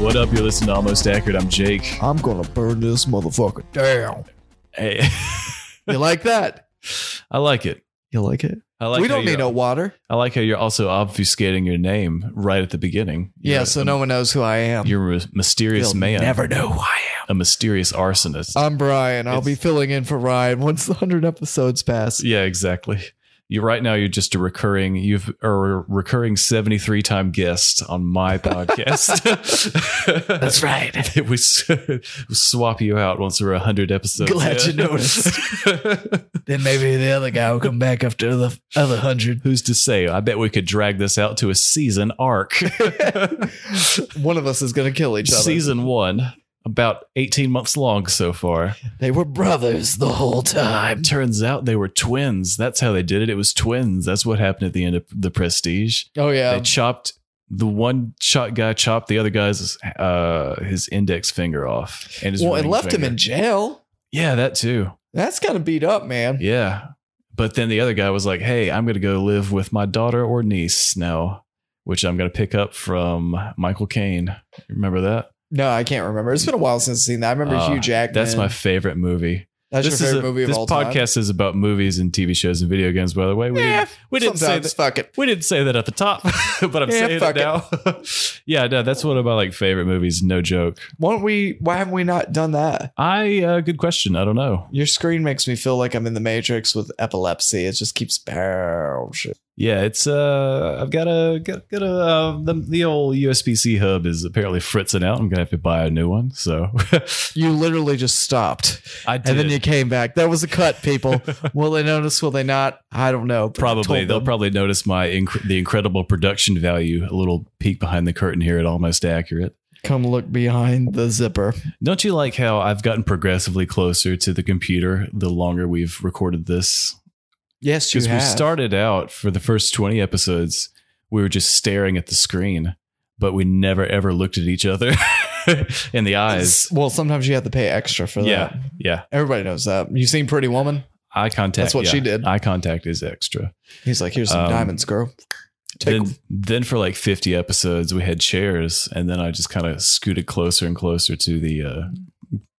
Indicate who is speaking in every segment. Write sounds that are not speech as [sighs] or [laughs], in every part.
Speaker 1: What up? You're listening to Almost Accurate. I'm Jake.
Speaker 2: I'm gonna burn this motherfucker down.
Speaker 1: Hey, [laughs]
Speaker 2: You like that?
Speaker 1: I like it.
Speaker 2: You like it?
Speaker 1: I like.
Speaker 2: we
Speaker 1: how
Speaker 2: don't need
Speaker 1: you're-
Speaker 2: no water.
Speaker 1: I like how you're also obfuscating your name right at the beginning.
Speaker 2: Yeah,
Speaker 1: You're-
Speaker 2: so no one knows who I am.
Speaker 1: You're a mysterious
Speaker 2: They'll
Speaker 1: man.
Speaker 2: never know who Uh,
Speaker 1: I am. A mysterious arsonist.
Speaker 2: I'm Brian. I'll
Speaker 1: It's-
Speaker 2: be filling in for Ryan once the hundred episodes pass.
Speaker 1: yeah, exactly. You right now you're just a recurring you've or a recurring 73 time guest on my [laughs]
Speaker 2: [laughs]
Speaker 1: podcast.
Speaker 2: That's right.
Speaker 1: we s- [laughs] swap you out once we're 100 episodes.
Speaker 2: Glad
Speaker 1: [laughs]
Speaker 2: you
Speaker 1: in.
Speaker 2: noticed. Then maybe the other guy will come back after the other hundred.
Speaker 1: Who's to say? I bet we could drag this out to a season arc.
Speaker 2: One of us is gonna kill each other.
Speaker 1: season one, about 18 months long so
Speaker 2: [laughs]
Speaker 1: far.
Speaker 2: They were brothers the whole time.
Speaker 1: Turns out they were twins. That's how they did it. It was twins. That's what happened at the end of The Prestige.
Speaker 2: Oh yeah.
Speaker 1: they chopped the one shot guy chopped the other guy's uh his index finger off and his
Speaker 2: Well, and
Speaker 1: ring
Speaker 2: left him
Speaker 1: finger.
Speaker 2: in jail.
Speaker 1: yeah that too
Speaker 2: That's kind of beat up, man.
Speaker 1: yeah but then the other guy was like hey i'm gonna go live with my daughter or niece now which i'm gonna pick up from michael caine You remember that
Speaker 2: No, I can't remember. It's been a while since I've seen that. I remember
Speaker 1: Uh,
Speaker 2: Hugh Jackman.
Speaker 1: that's my favorite movie
Speaker 2: That's
Speaker 1: this
Speaker 2: your
Speaker 1: is
Speaker 2: favorite
Speaker 1: a-
Speaker 2: movie of
Speaker 1: this
Speaker 2: all time.
Speaker 1: podcast is about movies and tv shows and video games by the way we,
Speaker 2: Yeah,
Speaker 1: didn't, we didn't say
Speaker 2: Sometimes,
Speaker 1: that
Speaker 2: fuck it.
Speaker 1: we didn't say that at the top, [laughs] but I'm
Speaker 2: Yeah,
Speaker 1: saying it
Speaker 2: fuck it.
Speaker 1: now. [laughs] yeah, no, that's one of my like favorite movies. No joke.
Speaker 2: Why don't we? Why haven't we not done that?
Speaker 1: I uh, good question. I don't know.
Speaker 2: Your screen makes me feel like I'm in the Matrix with epilepsy. It just keeps oh, bullshit.
Speaker 1: Yeah, it's uh, I've got a got, got a uh, the, the old USB C hub is apparently fritzing out. I'm gonna have to buy a new one. So
Speaker 2: You literally just stopped,
Speaker 1: [laughs] I did.
Speaker 2: and then you came back. That was a
Speaker 1: [laughs]
Speaker 2: cut, people. will they notice? Will they not? I don't know. but I
Speaker 1: probably
Speaker 2: told
Speaker 1: they'll
Speaker 2: them.
Speaker 1: probably notice my inc- the incredible production value. A little peek behind the curtain here at almost accurate.
Speaker 2: come look behind the zipper.
Speaker 1: Don't you like how I've gotten progressively closer to the computer the longer we've recorded this?
Speaker 2: Yes, you
Speaker 1: Because we
Speaker 2: have.
Speaker 1: started out for the first 20 episodes, we were just staring at the screen, but we never ever looked at each other [laughs] in the eyes.
Speaker 2: Well, sometimes you have to pay extra for
Speaker 1: Yeah.
Speaker 2: that.
Speaker 1: Yeah.
Speaker 2: Everybody knows that. You seen Pretty Woman?
Speaker 1: Eye contact.
Speaker 2: That's what
Speaker 1: yeah.
Speaker 2: she did.
Speaker 1: Eye contact is extra.
Speaker 2: He's like, here's some
Speaker 1: Um,
Speaker 2: diamonds, girl. Take
Speaker 1: then, then for like 50 episodes, we had chairs, and then I just kind of scooted closer and closer to the, uh,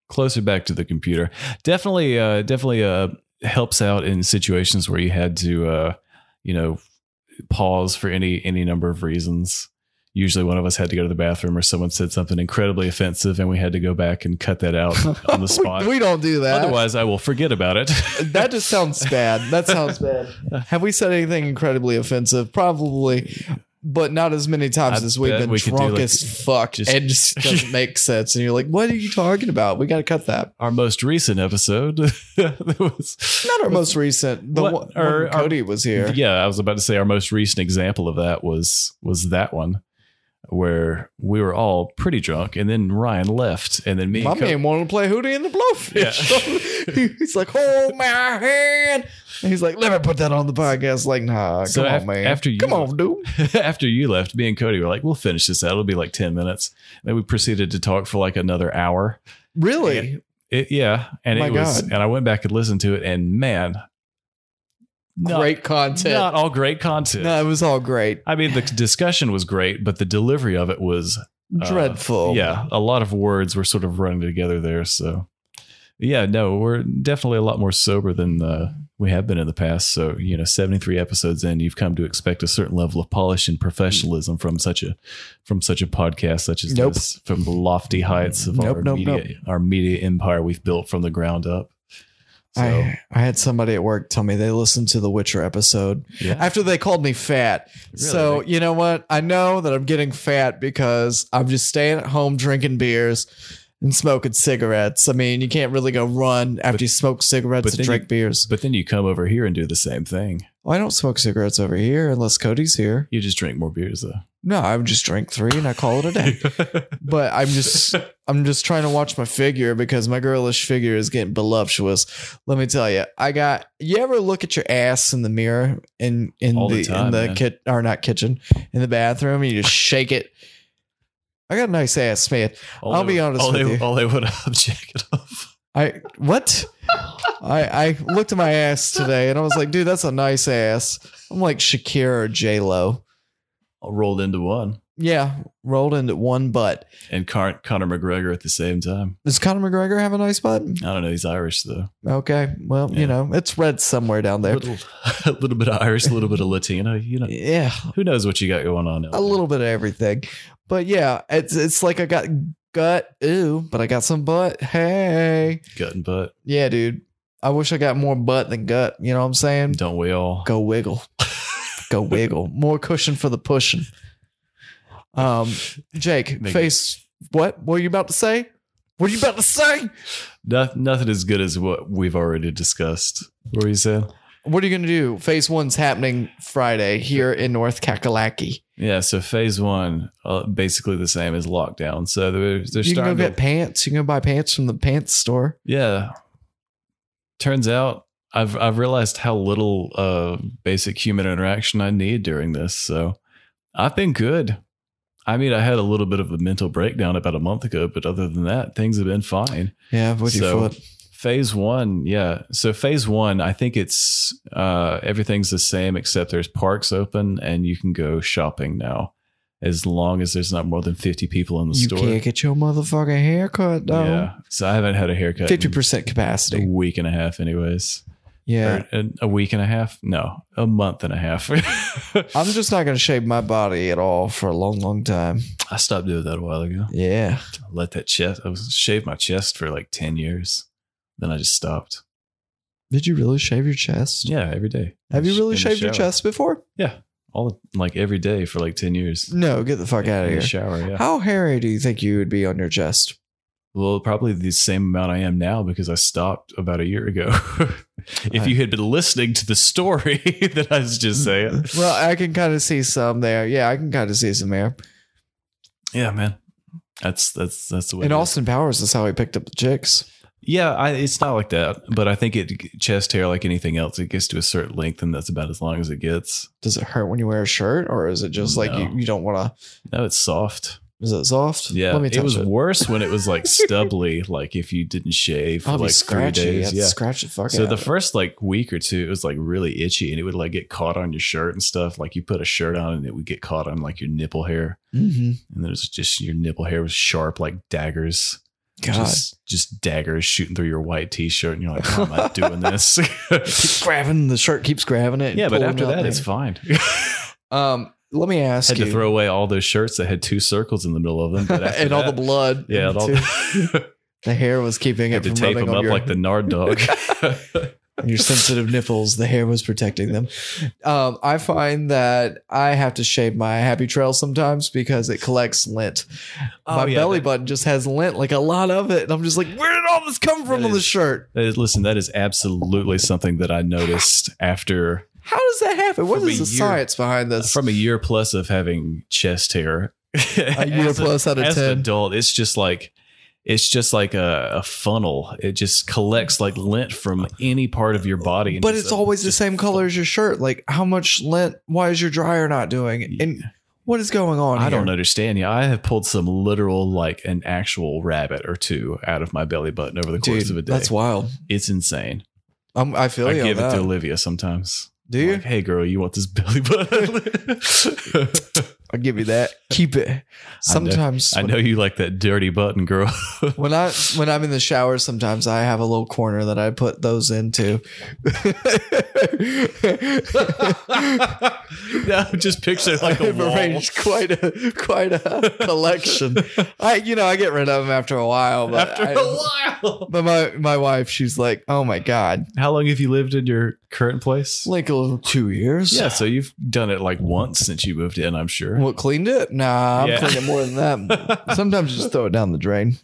Speaker 1: closer back to the computer. Definitely, uh, definitely uh, helps out in situations where you had to, uh, you know, pause for any any number of reasons. Usually, one of us had to go to the bathroom, or someone said something incredibly offensive, and we had to go back and cut that out on the spot.
Speaker 2: we, we don't do that.
Speaker 1: Otherwise, I will forget about it. [laughs]
Speaker 2: that just sounds bad. That sounds bad. Have we said anything incredibly offensive? Probably, but not as many times
Speaker 1: I
Speaker 2: as we've
Speaker 1: bet
Speaker 2: been
Speaker 1: we could do,
Speaker 2: drunk
Speaker 1: like,
Speaker 2: as fuck.
Speaker 1: just-
Speaker 2: and just doesn't make sense. And you're like, what are you talking about? We got to cut that.
Speaker 1: our most recent episode. [laughs] that was
Speaker 2: Not our most recent. The
Speaker 1: What-
Speaker 2: one,
Speaker 1: or-
Speaker 2: when Cody was here.
Speaker 1: Yeah, I was about to say our most recent example of that was was that one where we were all pretty drunk, and then Ryan left, and then me.
Speaker 2: My
Speaker 1: and Co-
Speaker 2: man wanted to play Hootie and the Blowfish. [laughs] he's like, hold my hand. And he's like, let me put that on the podcast. Like, nah,
Speaker 1: So
Speaker 2: come
Speaker 1: af-
Speaker 2: on, man.
Speaker 1: after you-
Speaker 2: come on, dude.
Speaker 1: [laughs] after you left, me and Cody were like, "We'll finish this out. It'll be like ten minutes." And then we proceeded to talk for like another hour.
Speaker 2: Really?
Speaker 1: It, yeah, and
Speaker 2: My
Speaker 1: it was,
Speaker 2: God.
Speaker 1: and I went back and listened to it, and man, not,
Speaker 2: great content.
Speaker 1: not all great content.
Speaker 2: no, it was all great.
Speaker 1: I mean, the discussion was great, but the delivery of it was Uh,
Speaker 2: Dreadful.
Speaker 1: yeah, a lot of words were sort of running together there. So, yeah, no, we're definitely a lot more sober than uh, we have been in the past. So, you know, 73 episodes in, you've come to expect a certain level of polish and professionalism from such a from such a podcast such as
Speaker 2: Nope.
Speaker 1: this, from the lofty heights of
Speaker 2: Nope,
Speaker 1: our
Speaker 2: nope,
Speaker 1: media
Speaker 2: nope.
Speaker 1: our media empire we've built from the ground up. So
Speaker 2: I, I had somebody at work tell me they listened to the Witcher episode
Speaker 1: Yeah.
Speaker 2: after they called me fat. So, you know what? I know that I'm getting fat because I'm just staying at home drinking beers and smoking cigarettes. I mean, you can't really go run after you smoke
Speaker 1: but
Speaker 2: cigarettes and
Speaker 1: then
Speaker 2: drink
Speaker 1: you-
Speaker 2: beers.
Speaker 1: but then you come over here and do the same thing.
Speaker 2: Well, I don't smoke cigarettes over here unless Cody's here.
Speaker 1: You just drink more beers though.
Speaker 2: No, I would just drink three and I call it a day.
Speaker 1: [laughs]
Speaker 2: but I'm just I'm just trying to watch my figure because my girlish figure is getting voluptuous. Let me tell you, I got you ever look at your ass in the mirror in in
Speaker 1: All
Speaker 2: the,
Speaker 1: the time,
Speaker 2: in the
Speaker 1: man.
Speaker 2: kit or not kitchen in the bathroom and you just shake it. I got a nice ass, man. I'll
Speaker 1: they-
Speaker 2: be honest
Speaker 1: all
Speaker 2: with
Speaker 1: they,
Speaker 2: you.
Speaker 1: All they would [laughs] object it off.
Speaker 2: I what? I I looked at my ass today and I was like, dude, that's a nice ass. I'm like Shakira or J Lo.
Speaker 1: Rolled into one.
Speaker 2: Yeah, rolled into one butt.
Speaker 1: And Con- Conor McGregor at the same time.
Speaker 2: Does Conor McGregor have a nice butt?
Speaker 1: I don't know. He's Irish though.
Speaker 2: Okay, well,
Speaker 1: Yeah.
Speaker 2: you know, it's red somewhere down
Speaker 1: A
Speaker 2: there.
Speaker 1: little, [laughs] a little bit of Irish, a little bit of Latino. You know,
Speaker 2: Yeah,
Speaker 1: who knows what you got going on? out
Speaker 2: a
Speaker 1: there.
Speaker 2: little bit of everything. But yeah, it's it's like I got gut ooh, but I got some butt. Hey.
Speaker 1: gut and butt.
Speaker 2: Yeah, dude. I wish I got more butt than gut, you know what I'm saying?
Speaker 1: Don't we all?
Speaker 2: Go wiggle.
Speaker 1: [laughs]
Speaker 2: Go wiggle. More cushion for the pushing. Um Jake,
Speaker 1: Nigga.
Speaker 2: face what? What are you about to say? What are you about to say?
Speaker 1: No- nothing as good as what we've already discussed. What were you saying?
Speaker 2: What are you gonna do? Phase one's happening Friday here in North Kakalaki.
Speaker 1: Yeah, so phase one, uh, basically the same as lockdown. So they're, they're
Speaker 2: you can go
Speaker 1: starting to
Speaker 2: get pants. You can go buy pants from the pants store.
Speaker 1: yeah turns out i've i've realized how little uh basic human interaction i need during this so i've been good i mean i had a little bit of a mental breakdown about a month ago but other than that things have been fine
Speaker 2: Yeah, with
Speaker 1: So-
Speaker 2: your foot.
Speaker 1: phase one yeah so phase one i think it's uh everything's the same except there's parks open and you can go shopping now as long as there's not more than 50 people in the
Speaker 2: You
Speaker 1: store
Speaker 2: can't get your motherfucking haircut though.
Speaker 1: yeah so i haven't had a haircut in
Speaker 2: Fifty percent
Speaker 1: a
Speaker 2: capacity.
Speaker 1: week and a half anyways
Speaker 2: Yeah,
Speaker 1: Or a, a week and a half? No, a month and a half. [laughs]
Speaker 2: I'm just not gonna shave my body at all for a long, long time.
Speaker 1: I stopped doing that a while ago.
Speaker 2: Yeah,
Speaker 1: I let that chest. I was shaved my chest for like ten years. Then I just stopped.
Speaker 2: did you really shave your chest?
Speaker 1: Yeah, every day.
Speaker 2: Have you
Speaker 1: In
Speaker 2: really
Speaker 1: the
Speaker 2: shaved your
Speaker 1: shower.
Speaker 2: chest before?
Speaker 1: Yeah, all like every day for like ten years.
Speaker 2: No, get the fuck out
Speaker 1: In
Speaker 2: of Mm, here.
Speaker 1: the shower. Yeah.
Speaker 2: How hairy do you think you would be on your chest?
Speaker 1: well, probably the same amount I am now because I stopped about a year ago. [laughs] if
Speaker 2: Right.
Speaker 1: you had been listening to the story [laughs] that I was
Speaker 2: Mm.
Speaker 1: just saying,
Speaker 2: Well, I can kind of see some there. Yeah, I can kind of see some there.
Speaker 1: yeah, man, that's that's that's the way.
Speaker 2: And
Speaker 1: it is.
Speaker 2: Austin Powers is how he picked up the chicks.
Speaker 1: Yeah, I, it's not like that, but I think it chest hair like anything else. It gets to a certain length, and that's about as long as it gets.
Speaker 2: Does it hurt when you wear a shirt, or is it just like
Speaker 1: No.
Speaker 2: you, you don't want to?
Speaker 1: Now it's soft.
Speaker 2: Is it soft?
Speaker 1: Yeah,
Speaker 2: let me touch
Speaker 1: it was
Speaker 2: it.
Speaker 1: worse when it was
Speaker 2: [laughs]
Speaker 1: like stubbly. Like if you didn't shave for
Speaker 2: I'll
Speaker 1: like three
Speaker 2: be scratchy.
Speaker 1: days,
Speaker 2: I'd
Speaker 1: yeah.
Speaker 2: scratch the fuck
Speaker 1: so
Speaker 2: out
Speaker 1: the
Speaker 2: of it.
Speaker 1: first like week or two, it was like really itchy, and it would like get caught on your shirt and stuff. Like you put a shirt on, and it would get caught on like your nipple hair,
Speaker 2: Mhm.
Speaker 1: and then it was just your nipple hair was sharp like daggers.
Speaker 2: God.
Speaker 1: Just, just daggers shooting through your white t-shirt, and you're like, "Why am I doing this?"
Speaker 2: [laughs]
Speaker 1: [laughs]
Speaker 2: Keep grabbing the shirt keeps grabbing it. and
Speaker 1: yeah, but
Speaker 2: pulling
Speaker 1: after
Speaker 2: out
Speaker 1: that,
Speaker 2: there. [laughs]
Speaker 1: it's fine.
Speaker 2: um let me ask
Speaker 1: had
Speaker 2: you
Speaker 1: to
Speaker 2: [laughs]
Speaker 1: throw away all those shirts that had two circles in the middle of them. But after
Speaker 2: and all the
Speaker 1: that-
Speaker 2: blood.
Speaker 1: Yeah, and all [laughs]
Speaker 2: too.
Speaker 1: the,
Speaker 2: the hair was keeping
Speaker 1: had
Speaker 2: it
Speaker 1: to
Speaker 2: from
Speaker 1: tape
Speaker 2: rubbing
Speaker 1: them
Speaker 2: on
Speaker 1: up
Speaker 2: your,
Speaker 1: like the Nard dog.
Speaker 2: [laughs] your sensitive nipples. The hair was protecting them. Um, I find that I have to shave my happy trail sometimes because it collects lint.
Speaker 1: Oh,
Speaker 2: my
Speaker 1: yeah,
Speaker 2: belly
Speaker 1: that-
Speaker 2: button just has lint, like a lot of it. And I'm just like, where did all this come from
Speaker 1: That
Speaker 2: on the
Speaker 1: is-
Speaker 2: shirt?
Speaker 1: That is- Listen, that is absolutely something that I noticed after
Speaker 2: How does that happen? What
Speaker 1: From
Speaker 2: is
Speaker 1: a
Speaker 2: the
Speaker 1: year-
Speaker 2: science behind this?
Speaker 1: from a year plus of having chest hair.
Speaker 2: a
Speaker 1: [laughs]
Speaker 2: year
Speaker 1: As
Speaker 2: plus out of
Speaker 1: as an
Speaker 2: ten.
Speaker 1: adult, it's just like it's just like a, a funnel. It just collects like lint from any part of your body. and
Speaker 2: But
Speaker 1: just-
Speaker 2: it's always the
Speaker 1: just-
Speaker 2: same color as your shirt. Like, how much lint? Why is your dryer not doing? it? And what is going on?
Speaker 1: I don't
Speaker 2: here?
Speaker 1: understand you. I have pulled some literal, like an actual rabbit or two out of my belly button over the course
Speaker 2: dude.
Speaker 1: of a day.
Speaker 2: That's wild.
Speaker 1: it's insane.
Speaker 2: I'm, I feel
Speaker 1: I
Speaker 2: you. on
Speaker 1: give it
Speaker 2: that.
Speaker 1: to Olivia sometimes.
Speaker 2: Do you? [laughs]
Speaker 1: Like, hey, girl, you want this belly button?
Speaker 2: I'll give you that.
Speaker 1: [laughs]
Speaker 2: Keep it. Sometimes
Speaker 1: I know you like that dirty button, girl. [laughs]
Speaker 2: when I when I'm in the shower, sometimes I have a little corner that I put those into. [laughs]
Speaker 1: no, just picture like a
Speaker 2: [laughs] I've
Speaker 1: wall.
Speaker 2: arranged quite a quite a
Speaker 1: [laughs]
Speaker 2: collection. I you know I get rid of them after a while, but
Speaker 1: After
Speaker 2: I-
Speaker 1: a while.
Speaker 2: But my my wife, she's like, oh my god,
Speaker 1: How long have you lived in your current place?
Speaker 2: like a- two years.
Speaker 1: yeah, so you've done it like once since you moved in, I'm sure.
Speaker 2: What cleaned it? Nah, I'm
Speaker 1: Yeah.
Speaker 2: cleaning more
Speaker 1: [laughs]
Speaker 2: than that. Sometimes you just throw it down the drain.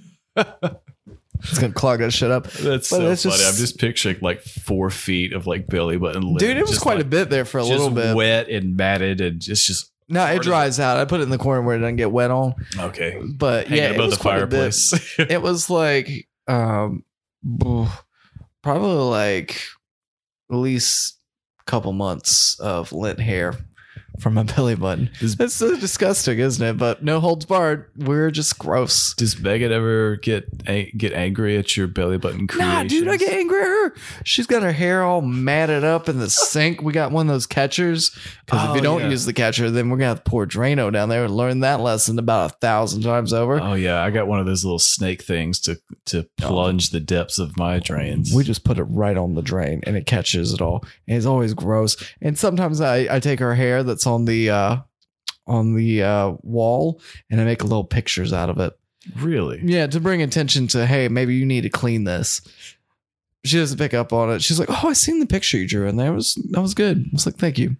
Speaker 2: It's gonna clog that shit up.
Speaker 1: That's
Speaker 2: But
Speaker 1: so
Speaker 2: that's
Speaker 1: funny.
Speaker 2: just-
Speaker 1: I'm just picturing like four feet of like belly button. lint,
Speaker 2: Dude, it was
Speaker 1: just,
Speaker 2: quite
Speaker 1: like,
Speaker 2: a bit there for a
Speaker 1: just
Speaker 2: little bit.
Speaker 1: wet and matted and just just
Speaker 2: No,
Speaker 1: part
Speaker 2: it
Speaker 1: of
Speaker 2: dries out. I put it in the corner where it doesn't get wet on.
Speaker 1: okay.
Speaker 2: But
Speaker 1: Hanging
Speaker 2: yeah, it
Speaker 1: above
Speaker 2: was
Speaker 1: the
Speaker 2: quite a bit.
Speaker 1: fireplace. [laughs]
Speaker 2: It was like um boo, probably like at least a couple months of lint hair from my [laughs] belly button.
Speaker 1: Does-
Speaker 2: That's so disgusting, isn't it? But no holds barred. We're just gross.
Speaker 1: Does Megan ever get a- get angry at your belly button creations?
Speaker 2: Nah, dude, I get angry at her. She's got her hair all matted up in the sink. We got one of those catchers. Because
Speaker 1: Oh,
Speaker 2: if you don't
Speaker 1: yeah.
Speaker 2: use the catcher, then we're gonna have to pour Drano down there and learn that lesson about a thousand times over.
Speaker 1: Oh yeah, I got one of those little snake things to to plunge the depths of my drains.
Speaker 2: Oh. We just put it right on the drain and it catches it all. And it's always gross. And sometimes I, I take her hair that's on the uh on the uh wall and I make little pictures out of it.
Speaker 1: really?
Speaker 2: Yeah, to bring attention to, hey, maybe you need to clean this. She doesn't pick up on it. She's like, Oh, I seen the picture you drew in there. It was that was good. I was like, Thank you.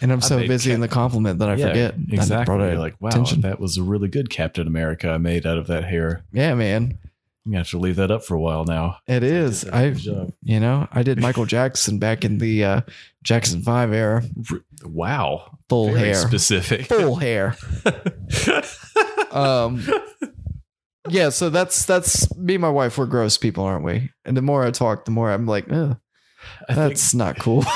Speaker 2: And I'm so
Speaker 1: made
Speaker 2: busy in the compliment that I forget. I just
Speaker 1: Exactly.
Speaker 2: brought it-
Speaker 1: You're like, wow,
Speaker 2: attention.
Speaker 1: that was a really good Captain America I made out of that hair.
Speaker 2: yeah, man.
Speaker 1: I'm gonna have to leave that up for a while now.
Speaker 2: It is.
Speaker 1: did a
Speaker 2: I
Speaker 1: good job.
Speaker 2: you know, I did Michael Jackson back in the uh Jackson 5 era.
Speaker 1: R- Wow.
Speaker 2: Full
Speaker 1: Very
Speaker 2: hair.
Speaker 1: specific.
Speaker 2: Full hair. Um Yeah, so that's that's me and my wife, we're gross people, aren't we? And the more I talk, the more I'm like, Ugh,
Speaker 1: [laughs] I think-
Speaker 2: that's not cool. [laughs]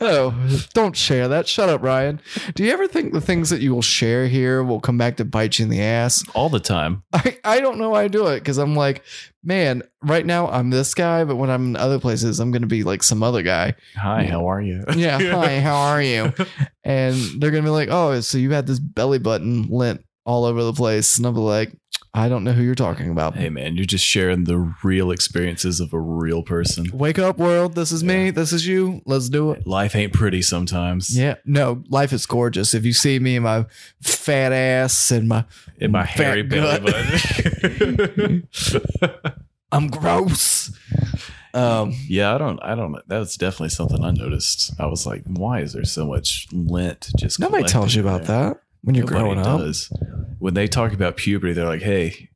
Speaker 2: oh, don't share that. Shut up, Ryan. Do you ever think the things that you will share here will come back to bite you in the ass?
Speaker 1: all the time.
Speaker 2: I, I don't know why I do it because I'm like, man, right now I'm this guy, but when I'm in other places, I'm going to be like some other guy.
Speaker 1: Hi, how are
Speaker 2: [laughs]
Speaker 1: you?
Speaker 2: Yeah. Hi, how are you? And they're going to be like, oh, so you had this belly button lint all over the place. And I'll be like, I don't know who you're talking about.
Speaker 1: Hey man, you're just sharing the real experiences of a real person.
Speaker 2: Wake up, world. This is me. This is you. Let's do it.
Speaker 1: Life ain't pretty sometimes.
Speaker 2: Yeah. No, life is gorgeous. If you see me and my fat ass and my
Speaker 1: In my
Speaker 2: fat
Speaker 1: hairy belly
Speaker 2: gut,
Speaker 1: button.
Speaker 2: [laughs] I'm gross. Um,
Speaker 1: [laughs] yeah, I don't I don't that's definitely something I noticed. I was like, why is there so much lint just
Speaker 2: nobody tells you about
Speaker 1: collected there?
Speaker 2: that when you're
Speaker 1: Nobody
Speaker 2: growing up.
Speaker 1: does. When they talk about puberty, they're like, hey,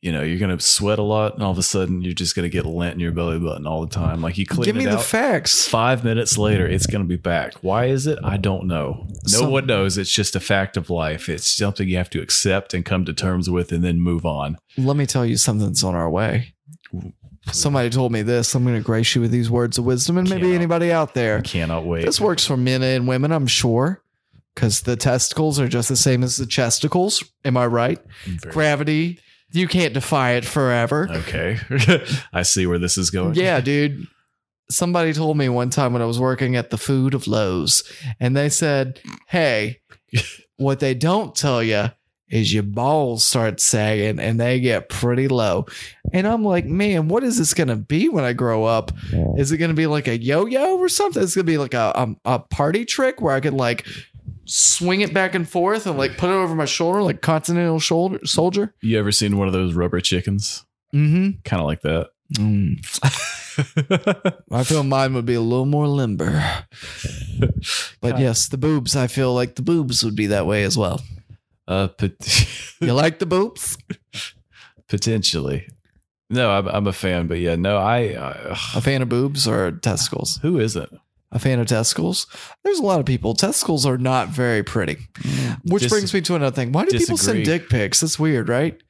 Speaker 1: you know, you're gonna sweat a lot, and all of a sudden you're just gonna get lint in your belly button all the time. Like you clean
Speaker 2: Give
Speaker 1: it
Speaker 2: me
Speaker 1: out.
Speaker 2: the facts.
Speaker 1: Five minutes later, it's going to be back. Why is it? I don't know. No
Speaker 2: Some-
Speaker 1: one knows. It's just a fact of life. It's something you have to accept and come to terms with and then move on.
Speaker 2: Let me tell you something's on our way. Somebody told me this. I'm going to grace you with these words of wisdom, and maybe
Speaker 1: Cannot-
Speaker 2: anybody out there.
Speaker 1: I cannot wait.
Speaker 2: This works for men and women, I'm sure, because the testicles are just the same as the chesticles. Am I right?
Speaker 1: Very-
Speaker 2: Gravity, you can't defy it forever.
Speaker 1: okay. [laughs] I see where this is going.
Speaker 2: Yeah, dude. Somebody told me one time when I was working at the Food of Lowe's, and they said, Hey, what they don't tell you is your balls start sagging and they get pretty low. And I'm like, Man, what is this going to be when I grow up? Is it going to be like a yo yo or something? It's going to be like a, um, a party trick where I could like swing it back and forth and like put it over my shoulder, like Continental shoulder, Soldier.
Speaker 1: You ever seen one of those rubber chickens?
Speaker 2: Mm
Speaker 1: Kind of like that.
Speaker 2: hmm. [laughs] I feel mine would be a little more limber. But yes, the boobs, I feel like the boobs would be that way as well.
Speaker 1: uh, pot- [laughs]
Speaker 2: You like the boobs?
Speaker 1: potentially. No, I'm, I'm a fan, but yeah, no, I. Uh,
Speaker 2: A fan of boobs or testicles?
Speaker 1: who isn't?
Speaker 2: A fan of testicles? There's a lot of people. Testicles are not very pretty. Which
Speaker 1: Dis-
Speaker 2: brings me to another thing. Why do people send
Speaker 1: disagree.
Speaker 2: dick pics? That's weird, right?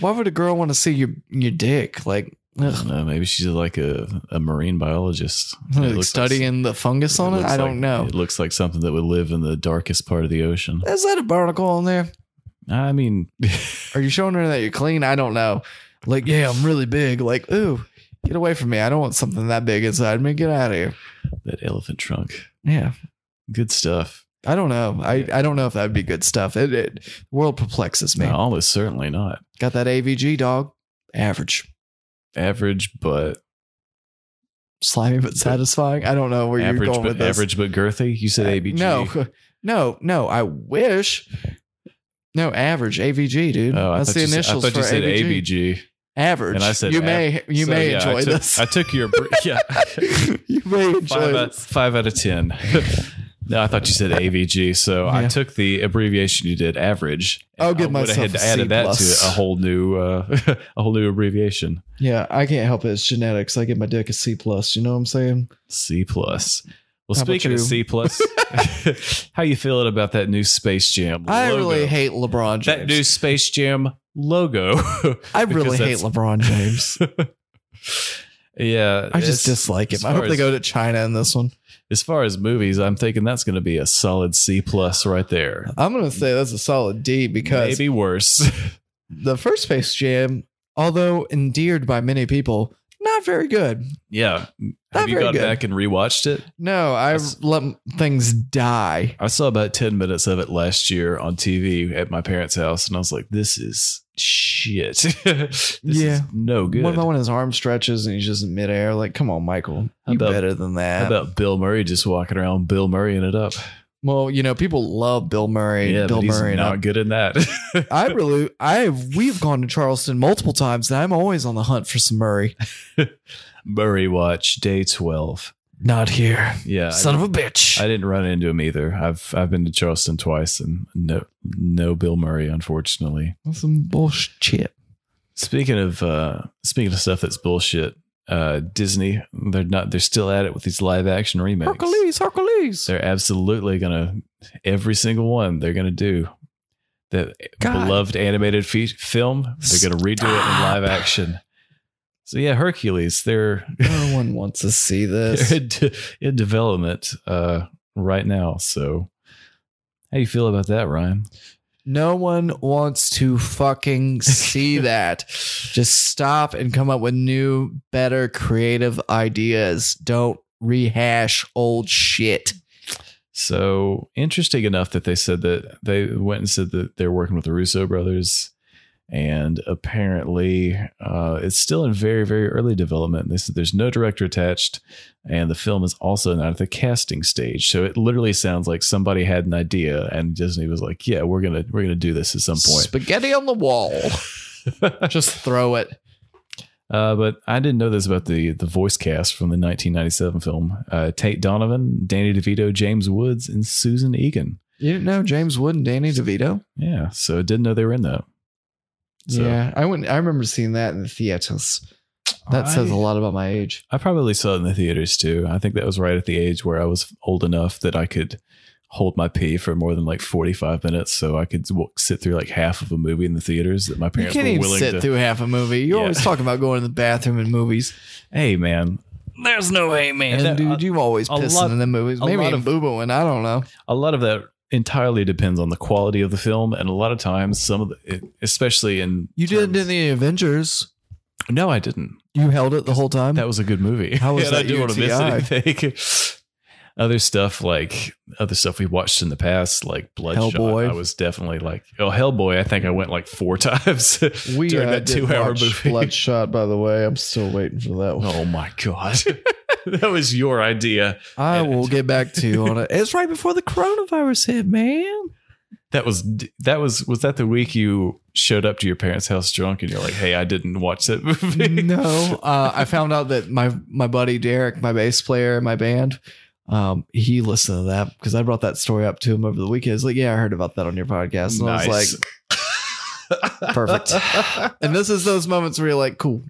Speaker 2: Why would a girl want to see your your dick? Like,
Speaker 1: I
Speaker 2: ugh.
Speaker 1: don't know. Maybe she's like a, a marine biologist. It
Speaker 2: like
Speaker 1: looks like
Speaker 2: studying the fungus on
Speaker 1: It
Speaker 2: it?
Speaker 1: looks
Speaker 2: I
Speaker 1: like-
Speaker 2: don't know.
Speaker 1: It looks like something that would live in the darkest part of the ocean.
Speaker 2: Is that a barnacle on there?
Speaker 1: I mean, [laughs]
Speaker 2: Are you showing her that you're clean? I don't know. Like, yeah, I'm really big. Like, ooh, get away from me. I don't want something that big inside me. Get out of here.
Speaker 1: that elephant trunk.
Speaker 2: Yeah.
Speaker 1: Good stuff.
Speaker 2: I don't know. I, I don't know if that would be good stuff. It, it world perplexes me.
Speaker 1: No, almost certainly not.
Speaker 2: Got that AVG dog. Average.
Speaker 1: Average, but
Speaker 2: Slimy but satisfying. I don't know where you're
Speaker 1: average,
Speaker 2: going
Speaker 1: but
Speaker 2: with this. Uh,
Speaker 1: average, but girthy. You said ABG.
Speaker 2: No, [laughs] no, no. I wish. No, average AVG, dude.
Speaker 1: Oh, I
Speaker 2: That's
Speaker 1: thought
Speaker 2: the
Speaker 1: you
Speaker 2: initials
Speaker 1: said, I thought
Speaker 2: for
Speaker 1: you said
Speaker 2: AVG.
Speaker 1: ABG.
Speaker 2: Average.
Speaker 1: And I said
Speaker 2: you
Speaker 1: av-
Speaker 2: may you
Speaker 1: So,
Speaker 2: may
Speaker 1: yeah,
Speaker 2: enjoy
Speaker 1: I took,
Speaker 2: this. [laughs]
Speaker 1: I took your br- [laughs] yeah.
Speaker 2: you may enjoy
Speaker 1: five, out,
Speaker 2: this.
Speaker 1: five out of ten. [laughs] no, I thought you said AVG, so I
Speaker 2: Yeah.
Speaker 1: took the abbreviation you did, average. and
Speaker 2: I'll give
Speaker 1: I would
Speaker 2: myself
Speaker 1: have had
Speaker 2: a
Speaker 1: to added
Speaker 2: C
Speaker 1: that
Speaker 2: plus.
Speaker 1: to a whole new, uh, [laughs] a whole new abbreviation.
Speaker 2: Yeah, I can't help it. It's genetics. I give my dick a C plus. You know what I'm saying?
Speaker 1: C plus. Well,
Speaker 2: How about
Speaker 1: speaking of
Speaker 2: you?
Speaker 1: C
Speaker 2: [laughs]
Speaker 1: plus, [laughs] how you feeling about that new Space Jam?
Speaker 2: I
Speaker 1: logo?
Speaker 2: really hate LeBron James.
Speaker 1: that new Space Jam logo. [laughs]
Speaker 2: I
Speaker 1: because
Speaker 2: really hate
Speaker 1: that's- [laughs]
Speaker 2: LeBron James.
Speaker 1: yeah,
Speaker 2: I just
Speaker 1: it's-
Speaker 2: dislike him.
Speaker 1: as
Speaker 2: I hope
Speaker 1: far
Speaker 2: they
Speaker 1: as-
Speaker 2: go to China in this one.
Speaker 1: As far as movies, I'm thinking that's going to be a solid C plus right there.
Speaker 2: I'm gonna say that's a solid D because
Speaker 1: Maybe worse. [laughs]
Speaker 2: the first Space Jam, although endeared by many people, not very good.
Speaker 1: Yeah.
Speaker 2: Not
Speaker 1: Have you
Speaker 2: very
Speaker 1: gone
Speaker 2: good.
Speaker 1: back and rewatched it?
Speaker 2: No, I
Speaker 1: That's-
Speaker 2: let m- things die.
Speaker 1: I saw about 10 minutes of it last year on TV at my parents' house, and I was like, this is shit. [laughs] this
Speaker 2: Yeah.
Speaker 1: is no good.
Speaker 2: What about when his arm stretches and he's just in midair? Like, come on, Michael,
Speaker 1: How
Speaker 2: you
Speaker 1: about-
Speaker 2: better than that.
Speaker 1: How about Bill Murray just walking around, Bill Murraying it up?
Speaker 2: well, you know, people love Bill Murray.
Speaker 1: yeah,
Speaker 2: Bill
Speaker 1: but he's
Speaker 2: Murray. and
Speaker 1: not
Speaker 2: I-
Speaker 1: good in that.
Speaker 2: I really, I we've gone to Charleston multiple times, and I'm always on the hunt for some Murray.
Speaker 1: [laughs] Murray watch day 12.
Speaker 2: Not here,
Speaker 1: Yeah.
Speaker 2: son
Speaker 1: Uh, I,
Speaker 2: of a bitch.
Speaker 1: I didn't run into him either. I've I've been to Charleston twice and no no Bill Murray, unfortunately.
Speaker 2: some bullshit.
Speaker 1: Speaking of uh, speaking of stuff that's bullshit, uh, Disney they're not they're still at it with these live action remakes. [laughs]
Speaker 2: Hercules, Hercules.
Speaker 1: They're absolutely gonna every single one they're gonna do that
Speaker 2: God.
Speaker 1: beloved animated fe- film. They're gonna redo it in live
Speaker 2: Stop.
Speaker 1: action. So yeah, Hercules
Speaker 2: [laughs]
Speaker 1: they're,
Speaker 2: No one wants to see
Speaker 1: they're
Speaker 2: this.
Speaker 1: in, de- in development uh, right now. So how you feel about that, Ryan?
Speaker 2: No one wants to
Speaker 1: [laughs]
Speaker 2: fucking see that. Just stop and come up with new, better, creative ideas. Don't rehash old shit.
Speaker 1: So interesting enough that they said that they went and said that they're working with the Russo brothers, and apparently uh, it's still in very very early development. They said there's no director attached, and the film is also not at the casting stage. So it literally sounds like somebody had an idea and Disney was like, "Yeah, we're gonna we're gonna do this at some point."
Speaker 2: Spaghetti on
Speaker 1: [laughs]
Speaker 2: the wall. [laughs] Just throw it.
Speaker 1: Uh, but I didn't know this about the the voice cast from the 1997 film: uh, Tate Donovan, Danny DeVito, James Woods, and Susan Egan.
Speaker 2: You didn't know James Wood and Danny DeVito?
Speaker 1: Yeah, so I didn't know they were in that. So
Speaker 2: Yeah, I went. I remember seeing that in the theaters. That says
Speaker 1: I-
Speaker 2: a lot about my age.
Speaker 1: I probably saw it in the theaters too. I think that was right at the age where I was old enough that I could hold my pee for more than like 45 minutes. So I could w- sit through like half of a movie in the theaters that my
Speaker 2: You
Speaker 1: parents
Speaker 2: can't
Speaker 1: were
Speaker 2: even
Speaker 1: willing
Speaker 2: sit
Speaker 1: to.
Speaker 2: through half a movie. You're
Speaker 1: Yeah.
Speaker 2: always talking about going to the bathroom in movies.
Speaker 1: Hey, man.
Speaker 2: There's no way, man.
Speaker 1: that- uh,
Speaker 2: dude, you always
Speaker 1: a
Speaker 2: pissing
Speaker 1: lot-
Speaker 2: in the movies.
Speaker 1: a
Speaker 2: Maybe
Speaker 1: lot
Speaker 2: in
Speaker 1: of-
Speaker 2: booing. I don't know.
Speaker 1: A lot of that entirely depends on the quality of the film. And a lot of times, some of the, it- especially in.
Speaker 2: You did in the Avengers.
Speaker 1: No, I didn't.
Speaker 2: You held it the whole time.
Speaker 1: That was a good movie.
Speaker 2: [laughs] How was
Speaker 1: And I
Speaker 2: that
Speaker 1: didn't want to miss
Speaker 2: UTI?
Speaker 1: anything. [laughs] Other stuff like other stuff we watched in the past, like Bloodshot.
Speaker 2: Hellboy.
Speaker 1: I was definitely like, oh Hellboy. I think I went like four [laughs] times
Speaker 2: [laughs] we
Speaker 1: during
Speaker 2: uh,
Speaker 1: that
Speaker 2: did
Speaker 1: two-hour
Speaker 2: watch
Speaker 1: movie.
Speaker 2: Bloodshot, by the way. I'm still waiting for that
Speaker 1: [laughs]
Speaker 2: one.
Speaker 1: Oh my god, [laughs] that was your idea.
Speaker 2: I
Speaker 1: and-
Speaker 2: will get back to you on it. It's right before the coronavirus hit, man.
Speaker 1: That was that was was that the week you showed up to your parents' house drunk and you're like, hey, I didn't watch that [laughs] movie.
Speaker 2: no, uh, I found out that my my buddy Derek, my bass player in my band, um, he listened to that because I brought that story up to him over the weekend. He's like, "Yeah, I heard about that on your podcast," and I was like,
Speaker 1: [laughs] like,
Speaker 2: perfect. "And this is those moments where you're like, cool.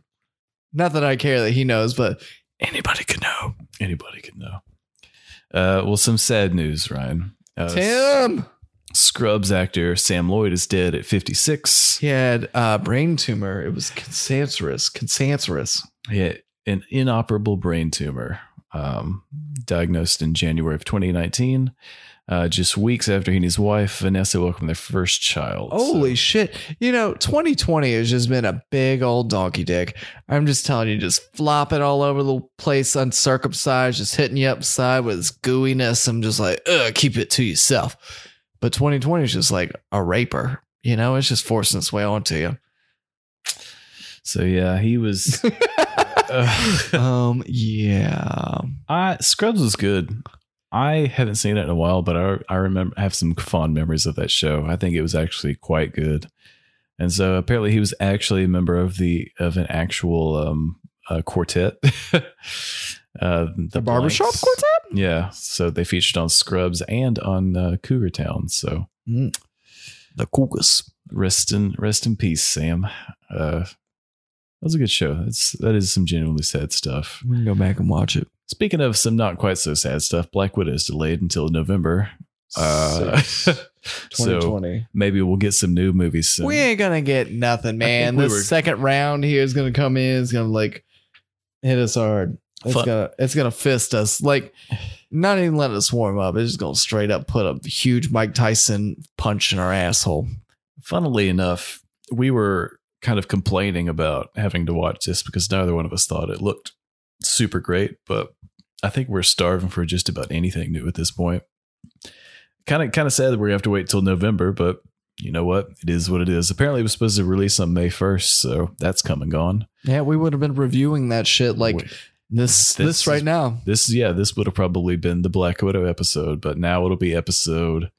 Speaker 2: Not that I care that he knows, but anybody could know."
Speaker 1: Anybody could know. Uh, well, some sad news, Ryan. Uh,
Speaker 2: Tim,
Speaker 1: Scrubs actor Sam Lloyd is dead at 56.
Speaker 2: he had a brain tumor. It was cancerous. Cancerous.
Speaker 1: He had an inoperable brain tumor. um, diagnosed in January of 2019, uh, just weeks after he and his wife Vanessa welcomed their first child.
Speaker 2: Holy shit. You know, 2020 has just been a big old donkey dick. I'm just telling you, just flopping all over the place, uncircumcised, just hitting you upside with its gooiness. I'm just like, ugh, keep it to yourself. But 2020 is just like a raper. You know, it's just forcing its way onto you.
Speaker 1: So, so yeah, he was. uh,
Speaker 2: [laughs] um, yeah.
Speaker 1: I, Scrubs was good. I haven't seen it in a while, but I I remember have some fond memories of that show. I think it was actually quite good. And so apparently he was actually a member of the of an actual um, uh, quartet. [laughs] uh, the,
Speaker 2: The barbershop
Speaker 1: Blanks.
Speaker 2: quartet?
Speaker 1: Yeah, so they featured on Scrubs and on uh, Cougar Town. So
Speaker 2: The Cougars.
Speaker 1: rest in rest in peace, Sam. Uh, that was a good show. That's that is some genuinely sad stuff.
Speaker 2: We can go back and watch it.
Speaker 1: Speaking of some not quite so sad stuff, Black Widow is delayed until November. Uh,
Speaker 2: [laughs]
Speaker 1: so
Speaker 2: 2020.
Speaker 1: maybe we'll get some new movies soon.
Speaker 2: we ain't gonna get nothing, man.
Speaker 1: we
Speaker 2: The
Speaker 1: were-
Speaker 2: second round here is gonna come in. It's gonna like hit us hard. It's
Speaker 1: Fuck.
Speaker 2: gonna it's gonna fist us. Like not even let us warm up. It's just gonna straight up put a huge Mike Tyson punch in our asshole.
Speaker 1: Funnily enough, we were kind of complaining about having to watch this because neither one of us thought it looked super great, but I think we're starving for just about anything new at this point. Kind of kind of sad that we have to wait till November, but you know what? It is what it is. Apparently it was supposed to release on May 1st, so that's come and gone.
Speaker 2: Yeah, we would have been reviewing that shit like
Speaker 1: We- This
Speaker 2: this this,
Speaker 1: is-
Speaker 2: right now.
Speaker 1: this yeah this would have probably been the black widow episode but now it'll be episode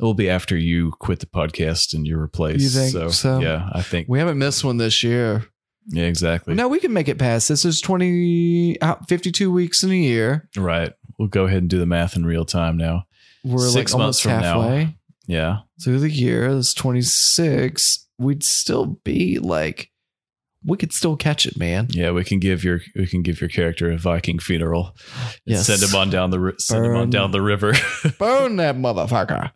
Speaker 1: it'll be after you quit the podcast and you're replaced
Speaker 2: You think
Speaker 1: so,
Speaker 2: so?
Speaker 1: yeah i think
Speaker 2: We haven't missed one this year.
Speaker 1: yeah exactly
Speaker 2: No, we can make it past this. There's 20, uh, 52 weeks in a year.
Speaker 1: right we'll go ahead and do the math in real time now
Speaker 2: We're
Speaker 1: Six
Speaker 2: like
Speaker 1: months
Speaker 2: almost
Speaker 1: from now.
Speaker 2: halfway.
Speaker 1: yeah
Speaker 2: through the year is 26 we'd still be like we could still catch it man
Speaker 1: yeah we can give your we can give your character a viking funeral and
Speaker 2: Yes.
Speaker 1: send him on down the ri- send him on
Speaker 2: Burn.
Speaker 1: down the river [laughs]
Speaker 2: burn that motherfucker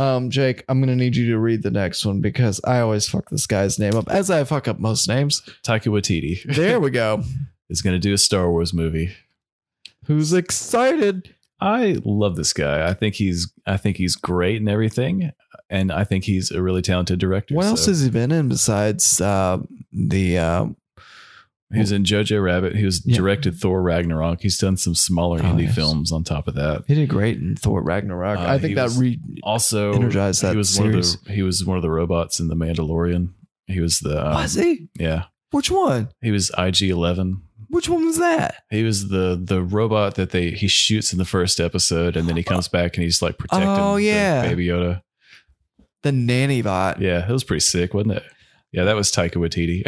Speaker 2: um jake i'm gonna need you to read the next one because i always fuck this guy's name up as i fuck up most names
Speaker 1: taika waititi
Speaker 2: there we go
Speaker 1: is going to do a star wars movie
Speaker 2: [laughs] who's excited
Speaker 1: I love this guy. I think he's I think he's great and everything, and I think he's a really talented director.
Speaker 2: what
Speaker 1: so-
Speaker 2: else has he been in besides uh the uh
Speaker 1: He was in Jojo Rabbit. He was
Speaker 2: Yeah.
Speaker 1: directed Thor Ragnarok. He's done some smaller
Speaker 2: Oh,
Speaker 1: indie
Speaker 2: yes.
Speaker 1: films on top of that.
Speaker 2: he did great in thor ragnarok
Speaker 1: Uh,
Speaker 2: i think
Speaker 1: he
Speaker 2: that
Speaker 1: was-
Speaker 2: re
Speaker 1: Also,
Speaker 2: Energize that
Speaker 1: he was
Speaker 2: series.
Speaker 1: one of the he was one of the robots in the Mandalorian. He was the um,
Speaker 2: was he
Speaker 1: yeah.
Speaker 2: which one
Speaker 1: He was IG Eleven.
Speaker 2: which one was that
Speaker 1: He was the the robot that they he shoots in the first episode, and then he comes back and he's like protecting
Speaker 2: Oh,
Speaker 1: the
Speaker 2: yeah.
Speaker 1: Baby Yoda.
Speaker 2: the nanny bot
Speaker 1: Yeah, it was pretty sick, wasn't it? Yeah, that was Taika Waititi.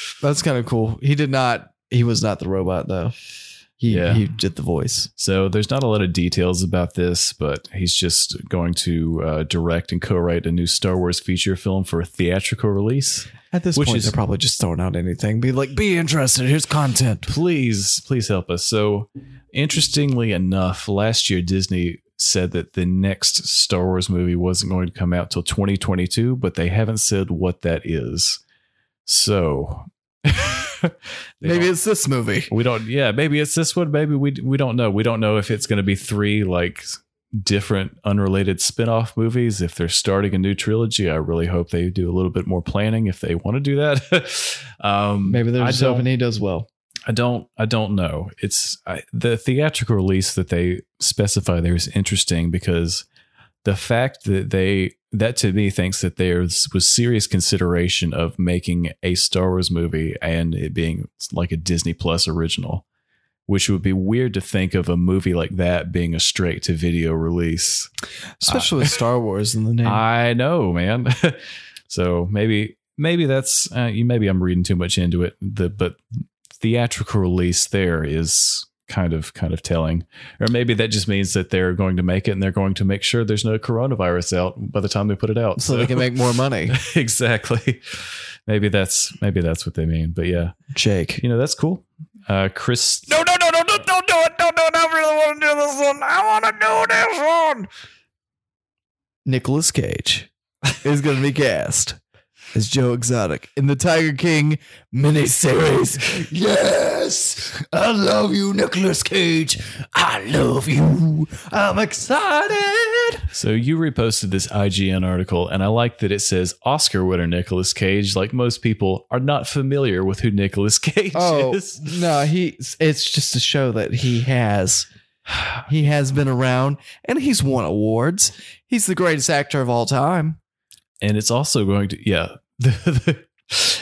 Speaker 1: [laughs]
Speaker 2: That's kind of cool. He did not. He was not the robot though. He
Speaker 1: Yeah.
Speaker 2: he did the voice.
Speaker 1: So there's not a lot of details about this, but he's just going to uh, direct and co-write a new Star Wars feature film for a theatrical release.
Speaker 2: At this
Speaker 1: Which
Speaker 2: point,
Speaker 1: is-
Speaker 2: they're probably just throwing out anything. Be like, be interested. Here's content.
Speaker 1: Please, please help us. So, interestingly enough, last year Disney said that the next Star Wars movie wasn't going to come out till 2022, but they haven't said what that is. So, [laughs] they don't-
Speaker 2: Maybe it's this movie.
Speaker 1: [laughs] we don't yeah maybe it's this one maybe we we don't know we don't know if it's going to be three like different unrelated spin-off movies if they're starting a new trilogy i really hope they do a little bit more planning if they want to do that [laughs] um
Speaker 2: Maybe they're
Speaker 1: I
Speaker 2: just hoping
Speaker 1: don't-
Speaker 2: he does well.
Speaker 1: I don't I don't know. It's I, the theatrical release that they specify there is interesting because the fact that they that to me thinks that there was was serious consideration of making a Star Wars movie and it being like a Disney Plus original, which would be weird to think of a movie like that being a straight to video release.
Speaker 2: Especially with Star Wars in the name.
Speaker 1: Uh, [laughs] I know, man. [laughs] so maybe maybe that's uh, you. Maybe I'm reading too much into it. The but theatrical release there is kind of kind of telling, or maybe that just means that they're going to make it and they're going to make sure there's no coronavirus out by the time they put it out.
Speaker 2: so they can make more money.
Speaker 1: [laughs] exactly. Maybe that's maybe that's what they mean. But yeah,
Speaker 2: Jake.
Speaker 1: you know that's cool. Uh, Chris.
Speaker 2: No, no, no, no, no, don't do it. No, no, I really want to do this one. I want to do this one. Nicholas Cage is going to be cast as Joe Exotic in the Tiger King miniseries. yes, I love you, Nicolas Cage. I love you. I'm excited.
Speaker 1: So you reposted this IGN article, and I like that it says Oscar winner Nicolas Cage. Like most people are not familiar with who Nicolas [laughs] Cage
Speaker 2: Oh
Speaker 1: is.
Speaker 2: no, he. It's just to show that he has. He has been around and he's won awards. He's the greatest actor of all time.
Speaker 1: and it's also going to yeah [laughs] the,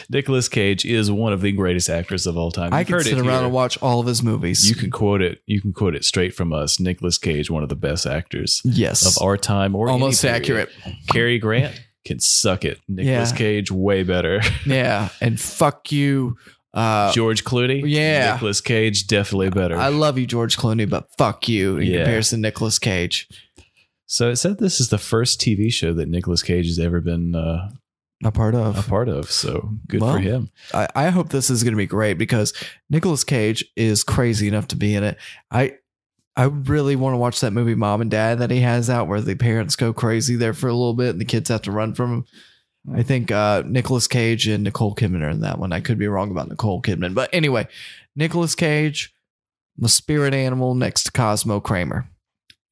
Speaker 1: Nicholas Cage is one of the greatest actors of all time.
Speaker 2: I
Speaker 1: You've
Speaker 2: can
Speaker 1: heard
Speaker 2: sit
Speaker 1: it
Speaker 2: around
Speaker 1: here.
Speaker 2: and watch all of his movies.
Speaker 1: You can quote it. You can quote it straight from us. Nicholas Cage, one of the best actors
Speaker 2: yes,
Speaker 1: of our time, or any
Speaker 2: almost
Speaker 1: period.
Speaker 2: accurate.
Speaker 1: Cary Grant can suck it. Nicholas
Speaker 2: Yeah.
Speaker 1: Cage, way better.
Speaker 2: Yeah, and fuck you.
Speaker 1: [laughs]
Speaker 2: Uh,
Speaker 1: George Clooney,
Speaker 2: yeah.
Speaker 1: Nicholas Cage, definitely better.
Speaker 2: I love you, George Clooney, but fuck you in
Speaker 1: Yeah.
Speaker 2: comparison to Nicolas Cage.
Speaker 1: so it said this is the first TV show that Nicholas Cage has ever been uh,
Speaker 2: A part
Speaker 1: a
Speaker 2: of.
Speaker 1: part of. So good
Speaker 2: Well,
Speaker 1: for him.
Speaker 2: I, I hope this is going to be great because Nicolas Cage is crazy enough to be in it. I I really want to watch that movie Mom and Dad that he has out where the parents go crazy there for a little bit and the kids have to run from him. I think uh, Nicolas Cage and Nicole Kidman are in that one. I could be wrong about Nicole Kidman, but anyway, Nicolas Cage, the spirit animal next to Cosmo Kramer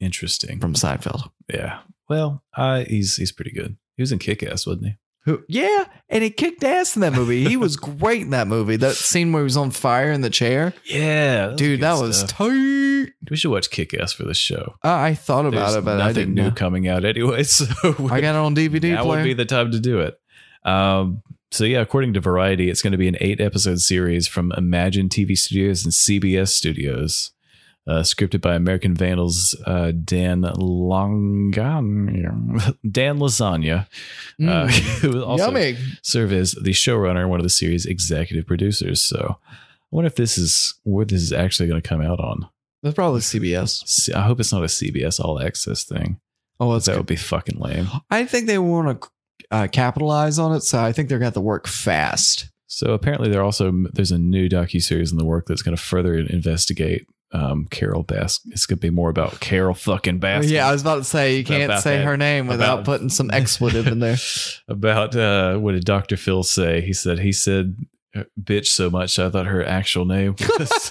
Speaker 1: Interesting.
Speaker 2: from Seinfeld.
Speaker 1: Yeah. Well, uh, he's he's pretty good. He was in Kick Ass, wasn't he?
Speaker 2: Who? Yeah, and he kicked ass in that movie. He was great in that movie. That scene where he was on fire in the chair,
Speaker 1: Yeah,
Speaker 2: dude. That was tight.
Speaker 1: we should watch Kick Ass for this show.
Speaker 2: I I thought about
Speaker 1: There's
Speaker 2: it, but I
Speaker 1: nothing
Speaker 2: didn't
Speaker 1: new
Speaker 2: know.
Speaker 1: coming out anyway, [laughs] so
Speaker 2: I got it
Speaker 1: [laughs]
Speaker 2: on DVD
Speaker 1: that
Speaker 2: player.
Speaker 1: would be the time to do it. Um, so yeah, according to Variety, it's going to be an eight episode series from Imagine TV Studios and CBS Studios, uh, scripted by American Vandals uh, Dan Longan [laughs] Dan Lasagna, [laughs] uh,
Speaker 2: Mm.
Speaker 1: who also
Speaker 2: Yummy.
Speaker 1: serve as the showrunner and one of the series' executive producers. So I wonder if this is where this is actually going to come out on.
Speaker 2: That's probably CBS.
Speaker 1: See, I hope it's not a CBS All Access thing.
Speaker 2: Oh, that's
Speaker 1: That would be fucking lame.
Speaker 2: I think they want to uh, capitalize on it, so I think they're going to have to work fast.
Speaker 1: So apparently, there also there's a new docu series in the work that's going to further investigate um, Carol Bask. It's going to be more about Carol fucking Bask.
Speaker 2: yeah, I was about to say you can't
Speaker 1: About
Speaker 2: say
Speaker 1: that.
Speaker 2: her name without
Speaker 1: About- [laughs]
Speaker 2: putting some expletive in there.
Speaker 1: about uh, what did Doctor Phil say? He said he said uh, bitch so much I thought her actual name. was
Speaker 2: [laughs]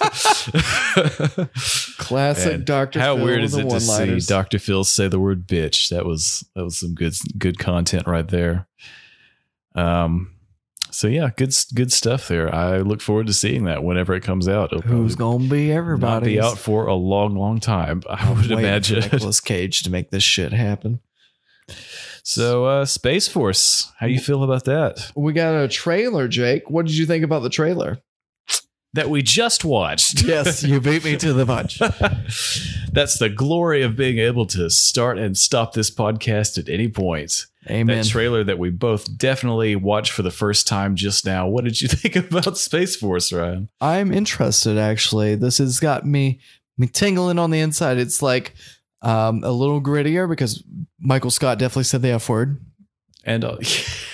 Speaker 1: [laughs]
Speaker 2: Classic
Speaker 1: And
Speaker 2: Doctor.
Speaker 1: How
Speaker 2: Phil
Speaker 1: weird
Speaker 2: with
Speaker 1: is
Speaker 2: the
Speaker 1: it to see
Speaker 2: one-liners.
Speaker 1: Dr. Phil say the word bitch? That was that was some good good content right there. Um so yeah, good s- good stuff there. I look forward to seeing that whenever it comes out. It'll
Speaker 2: Who's
Speaker 1: probably
Speaker 2: going to be
Speaker 1: not
Speaker 2: everybody?
Speaker 1: be out for [laughs] a long long time, I would imagine.
Speaker 2: Nicholas Cage to make this shit happen.
Speaker 1: [laughs] So uh Space Force, how you feel about that?
Speaker 2: We got a trailer, Jake. What did you think about
Speaker 1: [laughs]
Speaker 2: the trailer?
Speaker 1: That we just [laughs] watched.
Speaker 2: yes, you beat me to the punch.
Speaker 1: That's the glory of being able to start and stop this podcast at any point.
Speaker 2: Amen.
Speaker 1: That trailer that we both definitely watched for the first time just now. What did you [laughs] think about Space Force, Ryan?
Speaker 2: I'm interested actually. This has got me me tingling on the inside. It's like um, a little grittier because Michael Scott definitely said the F word.
Speaker 1: And
Speaker 2: [laughs]
Speaker 1: uh,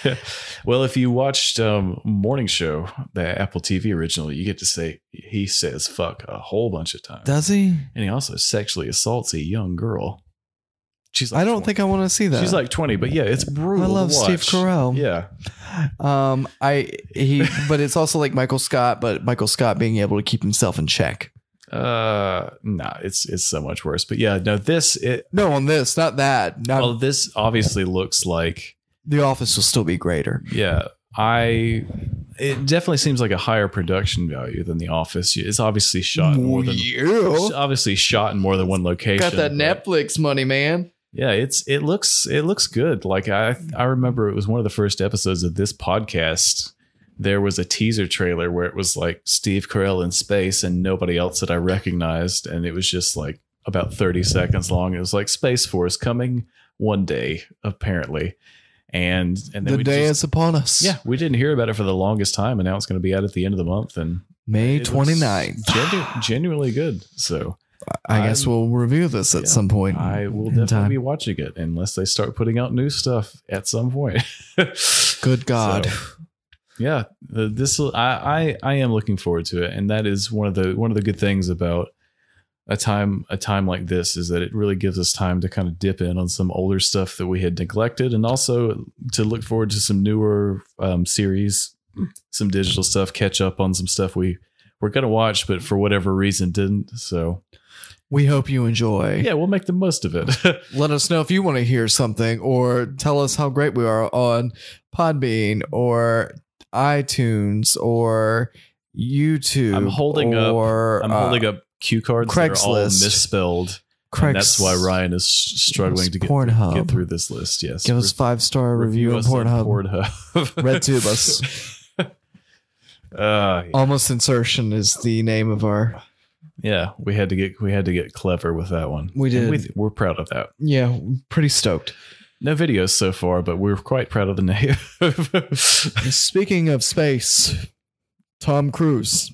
Speaker 1: [laughs] well, if you watched um, Morning Show, the Apple TV original, you get to say he says fuck a whole bunch of times.
Speaker 2: Does he?
Speaker 1: and he also sexually assaults a young girl. She's like
Speaker 2: I don't
Speaker 1: 20.
Speaker 2: think I want to see that.
Speaker 1: She's like 20, but yeah, it's brutal.
Speaker 2: I
Speaker 1: to
Speaker 2: love Steve
Speaker 1: watch.
Speaker 2: Carell.
Speaker 1: Yeah.
Speaker 2: um, I he, but it's also like Michael Scott, but Michael Scott being able to keep himself in check.
Speaker 1: Uh, nah, it's it's so much worse. But yeah, no, this it
Speaker 2: No, on this, not that. Not
Speaker 1: well, this obviously looks like
Speaker 2: the office will still be greater.
Speaker 1: yeah i it definitely seems like a higher production value than the office it's obviously shot in more than it's
Speaker 2: yeah.
Speaker 1: obviously shot in more than one location
Speaker 2: Got that
Speaker 1: but
Speaker 2: Netflix money, man.
Speaker 1: yeah it's it looks it looks good like i i remember it was one of the first episodes of this podcast there was a teaser trailer where it was like steve carell in space and nobody else that i recognized and it was just like about 30 seconds long it was like space force coming one day apparently and and then
Speaker 2: The
Speaker 1: we
Speaker 2: day
Speaker 1: just,
Speaker 2: is upon us.
Speaker 1: yeah, we didn't hear about it for the longest time, and now it's going to be out at the end of the month. And
Speaker 2: May
Speaker 1: it looks
Speaker 2: 29th.
Speaker 1: genu- genuinely good. So
Speaker 2: I guess
Speaker 1: I'm-
Speaker 2: we'll review this at
Speaker 1: yeah,
Speaker 2: some point.
Speaker 1: I will
Speaker 2: in
Speaker 1: definitely
Speaker 2: time.
Speaker 1: be watching it unless they start putting out new stuff at some point. [laughs]
Speaker 2: Good God.
Speaker 1: So, yeah, th- this will- I, I I am looking forward to it, and that is one of the one of the good things about a time a time like this is that it really gives us time to kind of dip in on some older stuff that we had neglected, and also to look forward to some newer um, series, some digital stuff, catch up on some stuff we were going to watch, but for whatever reason didn't. So
Speaker 2: We hope you enjoy.
Speaker 1: yeah, we'll make the most of it. [laughs]
Speaker 2: Let us know if you want to hear something or tell us how great we are on Podbean or iTunes or YouTube.
Speaker 1: I'm holding up-
Speaker 2: or,
Speaker 1: I'm holding up cue cards that are all
Speaker 2: Uh, Craigslist.
Speaker 1: misspelled.
Speaker 2: Craig's,
Speaker 1: and that's why Ryan is s- struggling to get,
Speaker 2: Pornhub.
Speaker 1: get through this list. Yes.
Speaker 2: Um, Give us
Speaker 1: Re-
Speaker 2: five star review, on
Speaker 1: us on
Speaker 2: Pornhub.
Speaker 1: Pornhub.
Speaker 2: RedTube us.
Speaker 1: [laughs] Uh,
Speaker 2: Almost insertion is the name of our.
Speaker 1: yeah, we had to get we had to get clever with that one.
Speaker 2: We
Speaker 1: And
Speaker 2: did.
Speaker 1: we're proud of that.
Speaker 2: Yeah, pretty stoked.
Speaker 1: No videos so far, but we're quite proud of the name.
Speaker 2: Speaking of space, Tom Cruise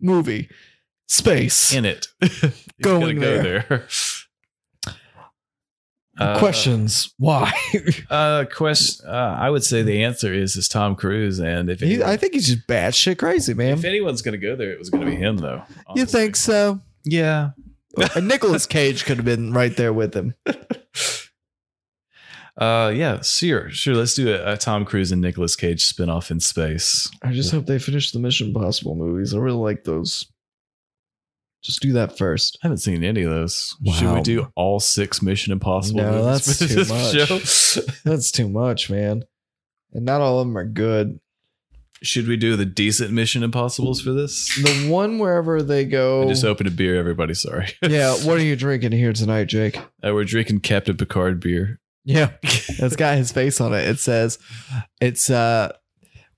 Speaker 2: movie space.
Speaker 1: [laughs] In it, [laughs] He's gonna
Speaker 2: Going there. [laughs]
Speaker 1: there. Uh,
Speaker 2: Questions? Why?
Speaker 1: Uh, question. Uh, I would say the answer is is Tom Cruise, and if
Speaker 2: He-
Speaker 1: anyone-
Speaker 2: I think he's just batshit crazy, man.
Speaker 1: If anyone's going to go there, it was going to be him, though.
Speaker 2: You think so? [laughs]
Speaker 1: Yeah.
Speaker 2: And Nicolas Cage could have been right there with him.
Speaker 1: Uh, yeah. Sure. Sure. Let's do a, a Tom Cruise and Nicolas Cage spinoff in space.
Speaker 2: I just hope they finish the Mission Impossible movies. I really like those. Just do that [laughs] first.
Speaker 1: I haven't seen any of those. Should we
Speaker 2: Wow.
Speaker 1: do all six Mission Impossible?
Speaker 2: No,
Speaker 1: movies
Speaker 2: that's
Speaker 1: for
Speaker 2: too
Speaker 1: this [laughs] show?
Speaker 2: That's too much, man. And not all of them are good.
Speaker 1: Should we do the decent Mission Impossibles for this?
Speaker 2: The one wherever they
Speaker 1: I
Speaker 2: go.
Speaker 1: just opened a beer. Everybody, sorry. [laughs]
Speaker 2: yeah, what are you drinking here tonight, Jake?
Speaker 1: Uh, we're drinking Captain Picard beer.
Speaker 2: Yeah, [laughs] it's got his face on it. It says, "It's uh,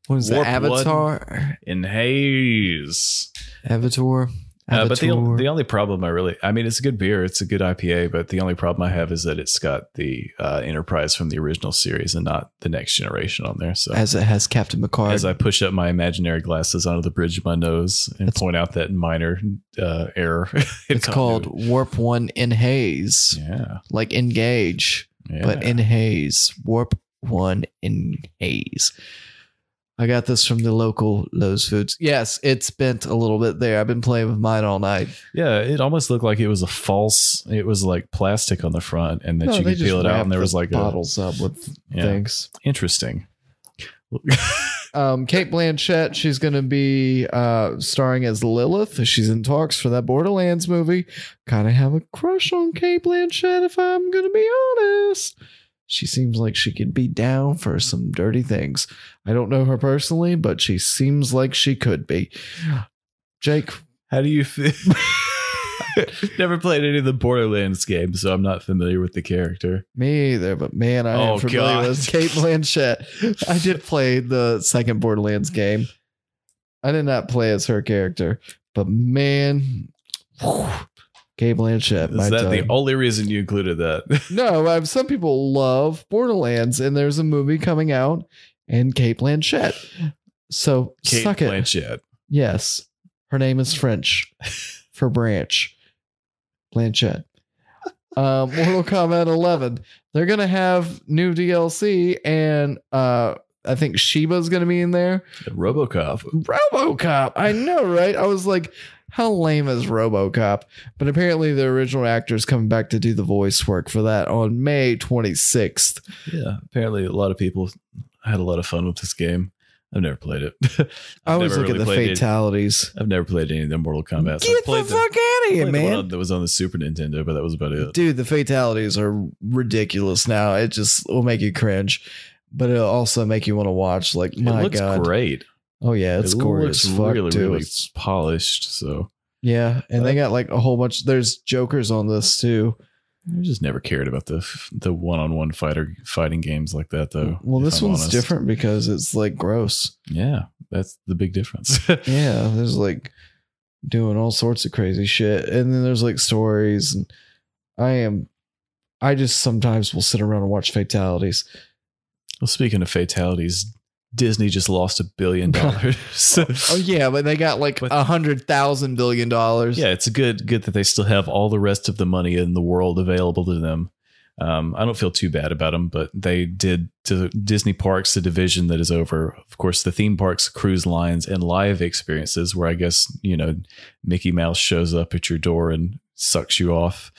Speaker 2: what is
Speaker 1: Warp
Speaker 2: it? Avatar,
Speaker 1: in haze.
Speaker 2: Avatar,
Speaker 1: Uh, but the,
Speaker 2: Avatar.
Speaker 1: the only problem I really, I mean, it's a good beer, it's a good IPA, but the only problem I have is that it's got the uh, Enterprise from the original series and not the next generation on there. So as,
Speaker 2: as it has Captain Picard.
Speaker 1: I push up my imaginary glasses onto the bridge of my nose and
Speaker 2: That's-
Speaker 1: point out that minor uh, error, [laughs] in
Speaker 2: it's called
Speaker 1: continuity.
Speaker 2: Warp One in Haze,
Speaker 1: yeah,
Speaker 2: like engage,
Speaker 1: yeah.
Speaker 2: but in haze. Warp One in haze. I got this from the local Lowe's Foods. Yes, it's bent a little bit there. I've been playing with mine all night.
Speaker 1: yeah, it almost looked like it was a false. It was like plastic on the front, and that
Speaker 2: No,
Speaker 1: you
Speaker 2: they
Speaker 1: could
Speaker 2: just
Speaker 1: peel it out,
Speaker 2: wrap
Speaker 1: and there
Speaker 2: the
Speaker 1: was like
Speaker 2: bottles up with
Speaker 1: a yeah,
Speaker 2: things.
Speaker 1: interesting.
Speaker 2: Um, Kate Blanchett, she's going to be uh, starring as Lilith. She's in talks for that Borderlands movie. Kind of have a crush on Kate Blanchett, if I'm going to be honest. She seems like she could be down for some dirty things. I don't know her personally, but she seems like she could be. Jake,
Speaker 1: How do you feel? [laughs] Never played any of the Borderlands games, so I'm not familiar with the character.
Speaker 2: me either, but man, I
Speaker 1: Oh,
Speaker 2: am familiar
Speaker 1: God.
Speaker 2: with [laughs] Kate Blanchett. I did play the second Borderlands game. I did not play as her character, but man, whew, Kate Blanchett.
Speaker 1: Is
Speaker 2: my
Speaker 1: that the
Speaker 2: time.
Speaker 1: only reason you included that? [laughs]
Speaker 2: no, um, some people love Borderlands, and there's a movie coming out, and Kate Blanchett. So
Speaker 1: Kate
Speaker 2: suck it.
Speaker 1: Blanchett.
Speaker 2: Yes. Her name is French for branch. Blanchette. Um, Mortal Kombat 11. They're going to have new DLC, and uh, I think Sheba's going to be in there.
Speaker 1: Robocop.
Speaker 2: Robocop. I know, right? I was like, how lame is Robocop? But apparently, the original actor is coming back to do the voice work for that on May 26th.
Speaker 1: Yeah, apparently a lot of people had a lot of fun with this game. I've never played it. [laughs] I've
Speaker 2: I always
Speaker 1: never
Speaker 2: look
Speaker 1: really
Speaker 2: at the
Speaker 1: played it.
Speaker 2: fatalities.
Speaker 1: I've never played any of the Mortal Kombat. I
Speaker 2: Get the
Speaker 1: played
Speaker 2: fuck out of
Speaker 1: I
Speaker 2: here,
Speaker 1: played the
Speaker 2: man.
Speaker 1: one that was on the Super Nintendo, but that was about it.
Speaker 2: dude the fatalities are ridiculous now it just will make you cringe but it'll also make you want to watch like
Speaker 1: it
Speaker 2: my
Speaker 1: looks
Speaker 2: god
Speaker 1: great.
Speaker 2: oh yeah it's
Speaker 1: it
Speaker 2: gorgeous
Speaker 1: looks
Speaker 2: fuck
Speaker 1: really,
Speaker 2: dude
Speaker 1: really
Speaker 2: It's-
Speaker 1: polished. So
Speaker 2: yeah and they got like a whole bunch there's jokers on this too
Speaker 1: I just never cared about the f- the one on one fighter fighting games like that, though.
Speaker 2: well
Speaker 1: if
Speaker 2: this
Speaker 1: I'm
Speaker 2: one's
Speaker 1: honest.
Speaker 2: different because it's like gross
Speaker 1: Yeah, that's the big difference.
Speaker 2: yeah there's like doing all sorts of crazy shit and then there's like stories and i am i just sometimes will sit around and watch fatalities
Speaker 1: [laughs] Well, speaking of fatalities, Disney just lost a
Speaker 2: [laughs]
Speaker 1: billion dollars.
Speaker 2: oh yeah but they got like
Speaker 1: But-
Speaker 2: a hundred thousand billion dollars
Speaker 1: yeah, it's good good that they still have all the rest of the money in the world available to them. Um, I don't feel too bad about them, but they did to Disney Parks, the division that is over, of course, the theme parks, cruise lines, and live experiences, where I guess you know Mickey Mouse shows up at your door and sucks you off.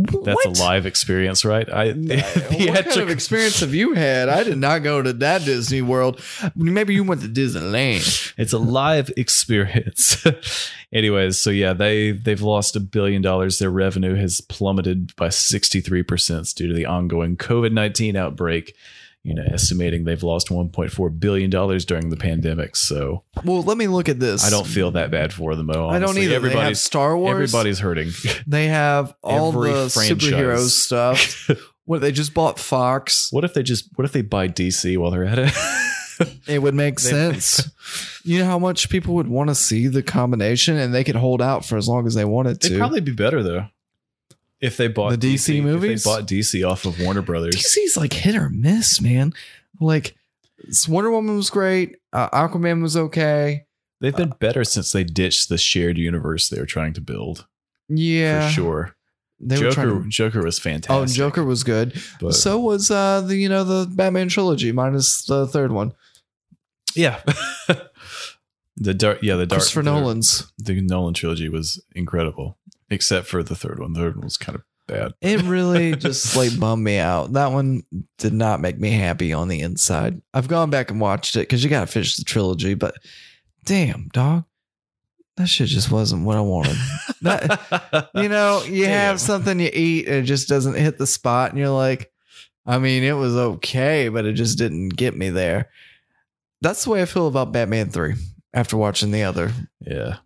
Speaker 1: That's
Speaker 2: What?
Speaker 1: a live experience, right? I [laughs]
Speaker 2: [laughs] what kind of
Speaker 1: theatrical-
Speaker 2: experience have you had? I did not go to that Disney World. Maybe you went to Disneyland.
Speaker 1: it's a live [laughs] experience. [laughs] Anyways, so yeah, they they've lost a billion dollars. Their revenue has plummeted by 63% due to the ongoing COVID-19 outbreak. You know, estimating they've lost 1.4 billion dollars during the pandemic. So
Speaker 2: Well, let me look at this.
Speaker 1: I don't feel that bad for them. Though,
Speaker 2: I don't
Speaker 1: honestly.
Speaker 2: either. Everybody's, they have
Speaker 1: Everybody's
Speaker 2: Star Wars.
Speaker 1: everybody's hurting.
Speaker 2: They have all
Speaker 1: Every
Speaker 2: the
Speaker 1: franchise.
Speaker 2: superhero [laughs] stuff. what they just bought Fox.
Speaker 1: [laughs] What if they just what if they buy DC while they're at it? [laughs]
Speaker 2: It would make
Speaker 1: They-
Speaker 2: [laughs] sense. you know how much people would want to see the combination, and they could hold out for as long as they wanted
Speaker 1: It'd
Speaker 2: to.
Speaker 1: probably be better though. If they bought
Speaker 2: The DC
Speaker 1: if
Speaker 2: movies?
Speaker 1: they bought DC off of Warner Brothers.
Speaker 2: DC's like hit or miss, man. Like s- Wonder Woman was great. Uh, Aquaman was okay.
Speaker 1: They've been better since they ditched the shared universe they were trying to build.
Speaker 2: Yeah,
Speaker 1: For sure.
Speaker 2: They were
Speaker 1: Joker
Speaker 2: trying to.
Speaker 1: Joker was
Speaker 2: Oh,
Speaker 1: fantastic.
Speaker 2: Joker was good.
Speaker 1: But,
Speaker 2: so was uh the you know the Batman trilogy minus the third one.
Speaker 1: yeah. [laughs] the dark yeah, the dark
Speaker 2: Christopher
Speaker 1: the-
Speaker 2: Nolan's.
Speaker 1: The Nolan trilogy was incredible. Except for the third one. The third one was kind of bad.
Speaker 2: It
Speaker 1: [laughs]
Speaker 2: really just like bummed me out. That one did not make me happy on the inside. I've gone back and watched it because you got to finish the trilogy, but damn, dog, that shit just wasn't what I [laughs] wanted. that,
Speaker 1: [laughs]
Speaker 2: you know, you
Speaker 1: Damn.
Speaker 2: have something you eat and it just doesn't hit the spot, and you're like, I mean, it was okay, but it just didn't get me there. That's the way I feel about Batman 3 after watching the other
Speaker 1: Yeah.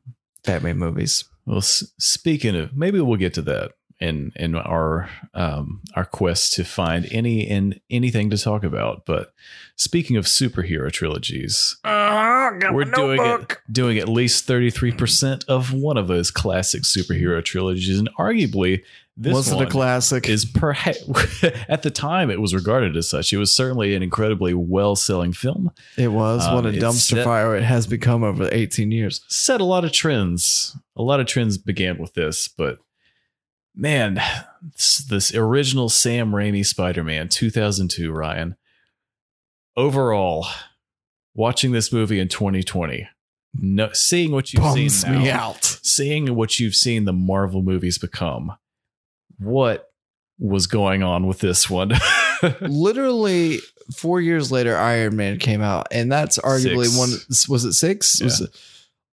Speaker 2: Batman movies.
Speaker 1: Well, s- speaking of, maybe we'll get to that in in our um, our quest to find any and anything to talk about. But speaking of superhero trilogies, we're doing it, doing at least thirty three percent of one of those classic superhero trilogies, and arguably this
Speaker 2: was
Speaker 1: one
Speaker 2: it a classic?
Speaker 1: is perhaps [laughs] at the time it was regarded as such. It was certainly an incredibly well selling film.
Speaker 2: It was.
Speaker 1: Um,
Speaker 2: what a
Speaker 1: it's
Speaker 2: dumpster
Speaker 1: that-
Speaker 2: fire it has become over 18 years.
Speaker 1: set a lot of trends. A lot of trends began with this, but man, this, this original Sam Raimi Spider Man 2002, Ryan. Overall, watching this movie in 2020, no, seeing what you've
Speaker 2: Bums
Speaker 1: seen now,
Speaker 2: me out.
Speaker 1: seeing what you've seen the Marvel movies become, what was going on with this one? [laughs]
Speaker 2: Literally four years later, Iron Man came out, and that's arguably
Speaker 1: Six.
Speaker 2: one. Was it six?
Speaker 1: Yeah.
Speaker 2: Was it,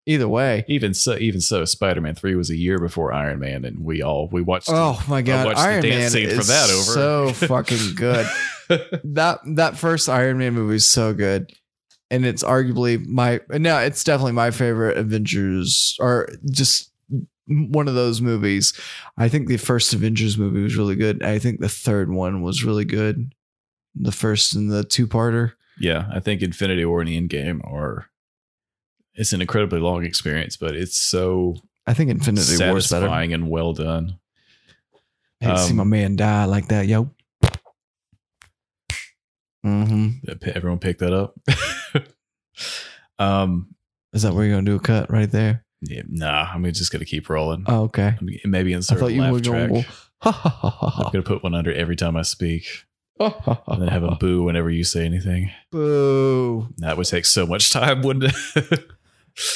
Speaker 2: either way.
Speaker 1: even so, even so, Spider Man 3 was a year before Iron Man, and we all we watched
Speaker 2: Oh my god,
Speaker 1: watched the
Speaker 2: Iron Man
Speaker 1: dance scene for
Speaker 2: is
Speaker 1: that over. [laughs]
Speaker 2: so fucking good. that that first Iron Man movie is so good, and it's arguably my no, it's definitely my favorite Avengers or just one of those movies. I think the first Avengers movie was really good. I think the third one was really good. The first and the two parter.
Speaker 1: Yeah, I think Infinity War and Endgame are. It's an incredibly long experience, but it's so
Speaker 2: I think Infinity War is better. I
Speaker 1: satisfying and well done.
Speaker 2: hate to see
Speaker 1: Um,
Speaker 2: my man die like that, yo. hmm
Speaker 1: Everyone pick that up. [laughs] um,
Speaker 2: Is that where you're gonna do a cut right there?
Speaker 1: yeah, nah, I'm just gonna keep rolling.
Speaker 2: Oh, okay.
Speaker 1: I'm gonna- Maybe
Speaker 2: I
Speaker 1: insert a
Speaker 2: thought you were
Speaker 1: laugh track.
Speaker 2: going. Well, ha, ha, ha,
Speaker 1: I'm
Speaker 2: ha,
Speaker 1: gonna put one under every time I speak,
Speaker 2: ha, [laughs] ha, ha,
Speaker 1: and then have
Speaker 2: ha,
Speaker 1: a
Speaker 2: ha.
Speaker 1: boo whenever you say anything.
Speaker 2: boo,
Speaker 1: That would take so much time, wouldn't it? [laughs]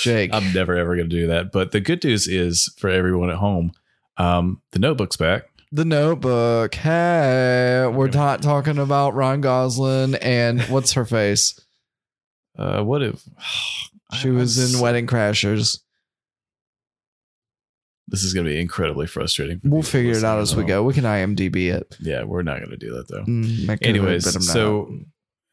Speaker 2: Jake.
Speaker 1: I'm never ever gonna do that. But the good news is for everyone at home, um, the notebook's back.
Speaker 2: the Notebook. Hey, we're
Speaker 1: Okay.
Speaker 2: not talking about Ron Goslin
Speaker 1: [laughs]
Speaker 2: and what's her face?
Speaker 1: Uh, what if [sighs]
Speaker 2: She was in Wedding Crashers.
Speaker 1: This is going to be incredibly frustrating. for
Speaker 2: We'll
Speaker 1: people
Speaker 2: figure it out
Speaker 1: listening
Speaker 2: as
Speaker 1: at
Speaker 2: we
Speaker 1: home.
Speaker 2: go. We can IMDb it.
Speaker 1: Yeah, we're not going to do that though.
Speaker 2: Mm, I could've, but I'm
Speaker 1: Anyways,
Speaker 2: not.
Speaker 1: so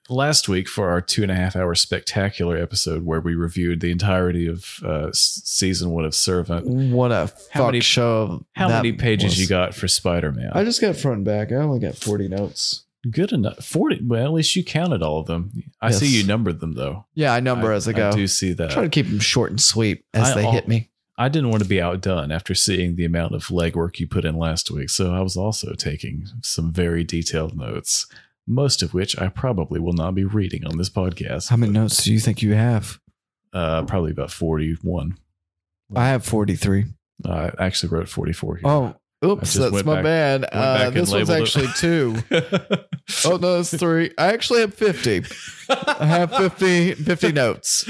Speaker 1: last week for our two and a half hour spectacular episode where we reviewed the entirety of uh, s- season one of Servant,
Speaker 2: what a
Speaker 1: How
Speaker 2: fuck
Speaker 1: many-
Speaker 2: show.
Speaker 1: how
Speaker 2: that
Speaker 1: many pages
Speaker 2: was.
Speaker 1: you got for Spider Man?
Speaker 2: I just got front and back. I only got 40 notes.
Speaker 1: Good enough. 40. Well, at least you counted all of them. I see
Speaker 2: Yes.
Speaker 1: you numbered them though.
Speaker 2: Yeah, I number
Speaker 1: I,
Speaker 2: as I go.
Speaker 1: do see that.
Speaker 2: Try to keep them short and sweet as
Speaker 1: I
Speaker 2: they
Speaker 1: al-
Speaker 2: hit me.
Speaker 1: I didn't want to be outdone after seeing the amount of legwork you put in last week, so I was also taking some very detailed notes, most of which I probably will not be reading on this podcast.
Speaker 2: How many notes do you think you have?
Speaker 1: Uh, probably about 41.
Speaker 2: I have 43.
Speaker 1: Uh, I actually wrote 44 here.
Speaker 2: Oh, Oops,
Speaker 1: just
Speaker 2: that's
Speaker 1: went
Speaker 2: my
Speaker 1: back-
Speaker 2: bad.
Speaker 1: back
Speaker 2: Uh,
Speaker 1: and
Speaker 2: this one's
Speaker 1: labeled it.
Speaker 2: actually two.
Speaker 1: [laughs]
Speaker 2: Oh, no, that's three. I actually have 50. I have 50, 50 notes,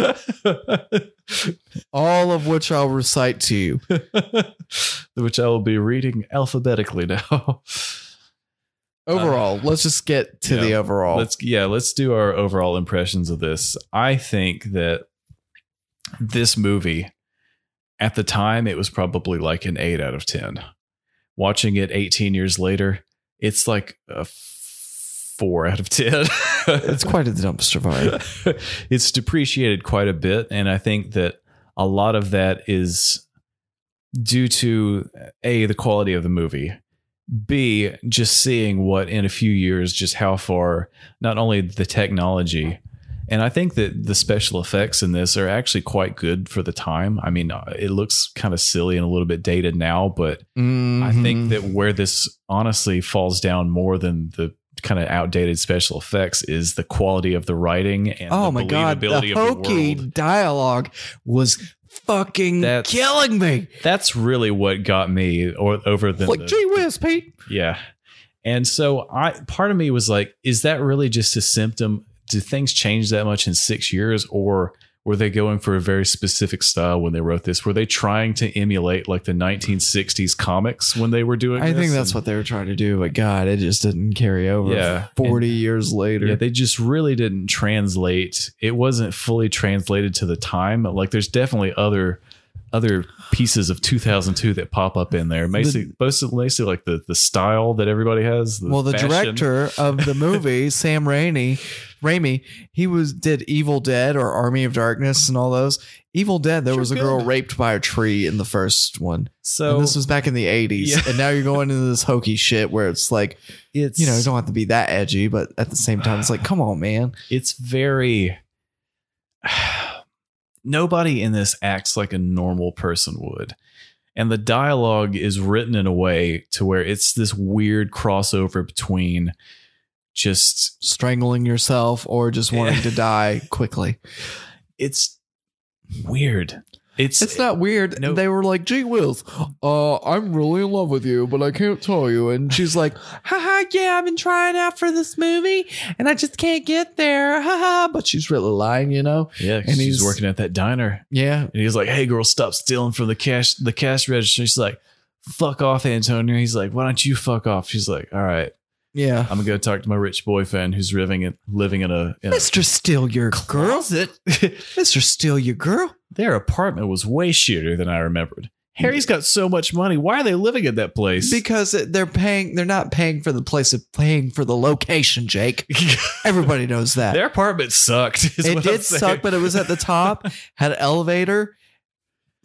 Speaker 2: all of which I'll recite to you.
Speaker 1: [laughs] Which I will be reading alphabetically now. [laughs]
Speaker 2: Overall, let's just get to the
Speaker 1: Uh-huh. yeah,
Speaker 2: overall.
Speaker 1: Let's yeah, let's do our overall impressions of this. I think that this movie at the time it was probably like an 8 out of 10. Watching it 18 years later, it's like a 4 out of [laughs] 10.
Speaker 2: it's quite a dumpster fire.
Speaker 1: it's depreciated quite a bit and I think that a lot of that is due to a the quality of the movie b just seeing what in a few years just how far not only the technology and i think that the special effects in this are actually quite good for the time i mean uh, it looks kind of silly and a little bit dated now but [laughs] i
Speaker 2: Mm-hmm.
Speaker 1: think that where this honestly falls down more than the kind of outdated special effects is the quality of the writing and
Speaker 2: oh
Speaker 1: the
Speaker 2: my god,
Speaker 1: believability of the
Speaker 2: the hokey
Speaker 1: world.
Speaker 2: dialogue was fucking
Speaker 1: That's-
Speaker 2: killing me.
Speaker 1: that's really what got me or over the,
Speaker 2: Like,
Speaker 1: the-
Speaker 2: gee whiz, Pete.
Speaker 1: yeah and so i part of me was like is that really just a symptom do things change that much in six years or were they going for a very specific style when they wrote this were they trying to emulate like the 1960s comics when they were doing
Speaker 2: I
Speaker 1: this?
Speaker 2: think that's
Speaker 1: And-
Speaker 2: what they were trying to do, but God, it just didn't carry over.
Speaker 1: Yeah.
Speaker 2: 40 years later.
Speaker 1: Yeah, they just really didn't translate. It wasn't fully translated to the time. Like there's definitely other other pieces of 2002 that pop up in there. Basically, mostly, mostly like the the style that everybody has.
Speaker 2: well, the
Speaker 1: fashion.
Speaker 2: director of the
Speaker 1: [laughs]
Speaker 2: movie, Sam Raimi, Raimi, he was did Evil Dead or Army of Darkness and all those. Evil Dead, there
Speaker 1: Sure
Speaker 2: was a
Speaker 1: good.
Speaker 2: girl raped by a tree in the first one.
Speaker 1: So
Speaker 2: and this was back in the 80s.
Speaker 1: Yeah.
Speaker 2: And now you're going into this hokey shit where it's like,
Speaker 1: it's
Speaker 2: you know, you don't have to be that edgy, but at the same time, it's like, come on, man.
Speaker 1: it's very [sighs] nobody in this acts like a normal person would and the dialogue is written in a way to where it's this weird crossover between just
Speaker 2: Strangling yourself or just
Speaker 1: [laughs]
Speaker 2: wanting to die quickly.
Speaker 1: it's weird. It's,
Speaker 2: It's not weird.
Speaker 1: No.
Speaker 2: They were like, gee whiz, uh, I'm really in love with you, but I can't tell you.
Speaker 1: [laughs]
Speaker 2: And she's like, haha, yeah, I've been trying out for this movie and I just can't get there. Haha. But she's really lying, you know?
Speaker 1: Yeah, 'cause
Speaker 2: and
Speaker 1: she's
Speaker 2: he's-
Speaker 1: working at that diner,
Speaker 2: Yeah.
Speaker 1: and he's like, "Hey, girl, stop stealing from the cash the cash register." She's like, "Fuck off, Antonio." He's like, "Why don't you fuck off?" She's like, "All right,
Speaker 2: Yeah.
Speaker 1: I'm gonna go talk to my rich boyfriend who's living in living in a." In a
Speaker 2: Mr. Uh, Steal Your Girl. [laughs] Mr. Steal Your Girl.
Speaker 1: Their apartment was way shittier than I remembered. Harry's got so much money. Why are they living at that place?
Speaker 2: Because they're paying, they're not paying for the place, they're paying for the location, Jake. Everybody
Speaker 1: [laughs]
Speaker 2: knows that.
Speaker 1: [laughs] their apartment sucked. is
Speaker 2: it
Speaker 1: what I'm
Speaker 2: did
Speaker 1: saying.
Speaker 2: suck, but it was at
Speaker 1: [laughs]
Speaker 2: the top, had an elevator.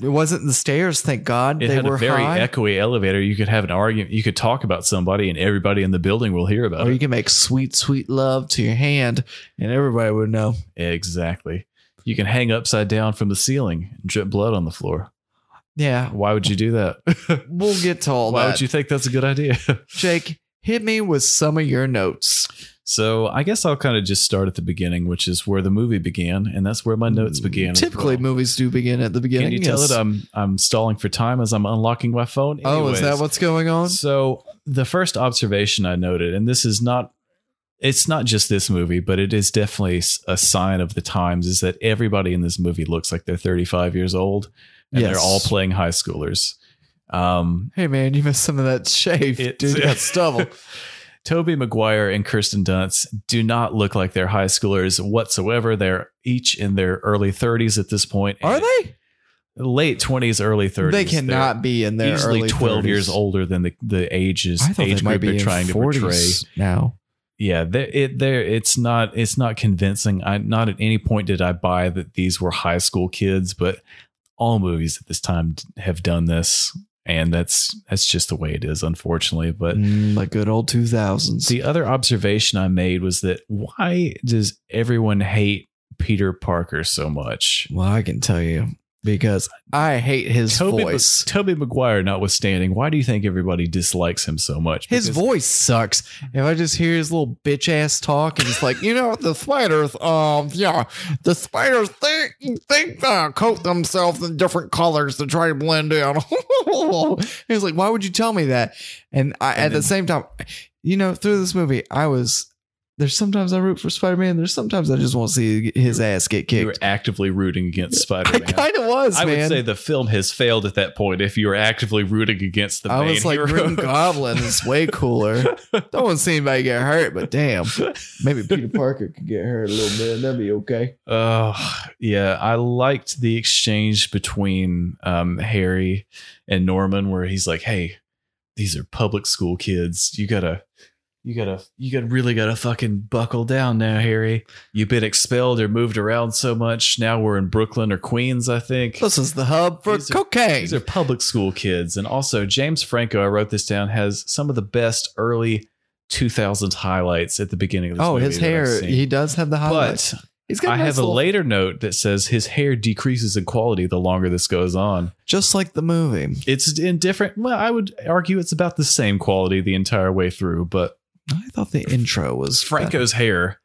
Speaker 2: It wasn't the stairs, thank God.
Speaker 1: It
Speaker 2: they
Speaker 1: had
Speaker 2: were
Speaker 1: a very
Speaker 2: high.
Speaker 1: echoey elevator. You could have an argument. You could talk about somebody, and everybody in the building will hear about
Speaker 2: or you
Speaker 1: it.
Speaker 2: can make sweet, sweet love to your hand, and everybody would know.
Speaker 1: Exactly. You can hang upside down from the ceiling and drip blood on the floor.
Speaker 2: Yeah,
Speaker 1: Why would you do that? [laughs]
Speaker 2: we'll get to all
Speaker 1: Why
Speaker 2: that.
Speaker 1: would you think that's a good idea? [laughs]
Speaker 2: Jake, hit me with some of your notes.
Speaker 1: so I guess I'll kind of just start at the beginning, which is where the movie began, and that's where my notes began. as
Speaker 2: Typically,
Speaker 1: well.
Speaker 2: movies do begin at the beginning.
Speaker 1: Can you tell um,
Speaker 2: yes.
Speaker 1: that I'm I'm stalling for time as I'm unlocking my phone?
Speaker 2: Oh, is that
Speaker 1: Anyways.
Speaker 2: what's going on?
Speaker 1: So the first observation I noted, and this is not, it's not just this movie, but it is definitely s- a sign of the times, is that everybody in this movie looks like they're 35 years old, and they're
Speaker 2: Yes.
Speaker 1: all playing high schoolers. Um,
Speaker 2: Hey, man, you missed some of that shave,
Speaker 1: It's-
Speaker 2: dude.
Speaker 1: [laughs]
Speaker 2: You got stubble.
Speaker 1: Toby Maguire and Kirsten Dunst do not look like they're high schoolers whatsoever. They're each in their early 30s at this point.
Speaker 2: Are
Speaker 1: and
Speaker 2: they?
Speaker 1: Late 20s, early 30s.
Speaker 2: They
Speaker 1: They're
Speaker 2: cannot be in their
Speaker 1: easily
Speaker 2: early
Speaker 1: 12 years
Speaker 2: 30s.
Speaker 1: older than the, the ages
Speaker 2: I thought
Speaker 1: age
Speaker 2: they might
Speaker 1: group
Speaker 2: be
Speaker 1: they're
Speaker 2: in
Speaker 1: trying to
Speaker 2: 40s
Speaker 1: portray.
Speaker 2: now.
Speaker 1: yeah there it there it's not it's not convincing i not at any point did i buy that these were high school kids but all movies at this time d- have done this and that's that's just the way it is unfortunately but
Speaker 2: Mm, the good old 2000s.
Speaker 1: the other observation i made was that why does everyone hate peter parker so much
Speaker 2: well, I can tell you, because I hate his
Speaker 1: Toby,
Speaker 2: voice.
Speaker 1: Toby McGuire notwithstanding, why do you think everybody dislikes him so much?
Speaker 2: his
Speaker 1: Because-
Speaker 2: voice sucks. If I just hear his little bitch ass talk and it's like, you know, the spiders, um, yeah, the spiders think think uh, coat themselves in different colors to try to blend in. [laughs] He's like, why would you tell me that? And I, at
Speaker 1: And
Speaker 2: the
Speaker 1: then-
Speaker 2: same time, you know, through this movie, I was there's sometimes I root for Spider Man. There's sometimes I just want to see his ass get
Speaker 1: You were
Speaker 2: kicked.
Speaker 1: actively rooting against
Speaker 2: [laughs] I
Speaker 1: Spider-Man.
Speaker 2: kind of was,
Speaker 1: I
Speaker 2: man.
Speaker 1: would say the film has failed at that point if you're actively rooting against the
Speaker 2: I
Speaker 1: main
Speaker 2: was like,
Speaker 1: hero. [laughs]
Speaker 2: Green Goblin is [laughs] way cooler. Don't want to see anybody get hurt, but damn, maybe Peter Parker could get hurt a little bit. That'd be okay.
Speaker 1: Oh, yeah. I liked the exchange between um, Harry and Norman where he's like, hey, these are public school kids. You gotta, you gotta, you gotta really gotta fucking buckle down now, Harry. You've been expelled or moved around so much. Now we're in Brooklyn or Queens, I think.
Speaker 2: This is the hub for
Speaker 1: These are-
Speaker 2: cocaine.
Speaker 1: These are public school kids. And also, James Franco, I wrote this down, has some of the best early 2000s highlights at the beginning of this
Speaker 2: oh,
Speaker 1: movie
Speaker 2: his
Speaker 1: that I've
Speaker 2: hair.
Speaker 1: seen.
Speaker 2: He does have the highlights.
Speaker 1: but
Speaker 2: He's got
Speaker 1: I
Speaker 2: nice
Speaker 1: have a
Speaker 2: little-
Speaker 1: later note that says his hair decreases in quality the longer this goes on.
Speaker 2: just like the movie.
Speaker 1: It's in different. Well, I would argue it's about the same quality the entire way through, but
Speaker 2: I thought the intro was better.
Speaker 1: Franco's hair,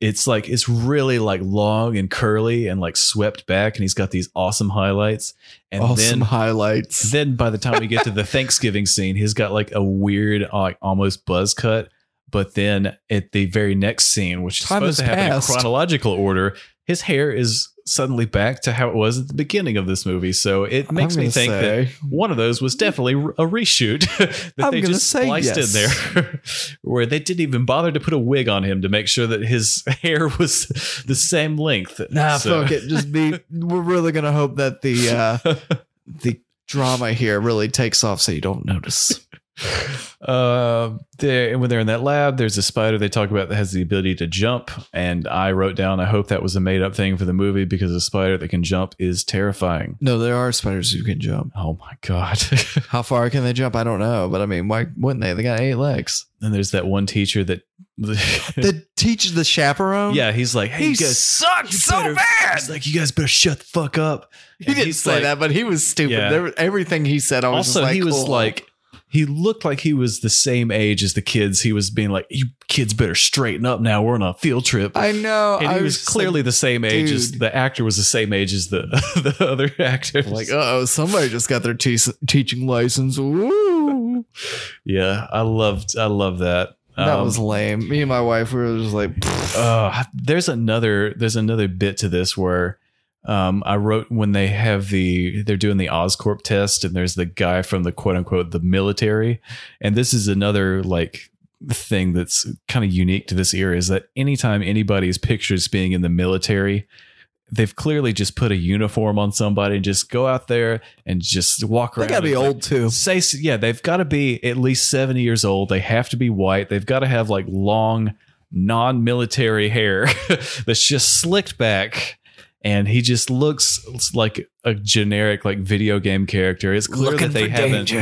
Speaker 1: it's like it's really like long and curly and like swept back, and he's got these awesome highlights. And
Speaker 2: awesome
Speaker 1: then
Speaker 2: highlights.
Speaker 1: then by the time we get
Speaker 2: [laughs]
Speaker 1: to the Thanksgiving scene, he's got like a weird, like almost buzz cut. But then at the very next scene, which is
Speaker 2: Time
Speaker 1: supposed to
Speaker 2: has
Speaker 1: happen
Speaker 2: passed.
Speaker 1: in chronological order, his hair is suddenly back to how it was at the beginning of this movie. So it makes
Speaker 2: I'm
Speaker 1: me
Speaker 2: gonna
Speaker 1: think that
Speaker 2: say-
Speaker 1: one of those was definitely a reshoot [laughs] that
Speaker 2: I'm
Speaker 1: they
Speaker 2: gonna
Speaker 1: just
Speaker 2: say
Speaker 1: spliced
Speaker 2: yes.
Speaker 1: in there, [laughs] where they didn't even bother to put a wig on him to make sure that his [laughs] hair was the same length.
Speaker 2: Nah,
Speaker 1: So-
Speaker 2: fuck it. Just [laughs] be. We're really gonna hope that the [laughs] uh, the drama here really takes off, so you don't notice.
Speaker 1: Uh, there when they're in that lab, there's a spider they talk about that has the ability to jump. And I wrote down, I hope that was a made up thing for the movie because a spider that can jump is terrifying.
Speaker 2: No, there are spiders who can jump.
Speaker 1: Oh my god! [laughs]
Speaker 2: How far can they jump? I don't know, but I mean, why wouldn't they? They got eight legs.
Speaker 1: and there's that one teacher that,
Speaker 2: The teach the
Speaker 1: [laughs]
Speaker 2: chaperone.
Speaker 1: yeah, he's like, hey,
Speaker 2: he
Speaker 1: you guys,
Speaker 2: sucked
Speaker 1: you
Speaker 2: so
Speaker 1: better-
Speaker 2: bad.
Speaker 1: He's like, you guys better shut the fuck up.
Speaker 2: He
Speaker 1: And
Speaker 2: didn't
Speaker 1: he's
Speaker 2: say
Speaker 1: like-
Speaker 2: that, but he was stupid.
Speaker 1: Yeah.
Speaker 2: There, everything he said, I was
Speaker 1: also,
Speaker 2: just like,
Speaker 1: he was
Speaker 2: "Cool."
Speaker 1: like, he looked like he was the same age as the kids. He was being like, you kids better straighten up now. We're on a field trip.
Speaker 2: I know.
Speaker 1: and
Speaker 2: I
Speaker 1: he was
Speaker 2: just
Speaker 1: clearly the same age as
Speaker 2: dude.
Speaker 1: the actor was the same age as the [laughs] the other actor.
Speaker 2: [laughs] like, uh oh, somebody just got their te- teaching license. Woo.
Speaker 1: yeah, I loved, I love that.
Speaker 2: That
Speaker 1: Um,
Speaker 2: was lame. Me and my wife, we were just like,
Speaker 1: uh, there's another, there's another bit to this where. Um, I wrote when they have the they're doing the Oscorp test and there's the guy from the quote unquote the military, and this is another like thing that's kind of unique to this era is that anytime anybody's pictured as being in the military, they've clearly just put a uniform on somebody and just go out there and just walk
Speaker 2: they
Speaker 1: around.
Speaker 2: gotta be
Speaker 1: and, like,
Speaker 2: old too.
Speaker 1: Say s- yeah, they've got to be at least seventy years old. They have to be white. They've got to have like long, non-military hair [laughs] that's just slicked back, and he just looks like a generic like video game character. It's clear that they haven't.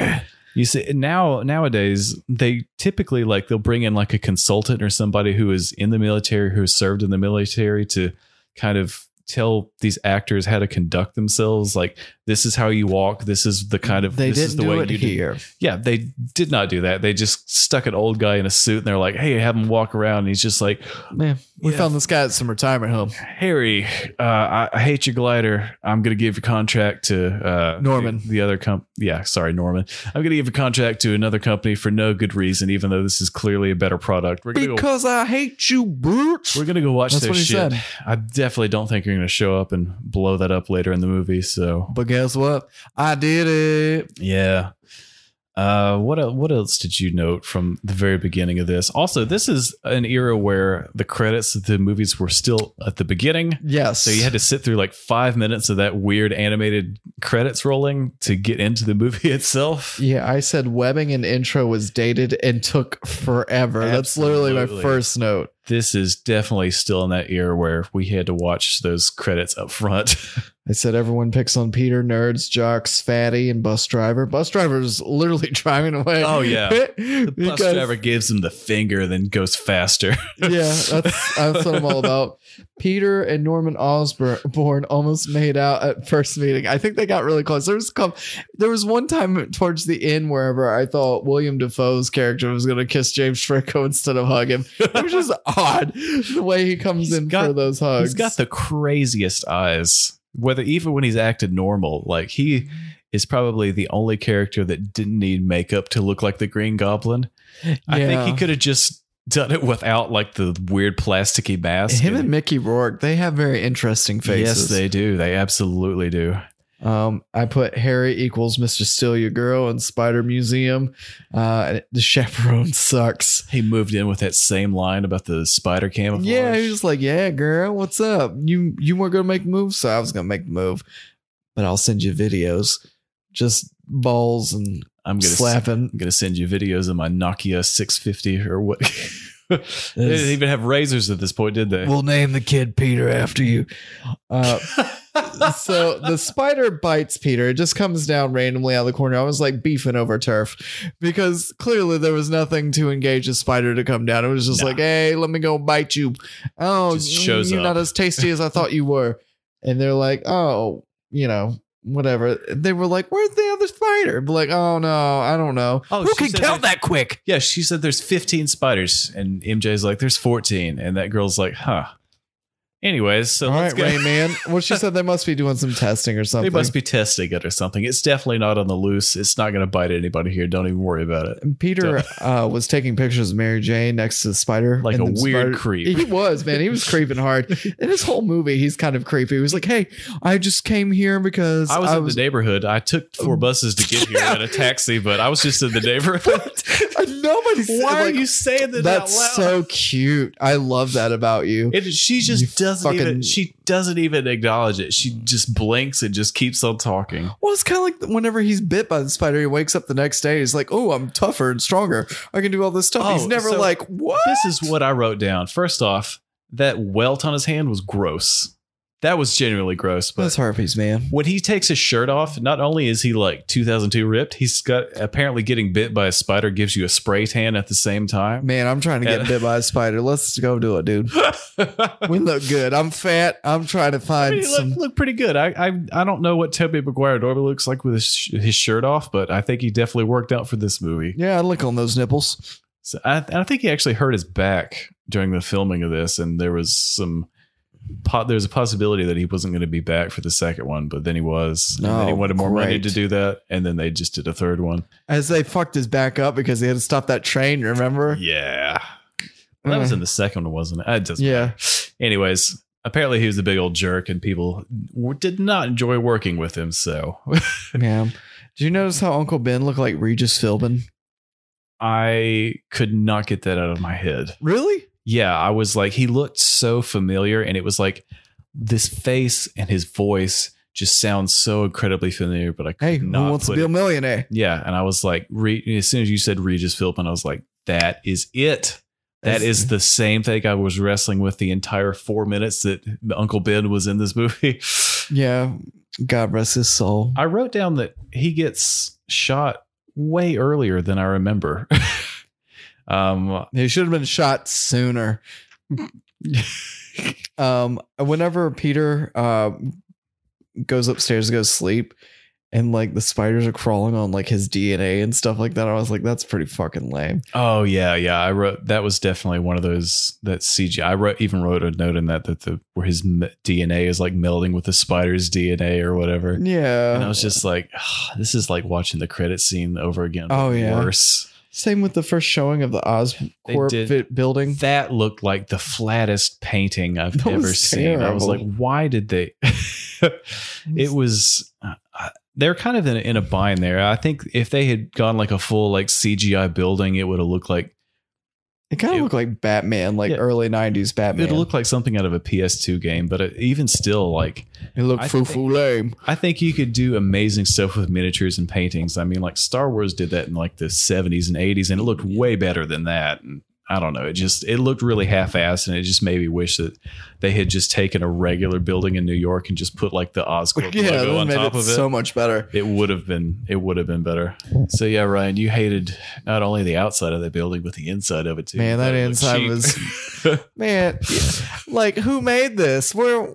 Speaker 1: You see now nowadays they typically like they'll bring in like a consultant or somebody who is in the military who has served in the military to kind of tell these actors how to conduct themselves like this is how you walk this is the kind of
Speaker 2: They
Speaker 1: this
Speaker 2: didn't
Speaker 1: is the
Speaker 2: do
Speaker 1: way
Speaker 2: it
Speaker 1: you do-
Speaker 2: here.
Speaker 1: yeah they did not do that they just stuck an old guy in a suit and they're like hey have him walk around and he's just like
Speaker 2: Man, we
Speaker 1: Yeah.
Speaker 2: found this guy at some retirement home.
Speaker 1: harry uh, I, I hate your glider i'm gonna give your contract to uh,
Speaker 2: Norman.
Speaker 1: the, the other comp yeah sorry norman i'm gonna give your contract to another company for no good reason even though this is clearly a better product we're gonna go
Speaker 2: Because I hate you, brutes.
Speaker 1: we're gonna go watch
Speaker 2: That's
Speaker 1: their
Speaker 2: what he
Speaker 1: shit.
Speaker 2: said.
Speaker 1: I definitely don't think you're gonna show up and blow that up later in the movie. So
Speaker 2: But guess what? I did it.
Speaker 1: Yeah. Uh, what el- what else did you note from the very beginning of this? Also, this is an era where the credits of the movies were still at the beginning,
Speaker 2: Yes.
Speaker 1: so you had to sit through like five minutes of that weird animated credits rolling to get into the movie [laughs] itself.
Speaker 2: Yeah, I said webbing and intro was dated and took forever. That's literally my
Speaker 1: Absolutely.
Speaker 2: first note.
Speaker 1: This is definitely still in that era where we had to watch those credits up front. [laughs]
Speaker 2: I said everyone picks on Peter, nerds, jocks, fatty, and bus driver. Bus driver's literally [laughs] driving away.
Speaker 1: Oh,
Speaker 2: [laughs]
Speaker 1: yeah. The bus
Speaker 2: Because-
Speaker 1: driver gives him the finger, then goes faster. [laughs]
Speaker 2: yeah, that's that's what I'm all about. Peter and Norman Osborn almost made out at first meeting. I think they got really close. There was a couple, there was one time towards the end wherever I thought William Defoe's character was gonna kiss James Franco instead of hug him. It was just odd the way he comes
Speaker 1: He's
Speaker 2: in
Speaker 1: got-
Speaker 2: for those hugs.
Speaker 1: He's got the craziest eyes. Whether even when he's acted normal, like he is probably the only character that didn't need makeup to look like the Green Goblin. I think he
Speaker 2: Yeah.
Speaker 1: could have just done it without like the weird plasticky mask.
Speaker 2: him and Mickey Rourke, they have very interesting
Speaker 1: Yes,
Speaker 2: faces.
Speaker 1: they do. They absolutely do.
Speaker 2: Um, I put Harry equals Mr. Steal Your Girl and Spider Museum. Uh, the chaperone sucks.
Speaker 1: He moved in with that same line about the spider camouflage.
Speaker 2: Yeah, he was like, "Yeah, girl, what's up? You you weren't gonna make moves, so I was gonna make the move, but I'll send you videos, just balls and
Speaker 1: I'm gonna
Speaker 2: slapping."
Speaker 1: I'm gonna send you videos of my Nokia 650 or what. [laughs] they didn't even have razors at this point, did [laughs] they?
Speaker 2: We'll name the kid Peter after you.
Speaker 1: [laughs]
Speaker 2: Uh, so the spider bites Peter. It just comes down randomly out of the corner. I was like beefing over turf because clearly there was nothing to engage the spider to come down. It was just
Speaker 1: Nah.
Speaker 2: like, hey, let me go bite you. Oh,
Speaker 1: Just shows
Speaker 2: you're
Speaker 1: up.
Speaker 2: not as tasty as I thought you were. And they're like, oh, you know, whatever. They were like, where's the other spider? Be like, oh no, I don't know.
Speaker 1: Oh,
Speaker 2: Who
Speaker 1: she
Speaker 2: can
Speaker 1: said
Speaker 2: count
Speaker 1: that-
Speaker 2: that quick?
Speaker 1: Yeah, she said there's 15 spiders, and MJ's like, there's 14. And that girl's like, huh. Anyways, so
Speaker 2: All
Speaker 1: let's
Speaker 2: right,
Speaker 1: go.
Speaker 2: Rain Man.
Speaker 1: [laughs]
Speaker 2: Well, she said they must be doing some testing or
Speaker 1: They
Speaker 2: something.
Speaker 1: must be testing it or something. It's definitely not on the loose. It's not going to bite anybody here. Don't even worry about it.
Speaker 2: Peter uh, was taking pictures of Mary Jane next to the spider,
Speaker 1: Like
Speaker 2: and
Speaker 1: a
Speaker 2: then the
Speaker 1: weird
Speaker 2: spider-
Speaker 1: creep.
Speaker 2: He was man, he was creeping hard. In this whole movie, he's kind of creepy. He was like, "Hey, I just came here because
Speaker 1: I was in the neighborhood. I took four
Speaker 2: Oh.
Speaker 1: buses to get here and a taxi, but I was just in the
Speaker 2: [laughs]
Speaker 1: neighborhood.
Speaker 2: nobody. said,
Speaker 1: Why are
Speaker 2: like,
Speaker 1: you saying that
Speaker 2: That's
Speaker 1: out loud?
Speaker 2: so cute. I love that about you.
Speaker 1: It, she just
Speaker 2: You
Speaker 1: doesn't
Speaker 2: fucking-
Speaker 1: even she doesn't even acknowledge it. She just blinks and just keeps on talking.
Speaker 2: well, it's kind of like whenever he's bit by the spider, he wakes up the next day. He's like, "Oh, I'm tougher and stronger. I can do all this stuff."
Speaker 1: Oh,
Speaker 2: he's never
Speaker 1: so
Speaker 2: like, "What?"
Speaker 1: This is what I wrote down. First off, that welt on his hand was gross. That was genuinely gross. But
Speaker 2: That's harpies, man.
Speaker 1: when he takes his shirt off, not only is he like 2002 ripped, he's got apparently getting bit by a spider gives you a spray tan at the same time.
Speaker 2: Man, I'm trying to get
Speaker 1: And-
Speaker 2: bit by a spider. Let's go do
Speaker 1: [laughs]
Speaker 2: it, dude. we look good. I'm fat. I'm trying to
Speaker 1: I
Speaker 2: find
Speaker 1: mean, he
Speaker 2: some.
Speaker 1: looked, looked pretty good. I, I I don't know what Toby Maguire normally looks like with his, sh- his shirt off, but I think he definitely worked out for this movie.
Speaker 2: Yeah, I look on those nipples.
Speaker 1: So I, I think he actually hurt his back during the filming of this, and there was some. Po- there was a possibility that he wasn't going to be back for the second one, but then he was. and then he
Speaker 2: Oh,
Speaker 1: wanted more money
Speaker 2: great.
Speaker 1: to do that, and then they just did a third one.
Speaker 2: As they fucked his back up because he had to stop that train. Remember? Uh,
Speaker 1: Yeah, that was in the second one, wasn't it? It doesn't
Speaker 2: Mm. Yeah.
Speaker 1: matter. Anyways, apparently he was a big old jerk, and people w- did not enjoy working with him. So
Speaker 2: Yeah. Did you notice how Uncle Ben looked like Regis Philbin?
Speaker 1: I could not get that out of my head.
Speaker 2: Really?
Speaker 1: yeah, I was like, he looked so familiar, and it was like this face and his voice just sounds so incredibly familiar, but I could
Speaker 2: Hey, who
Speaker 1: not
Speaker 2: wants to
Speaker 1: put
Speaker 2: be a
Speaker 1: it-
Speaker 2: millionaire?
Speaker 1: Yeah, and I was like, re- as soon as you said Regis Philbin, I was like, that is it. That
Speaker 2: That's-
Speaker 1: is the same thing I was wrestling with the entire four minutes that Uncle Ben was in this movie. [laughs]
Speaker 2: Yeah. God rest his soul.
Speaker 1: I wrote down that he gets shot way earlier than I remember. [laughs] um,
Speaker 2: He should have been
Speaker 1: [laughs]
Speaker 2: shot sooner. um, whenever Peter uh, goes upstairs to go sleep, and like the spiders are crawling on like his DNA and stuff like that, I was like, that's pretty fucking lame.
Speaker 1: Oh yeah, yeah. I wrote that was definitely one of those that CG. I wrote even wrote a note in that that the where his m- DNA is like melding with the spider's DNA or whatever.
Speaker 2: Yeah.
Speaker 1: And I was just like, "Ah, this is like watching the credit scene over again. but
Speaker 2: Oh, yeah.
Speaker 1: worse.
Speaker 2: Same with the first showing of the
Speaker 1: They
Speaker 2: Oscorp
Speaker 1: did-
Speaker 2: fit building.
Speaker 1: That looked like the flattest painting I've
Speaker 2: That was
Speaker 1: ever seen. I was like,
Speaker 2: terrible.
Speaker 1: why did they? [laughs] it was. Uh, they're kind of in, a- in a bind there. I think if they had gone like a full like CGI building, it would have looked like
Speaker 2: it kind
Speaker 1: it-
Speaker 2: of looked like Batman, like
Speaker 1: Yeah.
Speaker 2: early '90s Batman.
Speaker 1: It looked like something out of a PS2 game, but it, even still, like
Speaker 2: it looked
Speaker 1: I
Speaker 2: foo
Speaker 1: think-
Speaker 2: foo lame.
Speaker 1: I think you could do amazing stuff with miniatures and paintings. I mean, like Star Wars did that in like the 70s and 80s, and it looked way better than that. And I don't know. It just it looked really half-assed, and it just made me wish that they had just taken a regular building in New York and just put like the
Speaker 2: [laughs]
Speaker 1: Oscorp
Speaker 2: that
Speaker 1: logo on
Speaker 2: made
Speaker 1: top
Speaker 2: it
Speaker 1: of it.
Speaker 2: so much better.
Speaker 1: it would have been it would have been better. So yeah, Ryan, you hated not only the outside of the building but the inside of it too.
Speaker 2: Man, that
Speaker 1: It looked
Speaker 2: inside
Speaker 1: cheap. [laughs]
Speaker 2: was man. Like, who made this? Where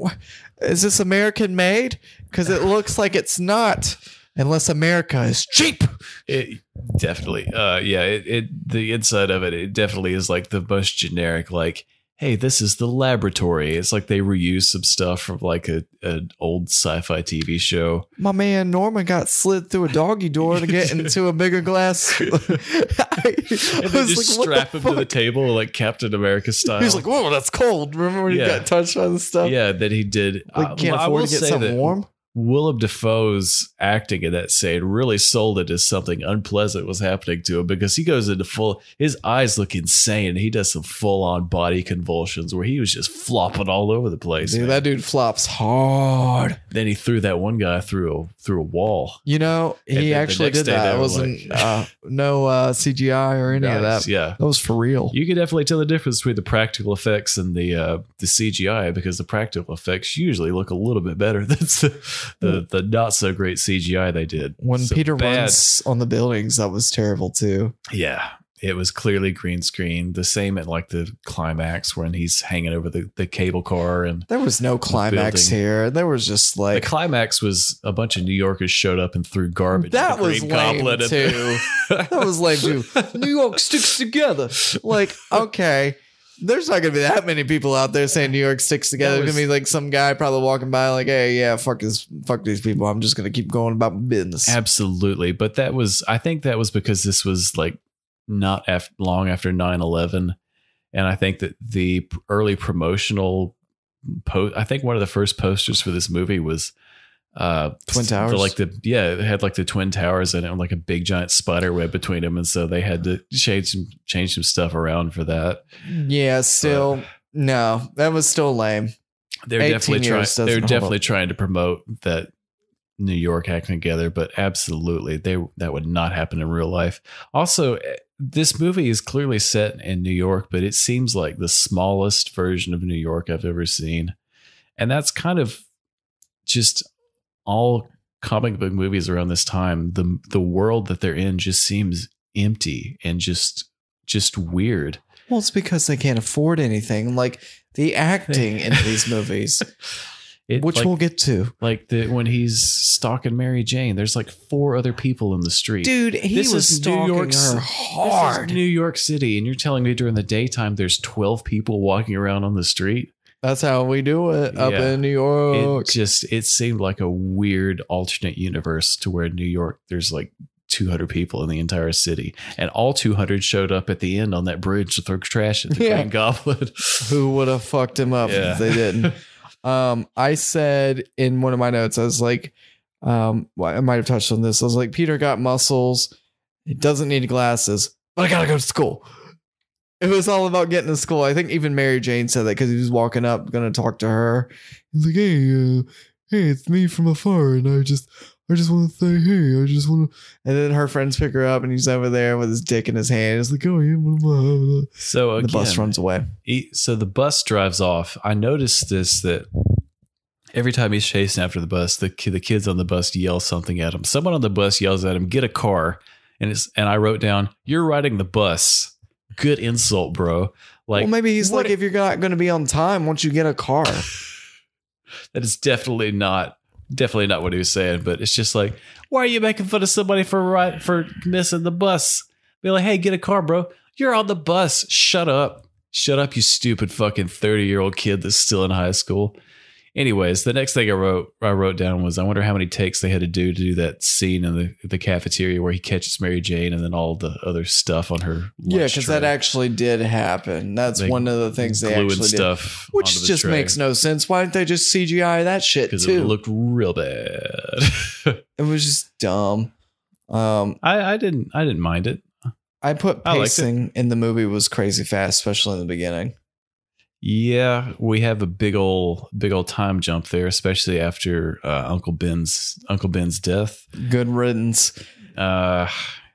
Speaker 2: is this American made? Because it looks like it's not, unless America is cheap.
Speaker 1: It definitely, uh, yeah. It, it the inside of it, it definitely is like the most generic. Like, hey, this is the laboratory. It's like they reuse some stuff from like a an old sci-fi TV
Speaker 2: [laughs]
Speaker 1: show.
Speaker 2: My man Norman got slid through a doggy door
Speaker 1: [laughs]
Speaker 2: to get into a bigger glass. [laughs] I,
Speaker 1: And
Speaker 2: I
Speaker 1: they
Speaker 2: was
Speaker 1: just
Speaker 2: like, what
Speaker 1: strap
Speaker 2: the
Speaker 1: him to the
Speaker 2: fuck?
Speaker 1: table like Captain America style.
Speaker 2: [laughs] He was like, "Whoa, that's cold." Remember when
Speaker 1: Yeah.
Speaker 2: you got touched on the stuff?
Speaker 1: yeah, that he did.
Speaker 2: we
Speaker 1: I-
Speaker 2: can't
Speaker 1: I will
Speaker 2: afford to get
Speaker 1: say
Speaker 2: something
Speaker 1: that
Speaker 2: warm.
Speaker 1: Willem Dafoe's acting in that scene really sold it as something unpleasant was happening to him because he goes into full, his eyes look insane. He does some full on body convulsions where he was just flopping all over the place.
Speaker 2: Dude,
Speaker 1: man.
Speaker 2: that dude flops hard.
Speaker 1: then he threw that one guy through a, through a wall.
Speaker 2: You know,
Speaker 1: And then
Speaker 2: he
Speaker 1: the
Speaker 2: actually
Speaker 1: next
Speaker 2: did
Speaker 1: day
Speaker 2: that.
Speaker 1: they
Speaker 2: It
Speaker 1: were
Speaker 2: wasn't
Speaker 1: like-
Speaker 2: uh, no uh, CGI or any of
Speaker 1: Nice,
Speaker 2: that.
Speaker 1: Yeah.
Speaker 2: That was for real.
Speaker 1: You can definitely tell the difference between the practical effects and the uh, the CGI because the practical effects usually look a little bit better [laughs] than the the, the not so great CGI they did.
Speaker 2: when
Speaker 1: So
Speaker 2: Peter
Speaker 1: bad.
Speaker 2: runs on the buildings, that was terrible too.
Speaker 1: Yeah. It was clearly green screen. The same at like the climax when he's hanging over the, the cable car and
Speaker 2: There was no climax
Speaker 1: building.
Speaker 2: here. There was just
Speaker 1: the
Speaker 2: like
Speaker 1: climax was a bunch of New Yorkers showed up and threw garbage. at
Speaker 2: that
Speaker 1: the
Speaker 2: was
Speaker 1: Green
Speaker 2: lame
Speaker 1: Goblin and- [laughs]
Speaker 2: too. that was lame too. New York sticks together.
Speaker 1: [laughs]
Speaker 2: Like okay. There's not gonna be that many people out there saying New York sticks together.
Speaker 1: That
Speaker 2: There's gonna
Speaker 1: was-
Speaker 2: be like some guy probably walking by, like, "Hey, yeah, fuck this, fuck these people. I'm just gonna keep going about my business."
Speaker 1: Absolutely. But that was, I think that was because this was like not af- long after 9 11. And I think that the p- early promotional post, I think one of the first posters for this movie was uh
Speaker 2: Twin
Speaker 1: s-
Speaker 2: Towers?
Speaker 1: for like the yeah it had like the twin towers in it and like a big giant spider web between them and so they had to change some change some stuff around for that
Speaker 2: Yeah, still no. That was still lame.
Speaker 1: they're
Speaker 2: 18
Speaker 1: definitely trying
Speaker 2: years doesn't
Speaker 1: they're
Speaker 2: hold
Speaker 1: definitely
Speaker 2: up.
Speaker 1: trying to promote that New York acting together, but absolutely they that would not happen in real life. Also, eh, this movie is clearly set in New York, but it seems like the smallest version of New York I've ever seen. And that's kind of just all comic book movies around this time. The the world that they're in just seems empty and just just weird.
Speaker 2: Well, it's because they can't afford anything. Like the
Speaker 1: [laughs]
Speaker 2: acting in these movies,
Speaker 1: It-
Speaker 2: which
Speaker 1: like-
Speaker 2: we'll get to.
Speaker 1: Like the when he's stalking Mary Jane, there's like four other people in the street.
Speaker 2: Dude, he
Speaker 1: This
Speaker 2: was
Speaker 1: is New
Speaker 2: stalking
Speaker 1: York
Speaker 2: her
Speaker 1: Ci-
Speaker 2: hard.
Speaker 1: This is New York City, and you're telling me during the daytime there's 12 people walking around on the street?
Speaker 2: That's how we do it up
Speaker 1: Yeah.
Speaker 2: in New York.
Speaker 1: It just it seemed like a weird alternate universe to where New York there's like 200 people in the entire city, and all 200 showed up at the end on that bridge to throw trash at the
Speaker 2: Yeah.
Speaker 1: Green Goblin.
Speaker 2: Who would have fucked him up
Speaker 1: [laughs] Yeah.
Speaker 2: if
Speaker 1: [laughs]
Speaker 2: they didn't? um, I said in one of my notes, I was like, um, well, I might have touched on this. I was like, Peter got muscles. He doesn't need glasses, but I gotta go to school. It was all about getting to school. I think even Mary Jane said that because he was walking up, gonna talk to her. He's like, "Hey, uh, hey, it's me from afar, and I just, I just want to say, hey, I just want to." And then her friends pick her up, and he's over there with his dick in his hand. He's like, "Oh yeah, blah, blah, blah."
Speaker 1: So again,
Speaker 2: the bus runs away.
Speaker 1: he, so the bus drives off. I noticed this that every time he's chasing after the bus, the ki- the kids on the bus yell something at him. Someone on the bus yells at him, "Get a car!" And it's and I wrote down, "You're riding the bus." Good insult, bro. Like
Speaker 2: well, maybe he's
Speaker 1: what
Speaker 2: like, if you're not going to be on time, once you get a car,
Speaker 1: that is definitely not definitely not what he was saying. But it's just like, why are you making fun of somebody for right for missing the bus? Be like, hey, get a car, bro. You're on the bus. Shut up. Shut up, you stupid fucking 30 year old kid that's still in high school. Anyways, the next thing I wrote I wrote down was I wonder how many takes they had to do to do that scene in the, the cafeteria where he catches Mary Jane and then all the other stuff on her.
Speaker 2: yeah,
Speaker 1: lunch
Speaker 2: because
Speaker 1: tray.
Speaker 2: that actually did happen. That's
Speaker 1: They
Speaker 2: one of the things they
Speaker 1: gluing
Speaker 2: actually did,
Speaker 1: stuff,
Speaker 2: which
Speaker 1: onto the
Speaker 2: just
Speaker 1: tray
Speaker 2: makes no sense. Why didn't they just CGI that shit
Speaker 1: because
Speaker 2: too?
Speaker 1: it
Speaker 2: It,
Speaker 1: looked real bad. [laughs]
Speaker 2: was just dumb. Um,
Speaker 1: I, I didn't I didn't mind it.
Speaker 2: I put
Speaker 1: I liked it.
Speaker 2: pacing in the movie was crazy fast, especially in the beginning.
Speaker 1: Yeah, we have a big old big old time jump there, especially after uh, Uncle Ben's Uncle Ben's death.
Speaker 2: Good riddance.
Speaker 1: Uh,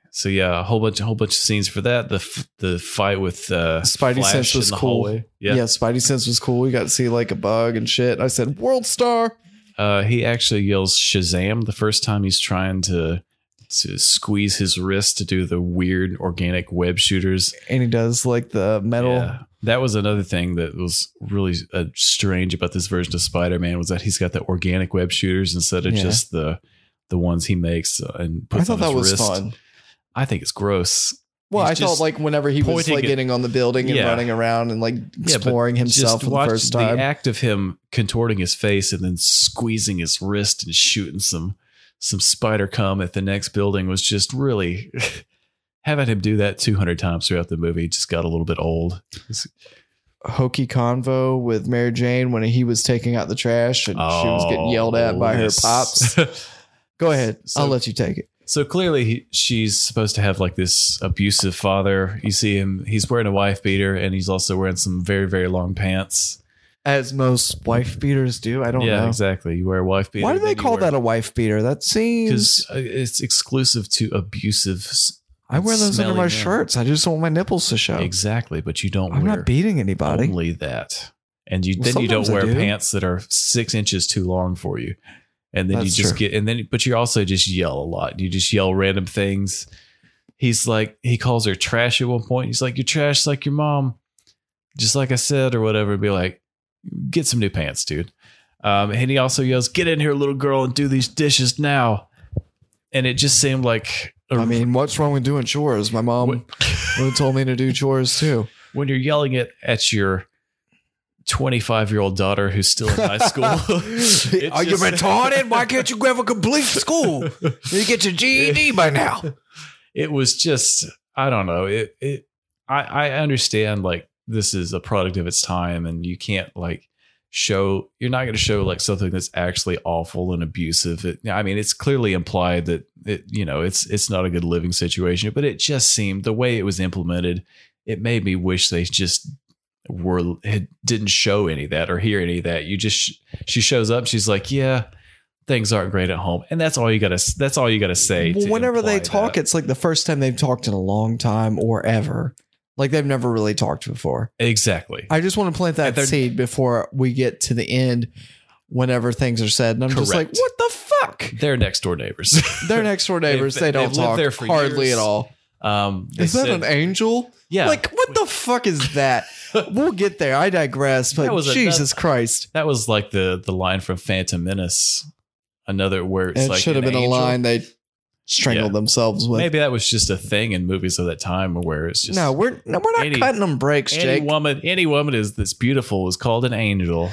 Speaker 1: So yeah, a whole bunch, a whole bunch of scenes for that. The f- the fight with uh,
Speaker 2: Spidey
Speaker 1: Flash
Speaker 2: sense
Speaker 1: in
Speaker 2: was
Speaker 1: the
Speaker 2: cool.
Speaker 1: hallway.
Speaker 2: Yeah.
Speaker 1: Yeah,
Speaker 2: Spidey sense was cool. We got to see like a bug and shit. I said, "World Star."
Speaker 1: Uh, he actually yells Shazam the first time he's trying to to squeeze his wrist to do the weird organic web shooters.
Speaker 2: and he does like the metal.
Speaker 1: Yeah. That was another thing that was really uh, strange about this version of Spider-Man was that he's got the organic web shooters instead of
Speaker 2: Yeah.
Speaker 1: just the the ones he makes and
Speaker 2: I
Speaker 1: puts
Speaker 2: thought
Speaker 1: on
Speaker 2: that
Speaker 1: his
Speaker 2: was
Speaker 1: wrist.
Speaker 2: fun.
Speaker 1: I think it's gross.
Speaker 2: Well,
Speaker 1: He's
Speaker 2: I felt
Speaker 1: just
Speaker 2: like whenever he was
Speaker 1: pointing
Speaker 2: like
Speaker 1: at-
Speaker 2: getting on the building and
Speaker 1: Yeah.
Speaker 2: running around and like
Speaker 1: but
Speaker 2: exploring himself
Speaker 1: Just
Speaker 2: for the
Speaker 1: watch
Speaker 2: first time.
Speaker 1: The act of him contorting his face and then squeezing his wrist and shooting some some spider cum at the next building was just really [laughs] having him do that 200 times throughout the movie just got a little bit old.
Speaker 2: Hokey convo with Mary Jane when he was taking out the trash and she was getting yelled at by her pops.
Speaker 1: [laughs]
Speaker 2: Go [laughs] ahead,
Speaker 1: So-
Speaker 2: I'll let you take it.
Speaker 1: So clearly, he, she's supposed to have like this abusive father. You see him; he's wearing a wife beater, and he's also wearing some very, very long pants.
Speaker 2: As most wife beaters do. I don't
Speaker 1: yeah,
Speaker 2: know.
Speaker 1: exactly. You wear a wife beater.
Speaker 2: Oh, Why do they call that a wife beater? That
Speaker 1: Because
Speaker 2: seems.
Speaker 1: it's exclusive to abusive. s-
Speaker 2: I wear those under
Speaker 1: smelly
Speaker 2: my
Speaker 1: men.
Speaker 2: shirts. I just don't want my nipples to show.
Speaker 1: Exactly, but you don't
Speaker 2: Oh. I'm
Speaker 1: wear
Speaker 2: not beating anybody.
Speaker 1: only that, and you
Speaker 2: Well,
Speaker 1: then you don't
Speaker 2: sometimes I
Speaker 1: wear
Speaker 2: do.
Speaker 1: pants that are six inches too long for you, and then
Speaker 2: That's
Speaker 1: you just
Speaker 2: true.
Speaker 1: get and then but you also just yell a lot. You just yell random things. He's like he calls her trash at one point. He's like you're trash like your mom, just like I said or whatever. And be like, get some new pants, dude. Um, and he also yells, "Get in here, little girl, and do these dishes now." And it just seemed like a
Speaker 2: I mean, what's wrong with doing chores? My mom [laughs]
Speaker 1: What-
Speaker 2: would've told me to do
Speaker 1: [laughs]
Speaker 2: chores too.
Speaker 1: when you're yelling it at your 25 year old daughter who's still in high school.
Speaker 2: [laughs]
Speaker 1: [laughs] it's
Speaker 2: Are you
Speaker 1: just-
Speaker 2: retarded? Why can't you have a complete school?
Speaker 1: [laughs]
Speaker 2: You get your GED by now.
Speaker 1: It was just, I don't know. It, it, I, I understand like this is a product of its time and you can't like show, you're not going to show like something that's actually awful and abusive. It, I mean, it's clearly implied that it, you know, it's, it's not a good living situation, but it just seemed the way it was implemented, it made me wish they just were had, didn't show any of that or hear any of that. You just she shows up, she's like, yeah, things aren't great at home, and that's all you gotta. That's all you gotta say.
Speaker 2: Well,
Speaker 1: to
Speaker 2: whenever they
Speaker 1: imply
Speaker 2: talk,
Speaker 1: that.
Speaker 2: it's like the first time they've talked in a long time or ever. Like they've never really talked before.
Speaker 1: exactly.
Speaker 2: I just want to plant that
Speaker 1: And they're-
Speaker 2: seed before we get to the end. Whenever things are said, and I'm just like,
Speaker 1: Correct.
Speaker 2: what the fuck?
Speaker 1: They're next door neighbors. [laughs]
Speaker 2: They're next door neighbors.
Speaker 1: They've-
Speaker 2: they don't
Speaker 1: they've lived
Speaker 2: talk
Speaker 1: there for
Speaker 2: hardly
Speaker 1: years.
Speaker 2: at all.
Speaker 1: um, they
Speaker 2: Is that
Speaker 1: said-
Speaker 2: an angel?
Speaker 1: yeah?
Speaker 2: Like, what the fuck
Speaker 1: [laughs]
Speaker 2: is that? we'll get there. I digress. But
Speaker 1: That was a-
Speaker 2: Jesus Christ.
Speaker 1: that was like the the line from Phantom Menace. Another where it's
Speaker 2: It
Speaker 1: like
Speaker 2: should have
Speaker 1: an
Speaker 2: been
Speaker 1: angel.
Speaker 2: a line they strangled
Speaker 1: Yeah.
Speaker 2: themselves with.
Speaker 1: Maybe that was just a thing in movies of that time where it's just
Speaker 2: no, we're no, we're not
Speaker 1: Any-
Speaker 2: cutting them breaks,
Speaker 1: any
Speaker 2: Jake.
Speaker 1: woman any woman is that's beautiful is called an angel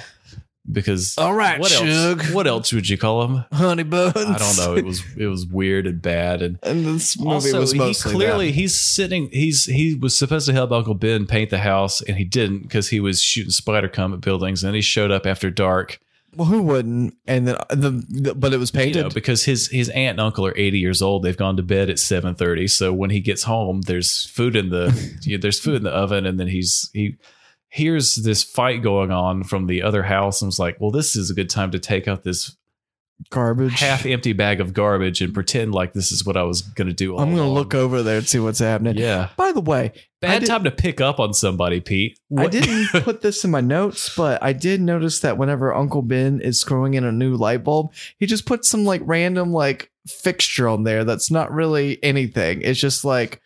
Speaker 1: because
Speaker 2: All right,
Speaker 1: what
Speaker 2: Suge.
Speaker 1: else what else would you call him
Speaker 2: Honey buns.
Speaker 1: i don't know it was it was weird and bad and
Speaker 2: And this movie
Speaker 1: also,
Speaker 2: was
Speaker 1: he
Speaker 2: mostly
Speaker 1: clearly
Speaker 2: that.
Speaker 1: he's sitting he's he was supposed to help uncle ben paint the house and he didn't because he was shooting spider cum at buildings and he showed up after dark
Speaker 2: Well, who wouldn't? And then uh, the, the but it was
Speaker 1: you know,
Speaker 2: painted.
Speaker 1: because his his aunt and uncle are 80 years old they've gone to bed at 7.30 so when he gets home there's food in
Speaker 2: [laughs]
Speaker 1: the yeah, there's food in the oven and then he's he hears this fight going on from the other house and was like well this is a good time to take out this
Speaker 2: Garbage.
Speaker 1: half empty bag of garbage and pretend like this is what i was going to do all
Speaker 2: I'm gonna
Speaker 1: along."
Speaker 2: look over there and see what's happening.
Speaker 1: yeah
Speaker 2: By the way, I
Speaker 1: Bad
Speaker 2: did-
Speaker 1: time to pick up on somebody, Pete.
Speaker 2: I
Speaker 1: What- [laughs]
Speaker 2: didn't put this in my notes, but I did notice that whenever Uncle Ben is screwing in a new light bulb, he just puts some like random like fixture on there that's not really anything. It's just like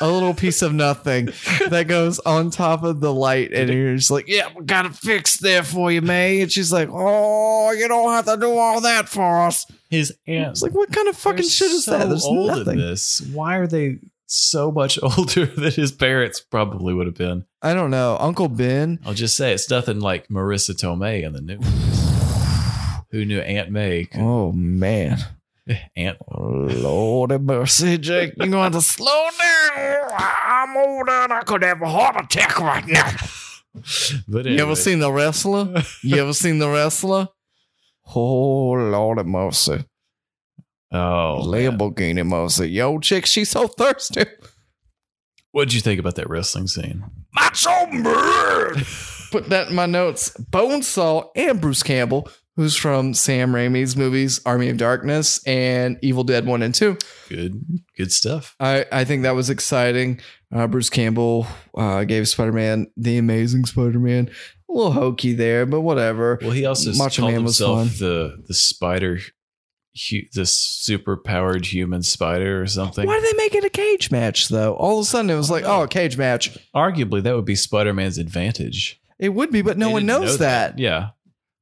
Speaker 2: a little piece of nothing that goes on top of the light, and you're just like, "Yeah, we got it fixed there for you, May." And she's like, "Oh, you don't have to do all that for us."
Speaker 1: His
Speaker 2: It's
Speaker 1: aunt's
Speaker 2: like, "What kind of fucking shit is that?" There's
Speaker 1: old in
Speaker 2: nothing.
Speaker 1: this. Why are they so much [laughs] older than his parents probably would have been?
Speaker 2: I don't know, Uncle Ben.
Speaker 1: I'll just say it's nothing like Marissa Tomei in the new.
Speaker 2: [sighs]
Speaker 1: Who knew Aunt May? could-
Speaker 2: Oh man.
Speaker 1: Aunt
Speaker 2: Lord have mercy, Jake. You're going to slow down. I'm older and I could have a heart attack right now.
Speaker 1: But
Speaker 2: You ever
Speaker 1: anyway,
Speaker 2: seen The Wrestler? You ever seen The Wrestler? Oh, Lord have mercy.
Speaker 1: Oh, man.
Speaker 2: Lamborghini mercy. Yo, chick, she's so thirsty.
Speaker 1: what'd you think about that wrestling scene?
Speaker 2: Macho Bird. Put that in my notes. Bonesaw and Bruce Campbell, who's from Sam Raimi's movies Army of Darkness and Evil Dead 1 and 2.
Speaker 1: Good, good stuff.
Speaker 2: I, I think that was exciting. Uh, Bruce Campbell uh, gave Spider Man the amazing Spider Man. A little hokey there, but whatever.
Speaker 1: Well, he also
Speaker 2: Macho
Speaker 1: called
Speaker 2: Man was
Speaker 1: himself
Speaker 2: fun.
Speaker 1: the the spider, hu- the super powered human spider or something.
Speaker 2: Why did they make it a cage match though? All of a sudden it was like, oh, a cage match.
Speaker 1: Arguably, that would be Spider Man's advantage.
Speaker 2: It would be, but no
Speaker 1: They
Speaker 2: one
Speaker 1: didn't
Speaker 2: knows
Speaker 1: know
Speaker 2: that.
Speaker 1: Yeah,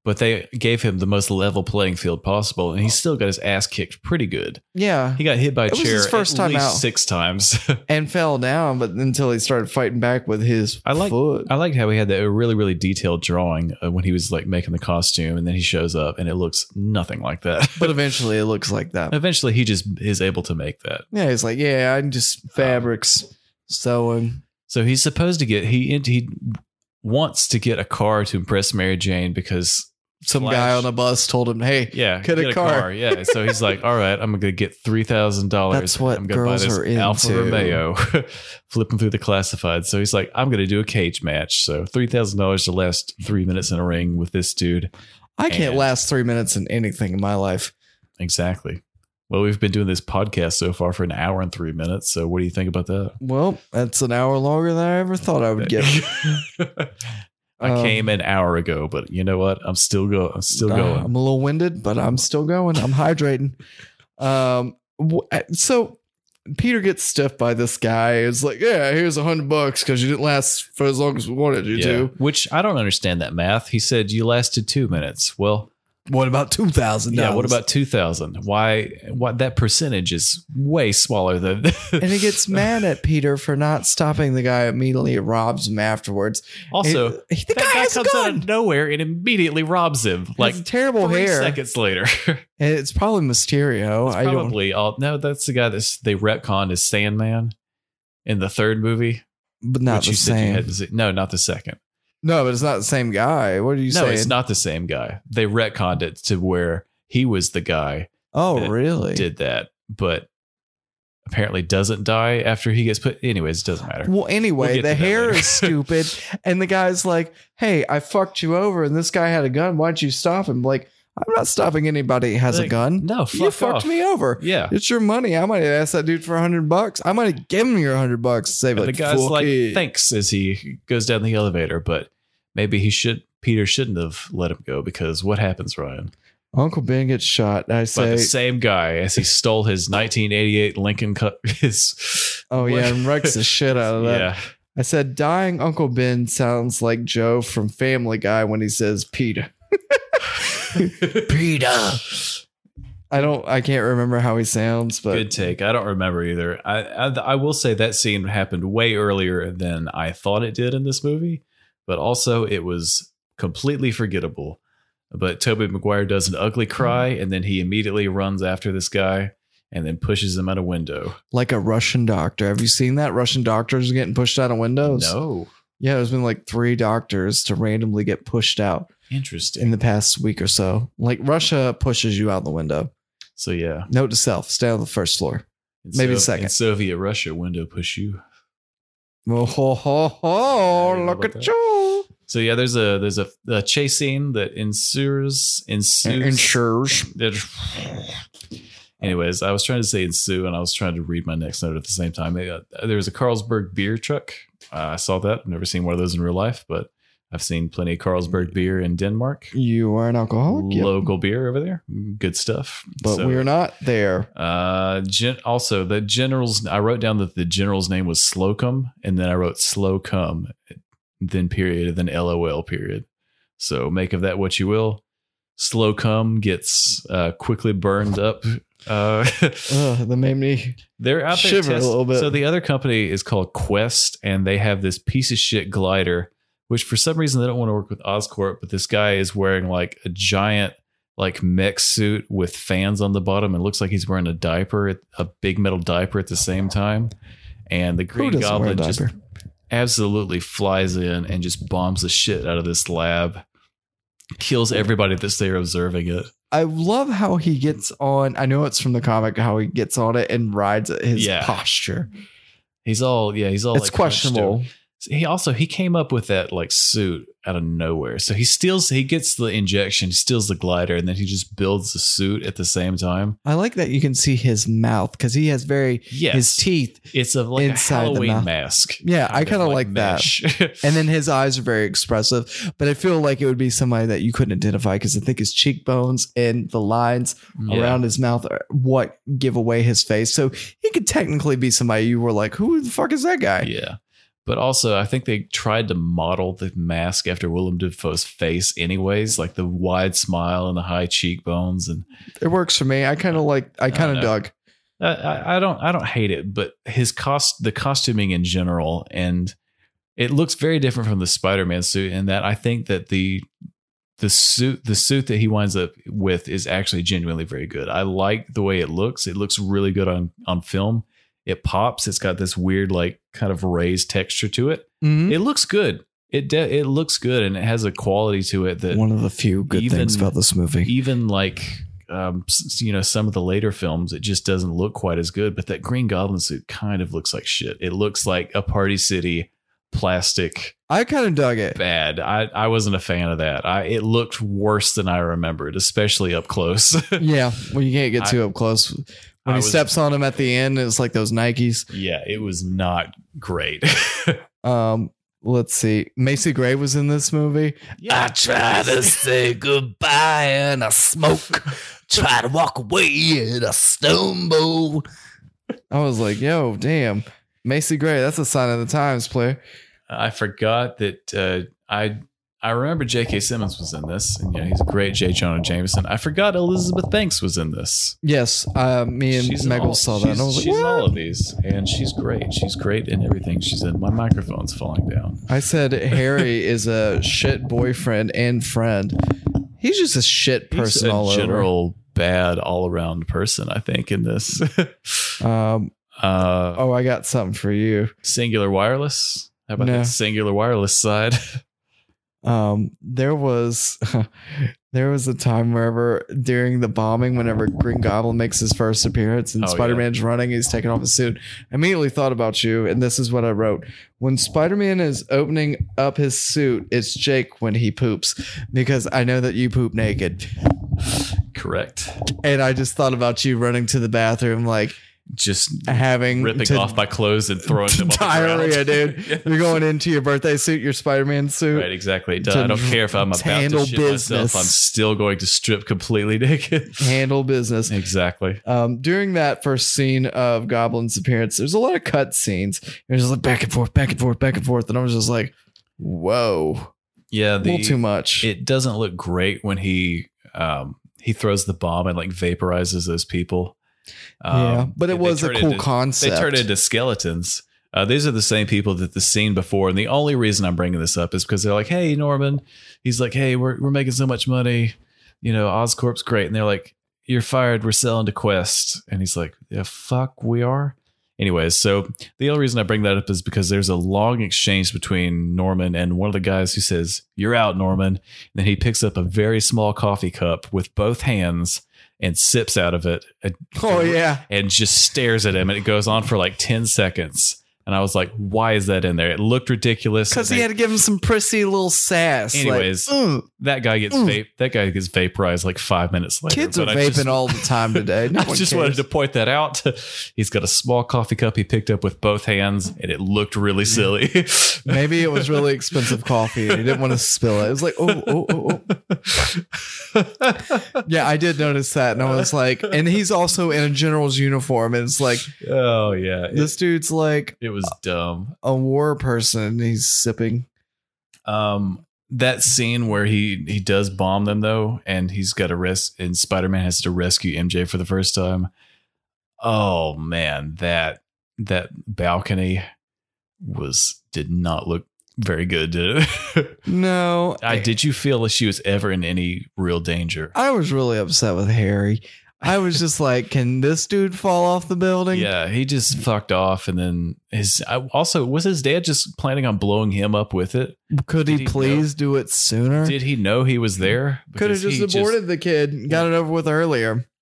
Speaker 1: but they gave him the most level playing field possible, and he still got his ass kicked pretty good.
Speaker 2: Yeah.
Speaker 1: He got hit by a
Speaker 2: It was
Speaker 1: chair
Speaker 2: his first
Speaker 1: at
Speaker 2: time
Speaker 1: least
Speaker 2: out.
Speaker 1: six times. [laughs]
Speaker 2: And fell down, but until he started fighting back with his
Speaker 1: I like- uh,
Speaker 2: foot.
Speaker 1: I liked how he had that really, really detailed drawing uh, when he was like making the costume, and then he shows up and it looks nothing like that. [laughs]
Speaker 2: but eventually it looks like that.
Speaker 1: eventually, he just is able to make that.
Speaker 2: Yeah, he's like, yeah, I'm
Speaker 1: uh,
Speaker 2: just fabrics sewing.
Speaker 1: So he's supposed to get he he wants to get a car to impress Mary Jane because
Speaker 2: Some
Speaker 1: Flash-
Speaker 2: guy on a bus told him, hey,
Speaker 1: yeah
Speaker 2: Get a car.
Speaker 1: yeah. So he's like, all right, I'm gonna get three thousand dollars.
Speaker 2: That's what
Speaker 1: I'm gonna
Speaker 2: girls are into.
Speaker 1: Alfa Romeo, [laughs] flipping through the classified. So he's like, I'm gonna do a cage match. So three thousand dollars to last three minutes in a ring with this dude.
Speaker 2: I can't
Speaker 1: And-
Speaker 2: last three minutes in anything in my life.
Speaker 1: Exactly. Well, we've been doing this podcast so far for an hour and three minutes. So what do you think about that?
Speaker 2: Well, that's an hour longer than I ever thought I would get.
Speaker 1: [laughs] I
Speaker 2: Um,
Speaker 1: came an hour ago, but you know what? I'm still go. I'm still
Speaker 2: Uh,
Speaker 1: going.
Speaker 2: I'm a little winded, but I'm still going. I'm hydrating. Um, wh- so Peter gets stiffed by this guy. It's like, yeah, here's a hundred bucks because you didn't last for as long as we wanted you to.
Speaker 1: Which I don't understand that math. He said you lasted two minutes. Well,
Speaker 2: What about two thousand?
Speaker 1: yeah. What [laughs] about two thousand? Why? What that percentage is way smaller than. [laughs]
Speaker 2: And he gets mad at Peter for not stopping the guy immediately. It robs him afterwards.
Speaker 1: also,
Speaker 2: It- he- the
Speaker 1: that
Speaker 2: guy,
Speaker 1: guy
Speaker 2: has a
Speaker 1: comes out
Speaker 2: gun.
Speaker 1: of nowhere and immediately robs him.
Speaker 2: Like
Speaker 1: Like
Speaker 2: terrible
Speaker 1: three
Speaker 2: hair.
Speaker 1: seconds later.
Speaker 2: And it's probably Mysterio. I don't.
Speaker 1: Probably all. No, that's the guy that's they retconned as Sandman in the third movie.
Speaker 2: But not
Speaker 1: which
Speaker 2: the
Speaker 1: you said you
Speaker 2: same.
Speaker 1: hadn't seen- no, not the second.
Speaker 2: no, but it's not the same guy. What are you
Speaker 1: no,
Speaker 2: saying?
Speaker 1: it's not the same guy. They retconned it to where he was the guy
Speaker 2: Oh,
Speaker 1: that
Speaker 2: really?
Speaker 1: did that, but apparently doesn't die after he gets put. Anyways, it doesn't matter.
Speaker 2: Well,
Speaker 1: We'll
Speaker 2: anyway,
Speaker 1: get
Speaker 2: the
Speaker 1: to that [laughs]
Speaker 2: hair
Speaker 1: later.
Speaker 2: is stupid, and the guy's like, "Hey, I fucked you over, and this guy had a gun. Why'd you stop him?" Like, I'm not stopping anybody that has a
Speaker 1: Like,
Speaker 2: gun.
Speaker 1: No,
Speaker 2: you
Speaker 1: fuck
Speaker 2: fucked
Speaker 1: off.
Speaker 2: me over.
Speaker 1: Yeah.
Speaker 2: It's your money. I might have asked that dude for a hundred bucks. I might have given him your hundred bucks. to Save
Speaker 1: And
Speaker 2: like
Speaker 1: the guy's
Speaker 2: fuck
Speaker 1: like,
Speaker 2: it.
Speaker 1: thanks, as he goes down the elevator, but maybe he should. Peter shouldn't have let him go because what happens, Ryan?
Speaker 2: Uncle Ben gets shot. I
Speaker 1: By
Speaker 2: say,
Speaker 1: the same guy as he stole his 1988 Lincoln cut [laughs] his.
Speaker 2: oh yeah, and wrecks
Speaker 1: [laughs]
Speaker 2: the shit out of that.
Speaker 1: yeah,
Speaker 2: I said, dying Uncle Ben sounds like Joe from Family Guy when he says
Speaker 1: [laughs]
Speaker 2: Peter.
Speaker 1: Peter.
Speaker 2: I don't. I can't remember how he sounds, but
Speaker 1: Good take. I don't remember either. I, I I will say that scene happened way earlier than I thought it did in this movie, but also it was completely forgettable. But Toby McGuire does an
Speaker 2: Hmm.
Speaker 1: ugly cry and then he immediately runs after this guy and then pushes him out a window.
Speaker 2: like a Russian doctor. Have you seen that? Russian doctors getting pushed out of windows.
Speaker 1: No.
Speaker 2: Yeah, there's been like three doctors to randomly get pushed out in
Speaker 1: Interesting.
Speaker 2: the past week or so. Like Russia pushes you out the window.
Speaker 1: So yeah.
Speaker 2: Note to self: stay on the first floor.
Speaker 1: In
Speaker 2: Maybe
Speaker 1: Sov-
Speaker 2: second.
Speaker 1: In Soviet Russia window push you.
Speaker 2: Oh, ho, ho, ho,
Speaker 1: I don't know about
Speaker 2: look at
Speaker 1: that.
Speaker 2: you!
Speaker 1: So yeah, there's a there's a, a chase scene that ensues ensues
Speaker 2: Ensures.
Speaker 1: It- [sighs] Anyways, I was trying to say ensue, and I was trying to read my next note at the same time. Uh, There was a Carlsberg beer truck. Uh, I saw that. I've never seen one of those in real life, but I've seen plenty of Carlsberg beer in Denmark.
Speaker 2: You are an alcoholic, yep.
Speaker 1: Local beer over there, good stuff.
Speaker 2: Oh, but
Speaker 1: So,
Speaker 2: we are not there.
Speaker 1: Uh, gen- also the general's. I wrote down that the general's name was Slocum, and then I wrote Slocum, then period, then LOL period. So make of that what you will. Slocum gets uh, quickly burned up. Uh, [laughs]
Speaker 2: Ugh, that made me.
Speaker 1: they're out there
Speaker 2: Shiver a
Speaker 1: test-
Speaker 2: little bit.
Speaker 1: So the other company is called Quest, and they have this piece of shit glider, which for some reason they don't want to work with Oscorp, but this guy is wearing like a giant like mech suit with fans on the bottom. It looks like he's wearing a diaper, a big metal diaper at the same time. And the Green
Speaker 2: doesn't wear a
Speaker 1: Goblin just
Speaker 2: diaper?
Speaker 1: absolutely flies in and just bombs the shit out of this lab, kills everybody that's there observing it.
Speaker 2: I love how he gets on. I know it's from the comic how he gets on it and rides at his
Speaker 1: Yeah.
Speaker 2: posture.
Speaker 1: He's all yeah, he's all
Speaker 2: it's
Speaker 1: like, hunched over.
Speaker 2: questionable.
Speaker 1: he also he came up with that like suit out of nowhere. So he steals he gets the injection, he steals the glider, and then he just builds the suit at the same time.
Speaker 2: I like that you can see his mouth because he has very
Speaker 1: Yes,
Speaker 2: his teeth,
Speaker 1: It's a like a
Speaker 2: inside the
Speaker 1: Halloween
Speaker 2: mouth.
Speaker 1: mask.
Speaker 2: Yeah, I kinda like that. [laughs]
Speaker 1: that.
Speaker 2: and then his eyes are very expressive. But I feel like it would be somebody that you couldn't identify because I think his cheekbones and the lines around his mouth are what give away his face. So he could technically be somebody you were like, who the fuck is that guy?
Speaker 1: Yeah. But also, I think they tried to model the mask after Willem Dafoe's face, anyways, like the wide smile and the high cheekbones, and
Speaker 2: It works for me. I kind of like. I
Speaker 1: don't
Speaker 2: kind
Speaker 1: know.
Speaker 2: of dug.
Speaker 1: I- I, I don't, I don't hate it, but his cost, the costuming in general, and it looks very different from the Spider-Man suit in that I think that the the suit the suit that he winds up with is actually genuinely very good. I like the way it looks. It looks really good on on film. It pops. It's got this weird like kind of raised texture to it.
Speaker 2: Mhm.
Speaker 1: It looks good. It de- it looks good, and it has a quality to it that
Speaker 2: One of the few good
Speaker 1: even-
Speaker 2: things about this movie.
Speaker 1: even like um, s- you know some of the later films, it just doesn't look quite as good. But that Green Goblin suit kind of looks like shit. It looks like a Party City plastic
Speaker 2: I kind of dug [laughs] it.
Speaker 1: bad. I I wasn't a fan of that. I it looked worse than I remembered, especially up close. [laughs]
Speaker 2: Yeah, well, you can't get too up close. When
Speaker 1: I
Speaker 2: he
Speaker 1: was-
Speaker 2: steps on him at the end, it's like those Nikes.
Speaker 1: yeah, it was not great.
Speaker 2: Um, let's see. Macy Gray was in this movie.
Speaker 1: yeah,
Speaker 2: try to say goodbye and I smoke. try to walk away and I stumble. I was like, yo, damn. Macy Gray, that's a sign of the times, player.
Speaker 1: I forgot that uh, I I remember J.K. Simmons was in this, and you know he's a great J. Jonah Jameson. I forgot Elizabeth Banks was in this.
Speaker 2: Yes, uh, me and
Speaker 1: in all-
Speaker 2: Megal saw that.
Speaker 1: She's,
Speaker 2: And I was like,
Speaker 1: she's in
Speaker 2: "What?"
Speaker 1: all of these, and she's great. She's great in everything she's in. My microphone's falling down.
Speaker 2: I said Harry is a shit boyfriend and friend. He's just a shit
Speaker 1: He's
Speaker 2: person
Speaker 1: a
Speaker 2: all
Speaker 1: general bad all around person. I think in this. [laughs]
Speaker 2: over. Um,
Speaker 1: uh,
Speaker 2: oh, I got something for you.
Speaker 1: Singular wireless. How about
Speaker 2: No.
Speaker 1: that singular wireless side? [laughs]
Speaker 2: um there was [laughs] there was a time wherever during the bombing whenever green goblin makes his first appearance and
Speaker 1: Oh, yeah.
Speaker 2: spider-man's running he's taking off his suit i immediately thought about you and this is what i wrote when spider-man is opening up his suit it's jake when he poops because i know that you poop naked
Speaker 1: Correct.
Speaker 2: and i just thought about you running to the bathroom like
Speaker 1: Just
Speaker 2: having
Speaker 1: ripping
Speaker 2: to- [laughs]
Speaker 1: off my clothes and throwing them on the
Speaker 2: diarrhea
Speaker 1: ground. [laughs]
Speaker 2: dude
Speaker 1: Yeah.
Speaker 2: you're going into your birthday suit your spider-man suit
Speaker 1: Right, exactly. It
Speaker 2: to
Speaker 1: does- I don't care if I'm about
Speaker 2: to handle
Speaker 1: to shit
Speaker 2: business.
Speaker 1: myself. I'm still going to strip completely [laughs] naked.
Speaker 2: handle business
Speaker 1: exactly.
Speaker 2: Um, during that first scene of Goblin's appearance, there's a lot of cut scenes. There's just like back and forth, back and forth, back and forth, and I was just like, "Whoa,
Speaker 1: Yeah,
Speaker 2: a
Speaker 1: the
Speaker 2: little too much."
Speaker 1: it doesn't look great when he um he throws the bomb and like vaporizes those people. Um,
Speaker 2: yeah, but it
Speaker 1: they
Speaker 2: was a
Speaker 1: turn
Speaker 2: cool
Speaker 1: into- They
Speaker 2: concept.
Speaker 1: turn into skeletons. Uh, these are the same people that the scene before, and the only reason I'm bringing this up is because they're like, "Hey, Norman," he's like, "Hey, we're we're making so much money, you know, Oscorp's great," and they're like, "You're fired. We're selling to Quest," and he's like, "Yeah, fuck, we are." Anyways, so the only reason I bring that up is because there's a long exchange between Norman and one of the guys who says, "You're out, Norman," and then he picks up a very small coffee cup with both hands and sips out of it. and-
Speaker 2: oh yeah,
Speaker 1: and just stares at him and it goes on for like 10 seconds and i was like why is that in there it looked ridiculous
Speaker 2: because he
Speaker 1: They-
Speaker 2: had to give him some prissy little sass. like,
Speaker 1: Anyways,
Speaker 2: "Ugh,
Speaker 1: that guy gets
Speaker 2: Mm.
Speaker 1: vape that guy gets vaporized like five minutes later
Speaker 2: kids are
Speaker 1: But I [laughs]
Speaker 2: vaping
Speaker 1: just-
Speaker 2: all the time today.
Speaker 1: [laughs]
Speaker 2: No
Speaker 1: I
Speaker 2: one
Speaker 1: just
Speaker 2: cares.
Speaker 1: wanted to point that out. [laughs] He's got a small coffee cup he picked up with both hands, and it looked really silly. [laughs]
Speaker 2: Maybe it was really expensive coffee. and He didn't want to spill it. It was like, oh, oh, oh, oh. Yeah, I did notice that, and I was like, and he's also in a general's uniform, and it's like
Speaker 1: oh yeah, it,
Speaker 2: this dude's like
Speaker 1: it was dumb.
Speaker 2: a war person. He's sipping.
Speaker 1: Um, that scene where he he does bomb them though, and he's got to res and Spider Man has to rescue MJ for the first time. Oh man, that that balcony was did not look very good. Did it? [laughs]
Speaker 2: No,
Speaker 1: I did you feel that she was ever in any real danger?
Speaker 2: I was really upset with Harry. I was just like, can this dude fall off the building?
Speaker 1: Yeah, he just fucked off, and then his. I also was his dad just planning on blowing him up with it.
Speaker 2: Could he,
Speaker 1: Did he
Speaker 2: please do it sooner?
Speaker 1: Did he know he was there?
Speaker 2: Could have
Speaker 1: Because
Speaker 2: just
Speaker 1: he
Speaker 2: aborted the kid and got it over with earlier.
Speaker 1: [laughs]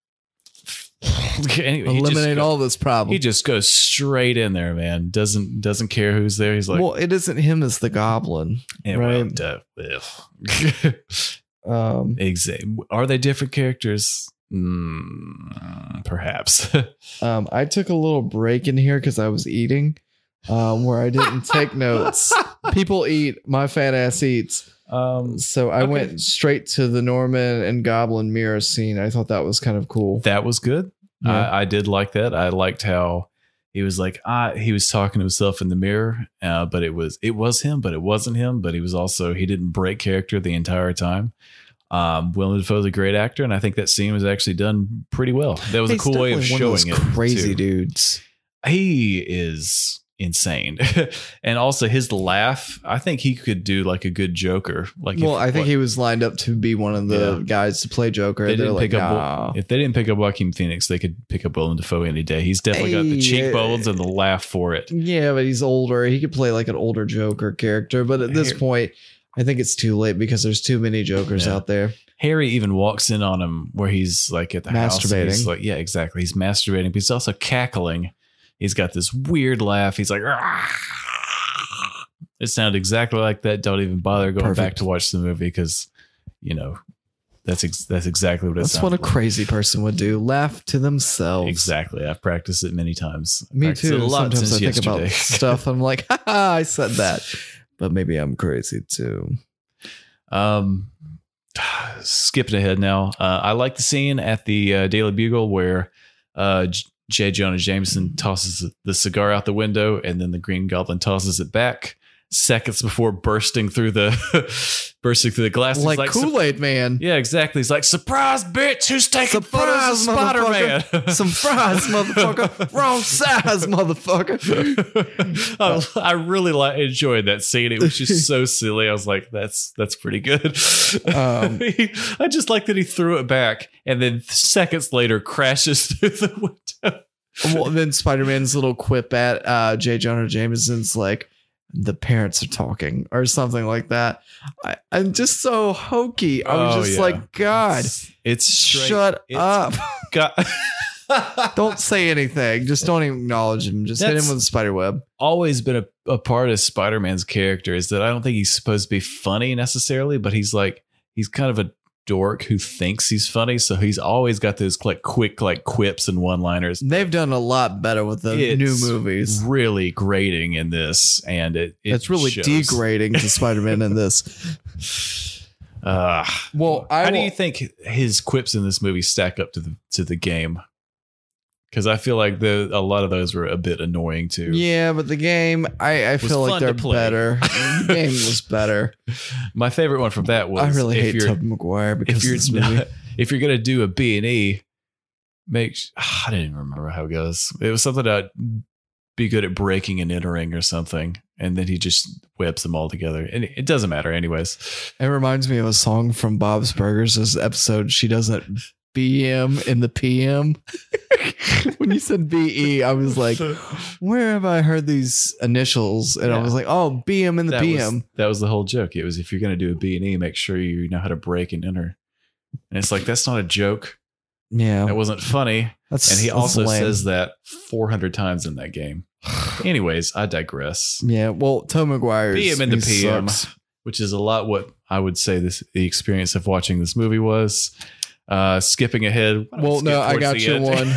Speaker 1: Anyway, he just
Speaker 2: Eliminate
Speaker 1: go-
Speaker 2: all this problem.
Speaker 1: He just goes straight in there, man. Doesn't doesn't care who's there. He's like,
Speaker 2: well, it isn't him, it's the goblin.
Speaker 1: "Eh, well,
Speaker 2: right.
Speaker 1: duh, ugh." [laughs]
Speaker 2: Um,
Speaker 1: Exa- Are they different characters? Mm, perhaps. [laughs]
Speaker 2: um, I took a little break in here because I was eating, um, where I didn't
Speaker 1: [laughs]
Speaker 2: take notes. People eat, my fat ass eats.
Speaker 1: um,
Speaker 2: So I
Speaker 1: Okay.
Speaker 2: went straight to the Norman and Goblin mirror scene. I thought that was kind of cool.
Speaker 1: that was good.
Speaker 2: Yeah.
Speaker 1: I, I did like that. I liked how he was like I, he was talking to himself in the mirror, uh, but it was it was him, but it wasn't him. But he was also he didn't break character the entire time. Um, Willem Dafoe's a great actor, and I think that scene was actually done pretty well. That was a
Speaker 2: He's
Speaker 1: cool way of
Speaker 2: definitely one
Speaker 1: showing
Speaker 2: those
Speaker 1: it.
Speaker 2: Crazy
Speaker 1: too.
Speaker 2: dudes.
Speaker 1: He is insane, [laughs] and also his laugh. I think he could do like a good Joker. Like,
Speaker 2: well,
Speaker 1: if-
Speaker 2: I think
Speaker 1: what-
Speaker 2: he was lined up to be one of the
Speaker 1: Yeah.
Speaker 2: guys to play Joker.
Speaker 1: They
Speaker 2: They are
Speaker 1: didn't
Speaker 2: like,
Speaker 1: pick up.
Speaker 2: nah.
Speaker 1: If they didn't pick up Joaquin Phoenix, they could pick up Willem Dafoe any day. He's definitely got
Speaker 2: Hey,
Speaker 1: the cheekbones
Speaker 2: yeah.
Speaker 1: and the laugh for it.
Speaker 2: yeah, but he's older. He could play like an older Joker character. But at this
Speaker 1: Here.
Speaker 2: point, I think it's too late because there's too many Jokers
Speaker 1: Yeah.
Speaker 2: out there.
Speaker 1: Harry even walks in on him where he's like at the house. and He's
Speaker 2: Masturbating.
Speaker 1: like, yeah, exactly. He's masturbating, but he's also cackling. He's got this weird laugh. He's like, "Rah." it sounded exactly like that. Don't even bother going back
Speaker 2: Perfect.
Speaker 1: to watch the movie because, you know, that's ex- that's exactly what it
Speaker 2: That's
Speaker 1: sounded
Speaker 2: what a
Speaker 1: like.
Speaker 2: crazy person would do. Laugh to themselves.
Speaker 1: Exactly. I've practiced it many times.
Speaker 2: Me
Speaker 1: Practiced
Speaker 2: too.
Speaker 1: it A lot
Speaker 2: Sometimes I
Speaker 1: since
Speaker 2: think
Speaker 1: yesterday. [laughs]
Speaker 2: about stuff. I'm like, [laughs] ha ha, I said that. But maybe I'm crazy too.
Speaker 1: Um, [sighs] skipping ahead now. Uh, I like the scene at the uh, Daily Bugle where uh, J- J. Jonah Jameson tosses the cigar out the window and then the Green Goblin tosses it back seconds before bursting through the [laughs] bursting through the glass. He's
Speaker 2: Like,
Speaker 1: "Sup-
Speaker 2: Kool Aid Man.
Speaker 1: yeah, exactly. He's like, surprise, bitch, who's taking
Speaker 2: Surprise,
Speaker 1: photos of Spider Man? [laughs]
Speaker 2: motherfucker. Some fries, motherfucker. Wrong size, motherfucker.
Speaker 1: I, I really like enjoyed that scene. It was just
Speaker 2: [laughs]
Speaker 1: so silly. I was like, "That's that's pretty good."
Speaker 2: Um,
Speaker 1: He- [laughs] I just like that he threw it back and then seconds later crashes [laughs] through the window.
Speaker 2: well, then Spider Man's little quip at uh, J. Jonah Jameson's like, the parents are talking or something like that. I, I'm just so hokey. I was
Speaker 1: Oh,
Speaker 2: just
Speaker 1: yeah.
Speaker 2: like, God,
Speaker 1: It's, it's straight-
Speaker 2: shut
Speaker 1: it's [laughs]
Speaker 2: up.
Speaker 1: got-
Speaker 2: [laughs] don't say anything. Just don't even acknowledge him. Just hit
Speaker 1: That's-
Speaker 2: him with a spider web.
Speaker 1: always been a, a part of Spider Man's character is that I don't think he's supposed to be funny necessarily, but he's like he's kind of a dork who thinks he's funny, so he's always got those like quick like quips and one liners.
Speaker 2: They've done a lot better with the
Speaker 1: It's
Speaker 2: new movies.
Speaker 1: Really grating in this, and it, it
Speaker 2: it's really
Speaker 1: shows.
Speaker 2: degrading to Spider Man
Speaker 1: [laughs]
Speaker 2: in this.
Speaker 1: Uh,
Speaker 2: Well, I
Speaker 1: how do
Speaker 2: will-
Speaker 1: you think his quips in this movie stack up to the to the game? Because I feel like the a lot of those were a bit annoying too.
Speaker 2: Yeah, but the game, I, I feel like
Speaker 1: fun to
Speaker 2: they're
Speaker 1: play. [laughs]
Speaker 2: better. the game was better.
Speaker 1: My favorite one from that was
Speaker 2: I really
Speaker 1: if
Speaker 2: hate
Speaker 1: you're-
Speaker 2: Tobey Maguire because
Speaker 1: if you're
Speaker 2: of this movie.
Speaker 1: not- [laughs] if you're gonna do a B and E, make sh- [sighs] I didn't even remember how it goes. It was something about be good at breaking and entering or something, and then he just webs them all together. And it doesn't matter, anyways.
Speaker 2: It reminds me of a song from Bob's Burgers. This episode, she doesn't BM in the PM. [laughs] when you said BE, I
Speaker 1: [laughs]
Speaker 2: was like, where have I heard these initials? And I
Speaker 1: Yeah.
Speaker 2: was like, oh, BM in the
Speaker 1: that
Speaker 2: PM.
Speaker 1: was that was the whole joke. It was if you're gonna do a B and E, make sure you know how to break and enter. And it's like that's not a joke.
Speaker 2: yeah.
Speaker 1: That wasn't funny.
Speaker 2: That's,
Speaker 1: And he
Speaker 2: that's
Speaker 1: also
Speaker 2: Oh. lame.
Speaker 1: says that 400 times in that
Speaker 2: [sighs]
Speaker 1: game. Anyways, I digress.
Speaker 2: Yeah, well, Tom McGuire.
Speaker 1: PM in the PM, which is a lot what I would say this the experience of watching this movie was. Uh, skipping ahead. Why don't we
Speaker 2: Well,
Speaker 1: skip
Speaker 2: no, I
Speaker 1: towards
Speaker 2: got
Speaker 1: the
Speaker 2: you
Speaker 1: end?
Speaker 2: one.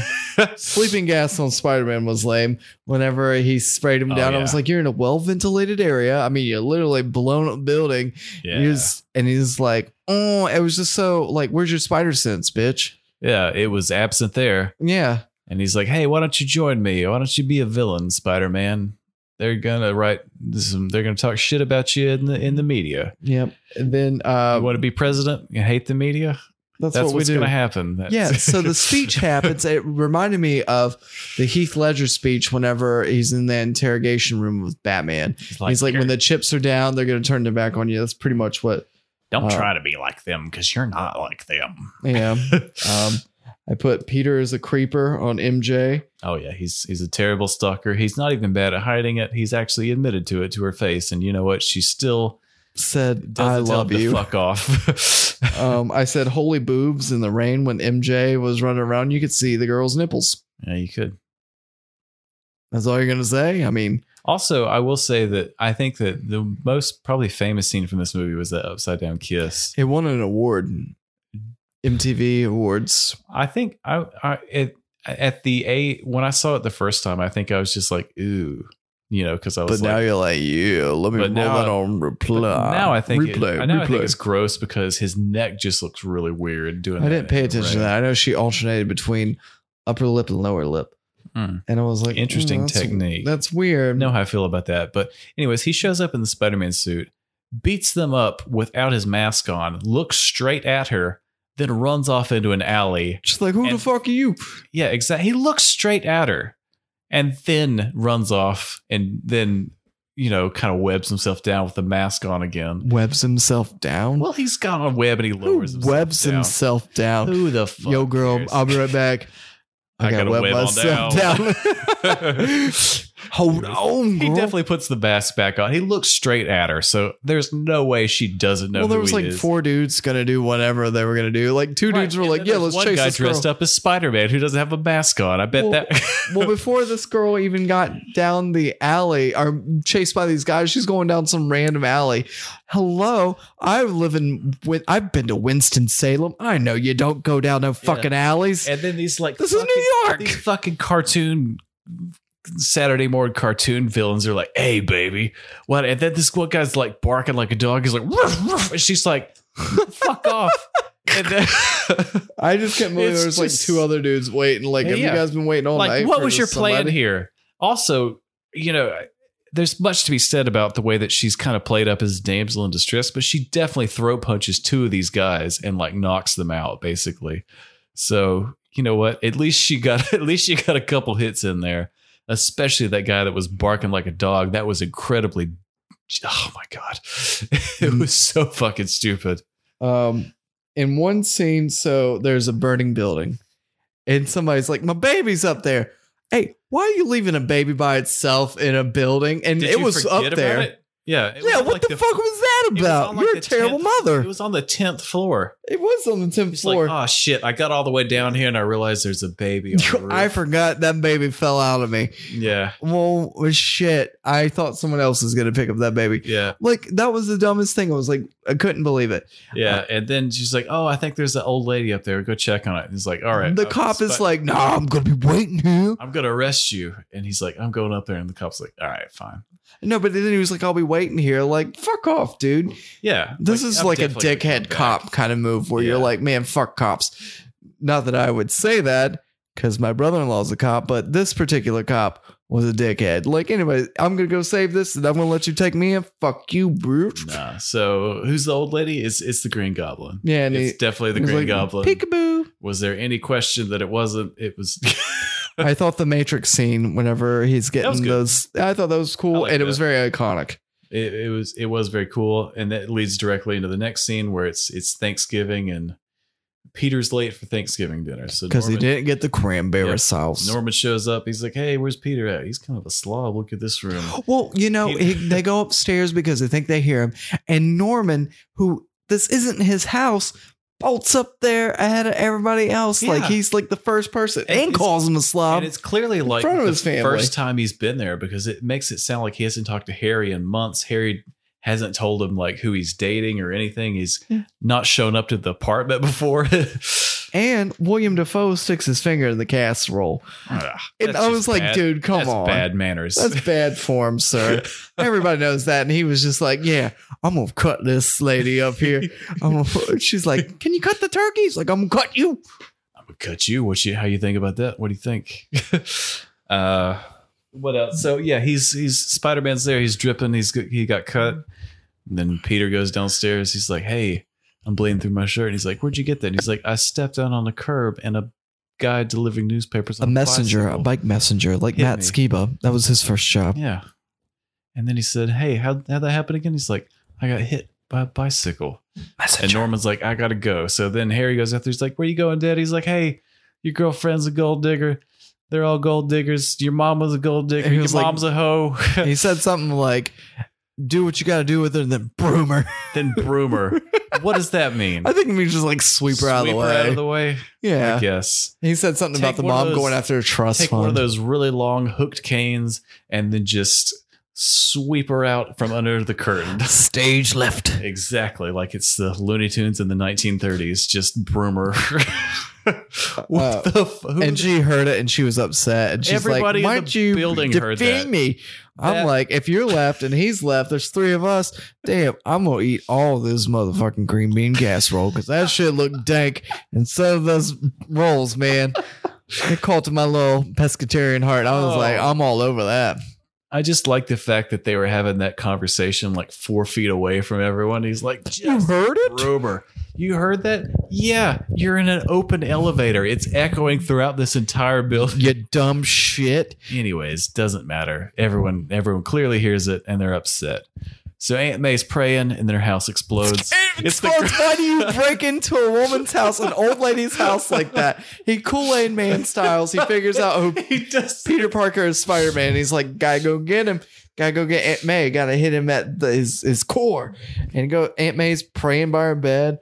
Speaker 2: Sleeping gas on Spider Man was lame. Whenever he sprayed him
Speaker 1: Oh,
Speaker 2: down, I
Speaker 1: yeah.
Speaker 2: was like, "You're in a well ventilated area. I mean, you're literally blown up building."
Speaker 1: [laughs] yeah.
Speaker 2: And he's and he's like, "Oh, it was just so like, where's your spider sense, bitch?"
Speaker 1: yeah, it was absent there.
Speaker 2: Yeah,
Speaker 1: And he's like, "Hey, why don't you join me? Why don't you be a villain, Spider Man? They're gonna write some. They're gonna talk shit about you in the in the media.
Speaker 2: yep. And then uh,
Speaker 1: you want to be president? You hate the media?
Speaker 2: that's,
Speaker 1: That's
Speaker 2: what we
Speaker 1: what's
Speaker 2: do.
Speaker 1: gonna happen. That's-
Speaker 2: Yeah,
Speaker 1: [laughs]
Speaker 2: so the speech happens. It reminded me of the Heath Ledger speech whenever he's in the interrogation room with Batman. he's like, when the chips are down, they're going to turn their back on you. That's pretty much what
Speaker 1: don't
Speaker 2: uh,
Speaker 1: try to be like them because you're not like them. [laughs]
Speaker 2: Yeah. um, I put Peter as a creeper on MJ.
Speaker 1: Oh yeah, he's he's a terrible stalker. He's not even bad at hiding it. He's actually admitted to it to her face, and you know what? She's still
Speaker 2: said
Speaker 1: Doesn't
Speaker 2: I
Speaker 1: tell
Speaker 2: love
Speaker 1: him to
Speaker 2: you.
Speaker 1: Fuck off. [laughs]
Speaker 2: Um, I said holy boobs in the rain when MJ was running around. You could see the girl's nipples.
Speaker 1: yeah, you could.
Speaker 2: That's all you're gonna say. I mean,
Speaker 1: Also, I will say that I think that the most probably famous scene from this movie was that upside down kiss.
Speaker 2: it won an award, MTV Awards.
Speaker 1: I think I, I it, at the a when I saw it the first time, I think I was just like, ooh, you know, because I
Speaker 2: But
Speaker 1: was
Speaker 2: now
Speaker 1: like,
Speaker 2: you're like, yeah, let me
Speaker 1: But
Speaker 2: roll
Speaker 1: now-
Speaker 2: that on
Speaker 1: but
Speaker 2: reply.
Speaker 1: now I think it,
Speaker 2: replay,
Speaker 1: now I think
Speaker 2: replay.
Speaker 1: it's gross because his neck just looks really weird doing.
Speaker 2: I
Speaker 1: that
Speaker 2: didn't pay attention to
Speaker 1: right?
Speaker 2: that. I know she alternated between upper lip and lower lip.
Speaker 1: Hmm.
Speaker 2: And I was like, "Mm,
Speaker 1: Interesting
Speaker 2: that's-
Speaker 1: technique.
Speaker 2: That's weird.
Speaker 1: know how I feel about that. But anyways, he shows up in the Spider-Man suit, beats them up without his mask on, looks straight at her, then runs off into an alley.
Speaker 2: She's like, who the
Speaker 1: And-
Speaker 2: fuck are you?
Speaker 1: Yeah, exactly. He looks straight at her and then runs off and then, you know, kind of webs himself down with the mask on again.
Speaker 2: Webs himself down.
Speaker 1: Well, he's got a web and he
Speaker 2: who
Speaker 1: lowers himself.
Speaker 2: webs
Speaker 1: down.
Speaker 2: himself down?
Speaker 1: Who the fuck?
Speaker 2: Yo, girl,
Speaker 1: cares?
Speaker 2: I'll be right back.
Speaker 1: [laughs] I gotta web on [laughs] down.
Speaker 2: [laughs] Hold on.
Speaker 1: He
Speaker 2: girl.
Speaker 1: definitely puts the mask back on. He looks straight at her, so there's no way she doesn't know.
Speaker 2: Well, there
Speaker 1: who
Speaker 2: was
Speaker 1: he
Speaker 2: like
Speaker 1: is.
Speaker 2: four dudes gonna do whatever they were gonna do. Like two
Speaker 1: Right,
Speaker 2: dudes were
Speaker 1: and
Speaker 2: like,
Speaker 1: then
Speaker 2: "Yeah,
Speaker 1: there's
Speaker 2: let's
Speaker 1: one
Speaker 2: chase
Speaker 1: guy
Speaker 2: this
Speaker 1: dressed
Speaker 2: girl."
Speaker 1: up as Spider-Man who doesn't have a mask on. I bet
Speaker 2: Well,
Speaker 1: that.
Speaker 2: well, before this girl even got down the alley or chased by these guys, she's going down some random alley. Hello, I live in. Win- I've been to Winston Salem. I know you don't go down no fucking alleys.
Speaker 1: and then these like
Speaker 2: This is
Speaker 1: fucking-
Speaker 2: New York!
Speaker 1: These fucking cartoon Saturday morning cartoon villains are like, "Hey, baby, what?" And then this one guy's like barking like a dog. He's like, "Ruff, ruff," and she's like, "Fuck off." And then,
Speaker 2: [laughs] I just can't believe
Speaker 1: It's
Speaker 2: there was like
Speaker 1: just-
Speaker 2: two other dudes waiting. Like, have
Speaker 1: Yeah.
Speaker 2: you guys been waiting all night?
Speaker 1: like, what
Speaker 2: for
Speaker 1: was your plan
Speaker 2: somebody?
Speaker 1: here? Also, you know. There's much to be said about the way that she's kind of played up as damsel in distress, but she definitely throat punches two of these guys and like knocks them out, basically. So you know what? At least she got [laughs] at least she got a couple hits in there. Especially that guy that was barking like a dog. That was incredibly. Oh my god, [laughs] it
Speaker 2: Mm-hmm.
Speaker 1: was so fucking stupid.
Speaker 2: Um, in one scene, so there's a burning building, and somebody's like, "My baby's up there." Hey, why are you leaving a baby by itself in a building? And
Speaker 1: Did
Speaker 2: it
Speaker 1: you
Speaker 2: was
Speaker 1: forget
Speaker 2: up
Speaker 1: about
Speaker 2: there.
Speaker 1: it? Yeah. it was
Speaker 2: yeah,
Speaker 1: on,
Speaker 2: what
Speaker 1: like,
Speaker 2: the, fuck was that
Speaker 1: it was
Speaker 2: about?
Speaker 1: on, like,
Speaker 2: You're
Speaker 1: the
Speaker 2: a terrible
Speaker 1: 10th
Speaker 2: mother.
Speaker 1: It was on the tenth floor.
Speaker 2: on the tenth
Speaker 1: It's
Speaker 2: floor.
Speaker 1: like,
Speaker 2: [laughs]
Speaker 1: oh shit! I got all the way down here and I realized there's a baby. On
Speaker 2: [laughs]
Speaker 1: the roof.
Speaker 2: I forgot that baby fell out of me.
Speaker 1: yeah,
Speaker 2: Well, uh, shit. I thought someone else was gonna pick up that baby.
Speaker 1: yeah,
Speaker 2: Like that was the dumbest thing. I was like, I couldn't believe it.
Speaker 1: yeah. And then she's like, "Oh, I think there's an old lady up there. Go check on it." And he's like, "All right."
Speaker 2: The
Speaker 1: uh,
Speaker 2: cop is
Speaker 1: Spi-
Speaker 2: like, "No, nah, I'm gonna be waiting here."
Speaker 1: I'm gonna arrest you. And he's like, I'm going up there. And the cop's like, All right, fine.
Speaker 2: No, but then he was like, "I'll be waiting here." Like, fuck off, dude.
Speaker 1: Yeah.
Speaker 2: This is
Speaker 1: I'm
Speaker 2: like a
Speaker 1: definitely gonna
Speaker 2: dickhead
Speaker 1: come back.
Speaker 2: cop kind of move where you're
Speaker 1: Yeah.
Speaker 2: like, man, fuck cops. Not that I would say that because my brother in law's a cop, but this particular cop was a dickhead. Like, anyway, I'm going to go save this and I'm going to let you take me in. Fuck you, brute.
Speaker 1: Nah. So who's the old lady? It's it's the Green Goblin.
Speaker 2: Yeah, and
Speaker 1: it's
Speaker 2: he,
Speaker 1: definitely the
Speaker 2: he was
Speaker 1: Green
Speaker 2: like,
Speaker 1: Goblin. [laughs]
Speaker 2: Peekaboo.
Speaker 1: was there any question that it wasn't? It was
Speaker 2: I thought the Matrix scene, whenever he's
Speaker 1: was
Speaker 2: getting
Speaker 1: good.
Speaker 2: those, I thought that was
Speaker 1: I
Speaker 2: cool
Speaker 1: like
Speaker 2: and
Speaker 1: that.
Speaker 2: it was very iconic.
Speaker 1: it, it was it was very cool. And that leads directly into the next scene where it's it's Thanksgiving and Peter's late for Thanksgiving dinner. So
Speaker 2: Because he
Speaker 1: Norman-
Speaker 2: didn't get the cranberry
Speaker 1: Yeah.
Speaker 2: sauce.
Speaker 1: Norman shows up. He's like, "Hey, where's Peter at? He's kind of a slob. Look at this
Speaker 2: [gasps]
Speaker 1: room."
Speaker 2: Well, you know,
Speaker 1: He-
Speaker 2: he, they go upstairs because they think they hear him. And Norman, who this isn't his house, bolts up there ahead of everybody else. Like
Speaker 1: Yeah.
Speaker 2: he's like the first person
Speaker 1: And
Speaker 2: and,
Speaker 1: it's-
Speaker 2: calls him a slob.
Speaker 1: and it's clearly like
Speaker 2: front of
Speaker 1: the
Speaker 2: his family.
Speaker 1: first time he's been there because it makes it sound like he hasn't talked to Harry in months. Harry hasn't told him like who he's dating or anything. He's
Speaker 2: Yeah.
Speaker 1: not shown up to the apartment [laughs] before.
Speaker 2: and William Defoe sticks his finger in the casserole. And I was like, dude, come
Speaker 1: that's
Speaker 2: on.
Speaker 1: bad manners. [laughs]
Speaker 2: That's bad form, sir. Everybody knows that. And he was just like, Yeah, I'm gonna cut this lady up here. I'm gonna, she's like, Can you cut the turkeys? Like, I'm gonna cut you.
Speaker 1: I'm gonna cut you. What you? How you think about that? What do you think? [laughs] uh, what else? So yeah, he's he's Spider Man's there. He's dripping. He's g- he got cut. And then Peter goes downstairs. He's like, "Hey, I'm bleeding through my shirt." And he's like, "Where'd you get that?" And he's like, "I stepped out on a curb and a guy delivering newspapers."
Speaker 2: A
Speaker 1: on
Speaker 2: messenger,
Speaker 1: bicycle."
Speaker 2: a bike messenger, like
Speaker 1: Hit
Speaker 2: Matt
Speaker 1: me.
Speaker 2: Skiba. That was his first job.
Speaker 1: Yeah. And then he said, "Hey, how how'd that happen again?" He's like, "I got hit by a bicycle." And Norman's like, [laughs] I gotta go. So then Harry goes after. He's like, Where you going, Dad? He's like, Hey, your girlfriend's a gold digger. They're all gold diggers. Your mom was a gold digger.
Speaker 2: And he
Speaker 1: Your
Speaker 2: was like-
Speaker 1: mom's a hoe. [laughs]
Speaker 2: he said something like, do what you got to do with her, and then broom her.
Speaker 1: Then broomer. what does that mean?
Speaker 2: [laughs] I think it means just like sweep her out of the
Speaker 1: Sweep
Speaker 2: way.
Speaker 1: her out of the way.
Speaker 2: yeah.
Speaker 1: I guess.
Speaker 2: He said something
Speaker 1: Take
Speaker 2: about the
Speaker 1: one of
Speaker 2: mom
Speaker 1: those-
Speaker 2: going after a trust
Speaker 1: Take
Speaker 2: fund.
Speaker 1: one of those really long hooked canes and then just sweep her out from under the
Speaker 2: [laughs]
Speaker 1: curtain.
Speaker 2: Stage left.
Speaker 1: Exactly, like it's the Looney Tunes in the 1930s, just broomer. [laughs] what
Speaker 2: Uh,
Speaker 1: the f- who
Speaker 2: And she heard it and she was upset. And she's
Speaker 1: Everybody in
Speaker 2: like,
Speaker 1: the
Speaker 2: Why'd you
Speaker 1: building heard
Speaker 2: defame
Speaker 1: that."
Speaker 2: me? I'm
Speaker 1: That-
Speaker 2: like, if you're left and he's left, there's three of us. Damn, I'm gonna eat all this motherfucking green bean casserole because that shit looked dank. And so those rolls, man. It called to my little pescatarian heart. I was
Speaker 1: Oh.
Speaker 2: like, I'm all over that.
Speaker 1: I just like the fact that they were having that conversation like four feet away from everyone. He's like, just
Speaker 2: heard
Speaker 1: broomer. You heard that? Yeah, you're in an open elevator. It's echoing throughout this entire building. [laughs]
Speaker 2: You dumb shit.
Speaker 1: Anyways, doesn't matter. Everyone, everyone clearly hears it and they're upset. So Aunt May's praying, and then her house explodes. It's the
Speaker 2: explodes. Why do you
Speaker 1: [laughs]
Speaker 2: break into a woman's house, an old lady's house like that? He Kool Aid Man styles. He figures out who
Speaker 1: [laughs] he does
Speaker 2: [laughs] Peter Parker is Spider Man. He's like, gotta go get him. Gotta go get Aunt May. Gotta hit him at the, his his core. And go. Aunt May's praying by her bed,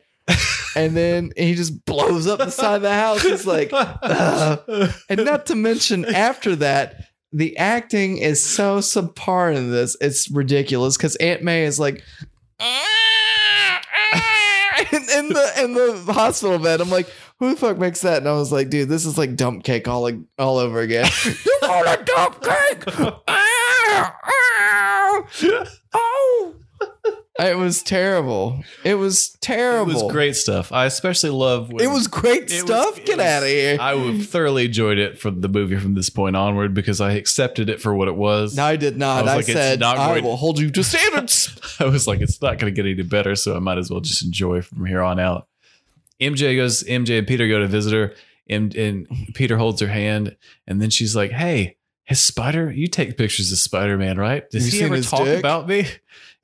Speaker 2: and then he just blows up the side of the house. He's like, "Ugh." and not to mention [laughs] after that. The acting is so subpar in this; it's ridiculous. Because Aunt May is like, "Ah, [laughs] in, in the in the hospital bed. I'm like, who the fuck makes that? And I was like, dude, this is like dump cake all all over again. [laughs] you want a dump [laughs] cake? Ah, ah, oh. It was terrible. It was
Speaker 1: It
Speaker 2: terrible.
Speaker 1: was great stuff. I especially love when
Speaker 2: It was great
Speaker 1: It was-
Speaker 2: stuff.
Speaker 1: it
Speaker 2: Get
Speaker 1: was-
Speaker 2: out of here.
Speaker 1: I would thoroughly enjoyed it from the movie from this point onward because I accepted it for what it was.
Speaker 2: no, I did not.
Speaker 1: I was
Speaker 2: I,
Speaker 1: like, it's
Speaker 2: said,
Speaker 1: not
Speaker 2: I
Speaker 1: going-
Speaker 2: will hold you to standards.
Speaker 1: [laughs] I was like, it's not going to get any better, so I might as well just enjoy from here on out. MJ goes. MJ and Peter go to visit her, and, and Peter holds her hand, and then she's like, "Hey, has Spider? You take pictures of Spider Man, right? Does
Speaker 2: You
Speaker 1: he
Speaker 2: seen
Speaker 1: ever
Speaker 2: his
Speaker 1: talk
Speaker 2: dick?"
Speaker 1: about
Speaker 2: [laughs]
Speaker 1: me?"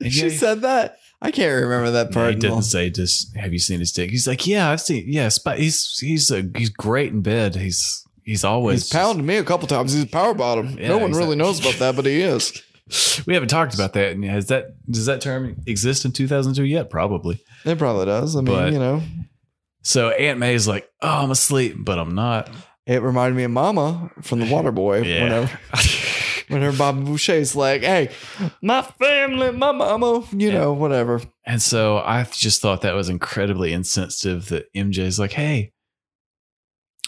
Speaker 1: And
Speaker 2: she
Speaker 1: yeah,
Speaker 2: said that. I can't remember that
Speaker 1: No,
Speaker 2: part.
Speaker 1: he
Speaker 2: at all.
Speaker 1: didn't say just have you seen his dick? He's like, yeah, I've seen. Yeah, Sp- he's he's a, he's great in bed. He's he's always
Speaker 2: He's pounded me a couple times. He's a power bottom.
Speaker 1: Yeah,
Speaker 2: no one
Speaker 1: exactly.
Speaker 2: really knows about that, but he is.
Speaker 1: [laughs] just- we haven't talked about that. And has that does that term exist in 2002 yet? Probably.
Speaker 2: It probably does. I mean,
Speaker 1: But-
Speaker 2: you know,
Speaker 1: So Aunt May's like, oh, I'm asleep, but I'm
Speaker 2: [laughs]
Speaker 1: not.
Speaker 2: it reminded me of Mama from The Water Boy.
Speaker 1: Yeah. [laughs]
Speaker 2: Whenever, whenever Bob Boucher's like, "Hey, my family, my mama," you know, whatever.
Speaker 1: And so I just thought that was incredibly insensitive that MJ's like, hey,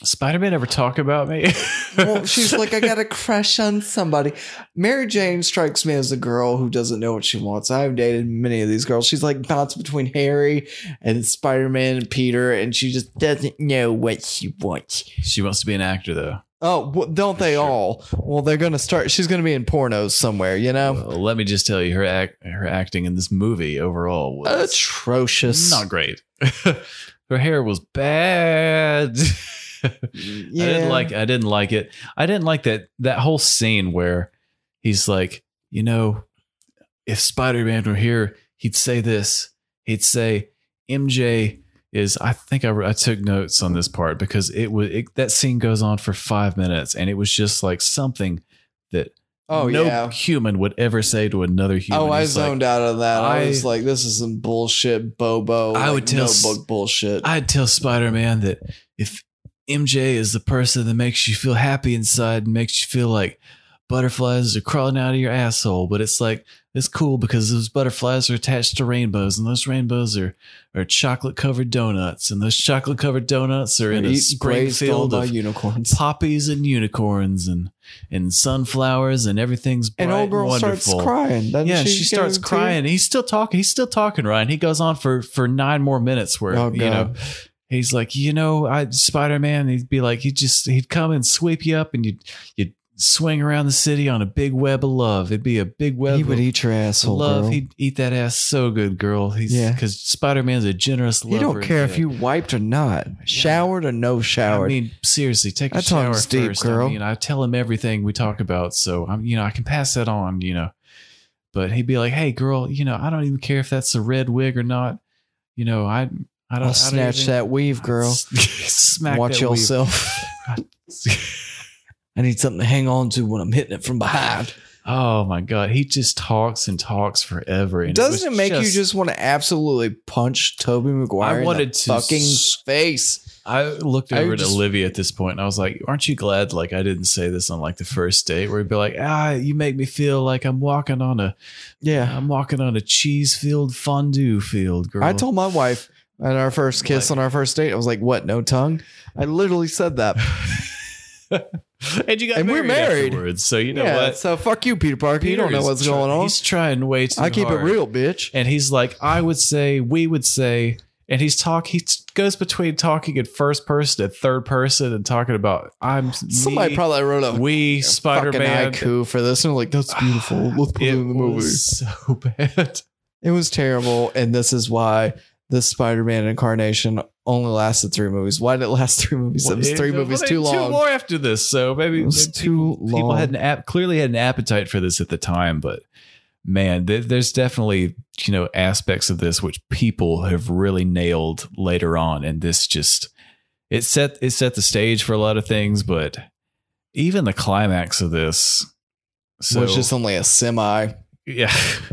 Speaker 1: Spider Man ever talk about me?
Speaker 2: Well, she's like, "I got a crush on somebody." Mary Jane strikes me as a girl who doesn't know what she wants. I've dated many of these girls. She's like bounced between Harry and Spider Man and Peter, and she just doesn't know what she wants.
Speaker 1: [laughs] she wants to be an actor, though.
Speaker 2: Oh, well, don't they
Speaker 1: Sure.
Speaker 2: all? Well, they're gonna start. She's gonna be in pornos somewhere, you know.
Speaker 1: Well, let me just tell you, her act, her acting in this movie overall was
Speaker 2: Atrocious.
Speaker 1: not great. [laughs] Her hair was bad. [laughs] I didn't like I didn't like it. I didn't like that that whole scene where he's like, you know, if Spider-Man were here, he'd say this. He'd say MJ is I think I, I took notes on this part because it was it, that scene goes on for 5 minutes and it was just like something that
Speaker 2: Oh
Speaker 1: no
Speaker 2: yeah.
Speaker 1: human would ever say to another human.
Speaker 2: Oh, I
Speaker 1: It's like,
Speaker 2: zoned out of that. I,
Speaker 1: I-
Speaker 2: was like, this is some bullshit, Bobo.
Speaker 1: I
Speaker 2: like,
Speaker 1: would tell s-
Speaker 2: notebook bullshit.
Speaker 1: I'd tell Spider Man that if MJ is the person that makes you feel happy inside and makes you feel like butterflies are crawling out of your asshole, but it's like it's cool because those butterflies are attached to rainbows, and those rainbows are are chocolate covered donuts, and those chocolate covered donuts are in a
Speaker 2: Eat grazed all
Speaker 1: Springfield
Speaker 2: by
Speaker 1: of
Speaker 2: unicorns.
Speaker 1: poppies and unicorns and and sunflowers, and everything's bright
Speaker 2: And old girl
Speaker 1: and
Speaker 2: starts
Speaker 1: wonderful.
Speaker 2: crying. doesn't
Speaker 1: Yeah,
Speaker 2: she,
Speaker 1: she starts
Speaker 2: Guarantee?
Speaker 1: crying. He's still talking. He's still talking, Ryan. He goes on for for nine more minutes where
Speaker 2: Oh,
Speaker 1: you know
Speaker 2: God.
Speaker 1: he's like, you know, I Spider Man. He'd be like, he'd just he'd come and sweep you up, and you'd you'd swing around the city on a big web of love. It'd be a big web.
Speaker 2: He would
Speaker 1: of
Speaker 2: eat your
Speaker 1: of
Speaker 2: asshole,
Speaker 1: love.
Speaker 2: girl. He,
Speaker 1: He'd eat that ass so good, girl. He's
Speaker 2: Yeah.
Speaker 1: because Spider Man's a generous. lover
Speaker 2: don't
Speaker 1: and
Speaker 2: care if
Speaker 1: good.
Speaker 2: you wiped or not, showered or no showered.
Speaker 1: I mean, seriously, take a
Speaker 2: That
Speaker 1: shower
Speaker 2: tongue's
Speaker 1: first.
Speaker 2: deep, girl.
Speaker 1: I mean, I tell him everything we talk about, so I'm, you know, I can pass that on, you know. But he'd be like, "Hey, girl, you know, I don't even care if that's a red wig or not. You know, I, I don't
Speaker 2: I'll snatch that weave, girl.
Speaker 1: [laughs] Smack
Speaker 2: Watch
Speaker 1: that weave.
Speaker 2: yourself. I need something to hang on to when I'm hitting it from behind.
Speaker 1: [laughs] Oh my god, he just talks and talks forever. And
Speaker 2: Doesn't
Speaker 1: was
Speaker 2: it make you just want to absolutely punch Toby Maguire
Speaker 1: I
Speaker 2: in
Speaker 1: wanted
Speaker 2: the
Speaker 1: to
Speaker 2: fucking
Speaker 1: s-
Speaker 2: face?
Speaker 1: I looked
Speaker 2: I
Speaker 1: over at
Speaker 2: just-
Speaker 1: Olivia at this point, and I was like, "Aren't you glad? Like I didn't say this on like the first date, where he'd be like, ah, you make me feel like I'm walking on a,
Speaker 2: Yeah.
Speaker 1: I'm walking on a cheese field fondue field, girl.
Speaker 2: I told my wife on our first kiss on our first date, I was like, "What? No tongue?" I literally said that.
Speaker 1: [gasps] and you got
Speaker 2: And we're
Speaker 1: married,
Speaker 2: married.
Speaker 1: afterwards, so [laughs] you know
Speaker 2: yeah.
Speaker 1: what?
Speaker 2: So fuck you, Peter Parker. you don't
Speaker 1: Peter
Speaker 2: know
Speaker 1: is
Speaker 2: what's
Speaker 1: try-
Speaker 2: going on.
Speaker 1: He's trying way too.
Speaker 2: I keep
Speaker 1: hard.
Speaker 2: it real, bitch.
Speaker 1: and he's like, I would say, we would say, and he's talk. He t- goes between talking in first person and third person, and talking about I'm
Speaker 2: Somebody
Speaker 1: me,
Speaker 2: probably wrote a
Speaker 1: we Spider
Speaker 2: fucking
Speaker 1: Man. [sighs]
Speaker 2: haiku for this, and they're like, "That's beautiful." Let's put it,
Speaker 1: It
Speaker 2: in the movie.
Speaker 1: was so [laughs] bad.
Speaker 2: It was terrible, and this is why this Spider-Man incarnation only lasted three movies. Why did it last three movies? It was
Speaker 1: Well,
Speaker 2: three
Speaker 1: well,
Speaker 2: movies
Speaker 1: they-
Speaker 2: too long.
Speaker 1: Two more after this, so maybe
Speaker 2: It was
Speaker 1: maybe
Speaker 2: too
Speaker 1: people, people
Speaker 2: long.
Speaker 1: had an app clearly had an appetite for this at the time, but man, th- there's definitely you know aspects of this which people have really nailed later on, and this just it set it set the stage for a lot of things, but even the climax of this.
Speaker 2: It
Speaker 1: So
Speaker 2: was just only a semi.
Speaker 1: [laughs] yeah,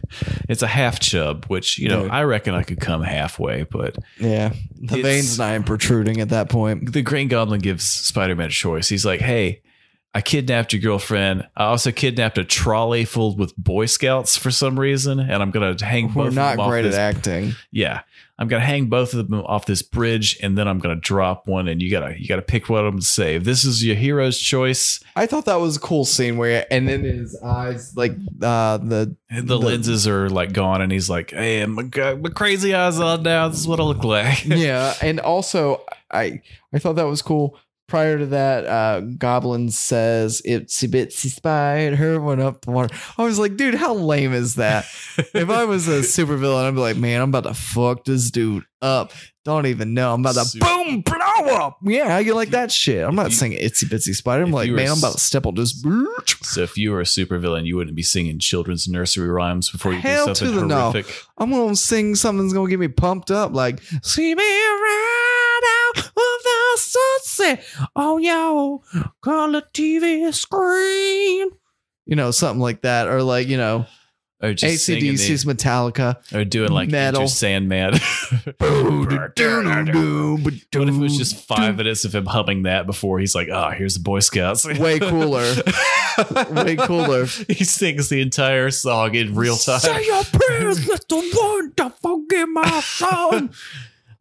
Speaker 1: [laughs] it's a half chub, which you know
Speaker 2: Dude.
Speaker 1: I reckon I could come halfway, but
Speaker 2: Yeah, the
Speaker 1: It's-
Speaker 2: veins not even protruding at that point.
Speaker 1: the Green Goblin gives Spider Man a choice. He's like, hey, I kidnapped your girlfriend. I also kidnapped a trolley filled with Boy Scouts for some reason, and I'm gonna hang both
Speaker 2: We're
Speaker 1: of
Speaker 2: not
Speaker 1: them off
Speaker 2: great at
Speaker 1: this-
Speaker 2: acting.
Speaker 1: Yeah, I'm gonna hang both of them off this bridge, and then I'm gonna drop one, and you gotta you gotta pick one of them to save. This is your hero's choice.
Speaker 2: I thought that was a cool scene where, and then his eyes, like uh, the
Speaker 1: And the, lenses are like gone, and he's like, "Hey, my, g- my crazy eyes on now. This is what I look [laughs] like."
Speaker 2: yeah, and also I I thought that was cool. Prior to that, uh, Goblin says itsy bitsy spider her went up the water. I was like, dude, how lame is that?
Speaker 1: [laughs]
Speaker 2: if I was a supervillain, I'd be like, man, I'm about to fuck this dude up. Don't even know. I'm about to
Speaker 1: Super-
Speaker 2: boom blow up. Yeah, how you like that shit? I'm not
Speaker 1: you-
Speaker 2: saying itsy bitsy spider. I'm
Speaker 1: if
Speaker 2: like,
Speaker 1: you were
Speaker 2: man, I'm
Speaker 1: s-
Speaker 2: about to step on this bitch.
Speaker 1: So if you were a supervillain, you wouldn't be singing children's nursery rhymes before you
Speaker 2: Hell
Speaker 1: do something
Speaker 2: to the no.
Speaker 1: horrific.
Speaker 2: I'm gonna sing something that's gonna get me pumped up, like "See me right out of the sunset on your color TV screen," you know, something like that, or like you know,
Speaker 1: Or Oh, just singing the-
Speaker 2: ACDC's Metallica.
Speaker 1: Or doing like
Speaker 2: Metal.
Speaker 1: Enter Sandman. [laughs] what
Speaker 2: What
Speaker 1: if it was just five minutes of him humming that before he's like, oh, here's the Boy Scouts? [laughs]
Speaker 2: Way cooler. Way cooler.
Speaker 1: he sings the entire song in real time.
Speaker 2: Say your [laughs] prayers, little one, to forgive my son.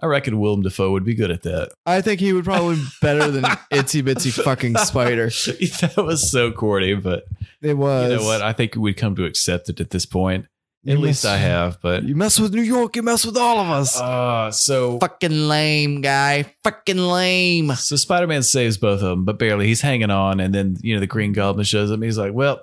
Speaker 1: I reckon Willem Dafoe would be good at that. [laughs]
Speaker 2: I think he would probably be better than Itsy Bitsy fucking Spider.
Speaker 1: that was so corny, but
Speaker 2: It was.
Speaker 1: you know what? I think we'd come to accept it at this point. At
Speaker 2: You
Speaker 1: least
Speaker 2: mess-
Speaker 1: I have, but.
Speaker 2: You mess with New York, you mess with all of us.
Speaker 1: Uh, so
Speaker 2: fucking lame guy. Fucking lame.
Speaker 1: So Spider Man saves both of them, but barely. He's hanging on, and then you know the Green Goblin shows up. And he's like, "Well,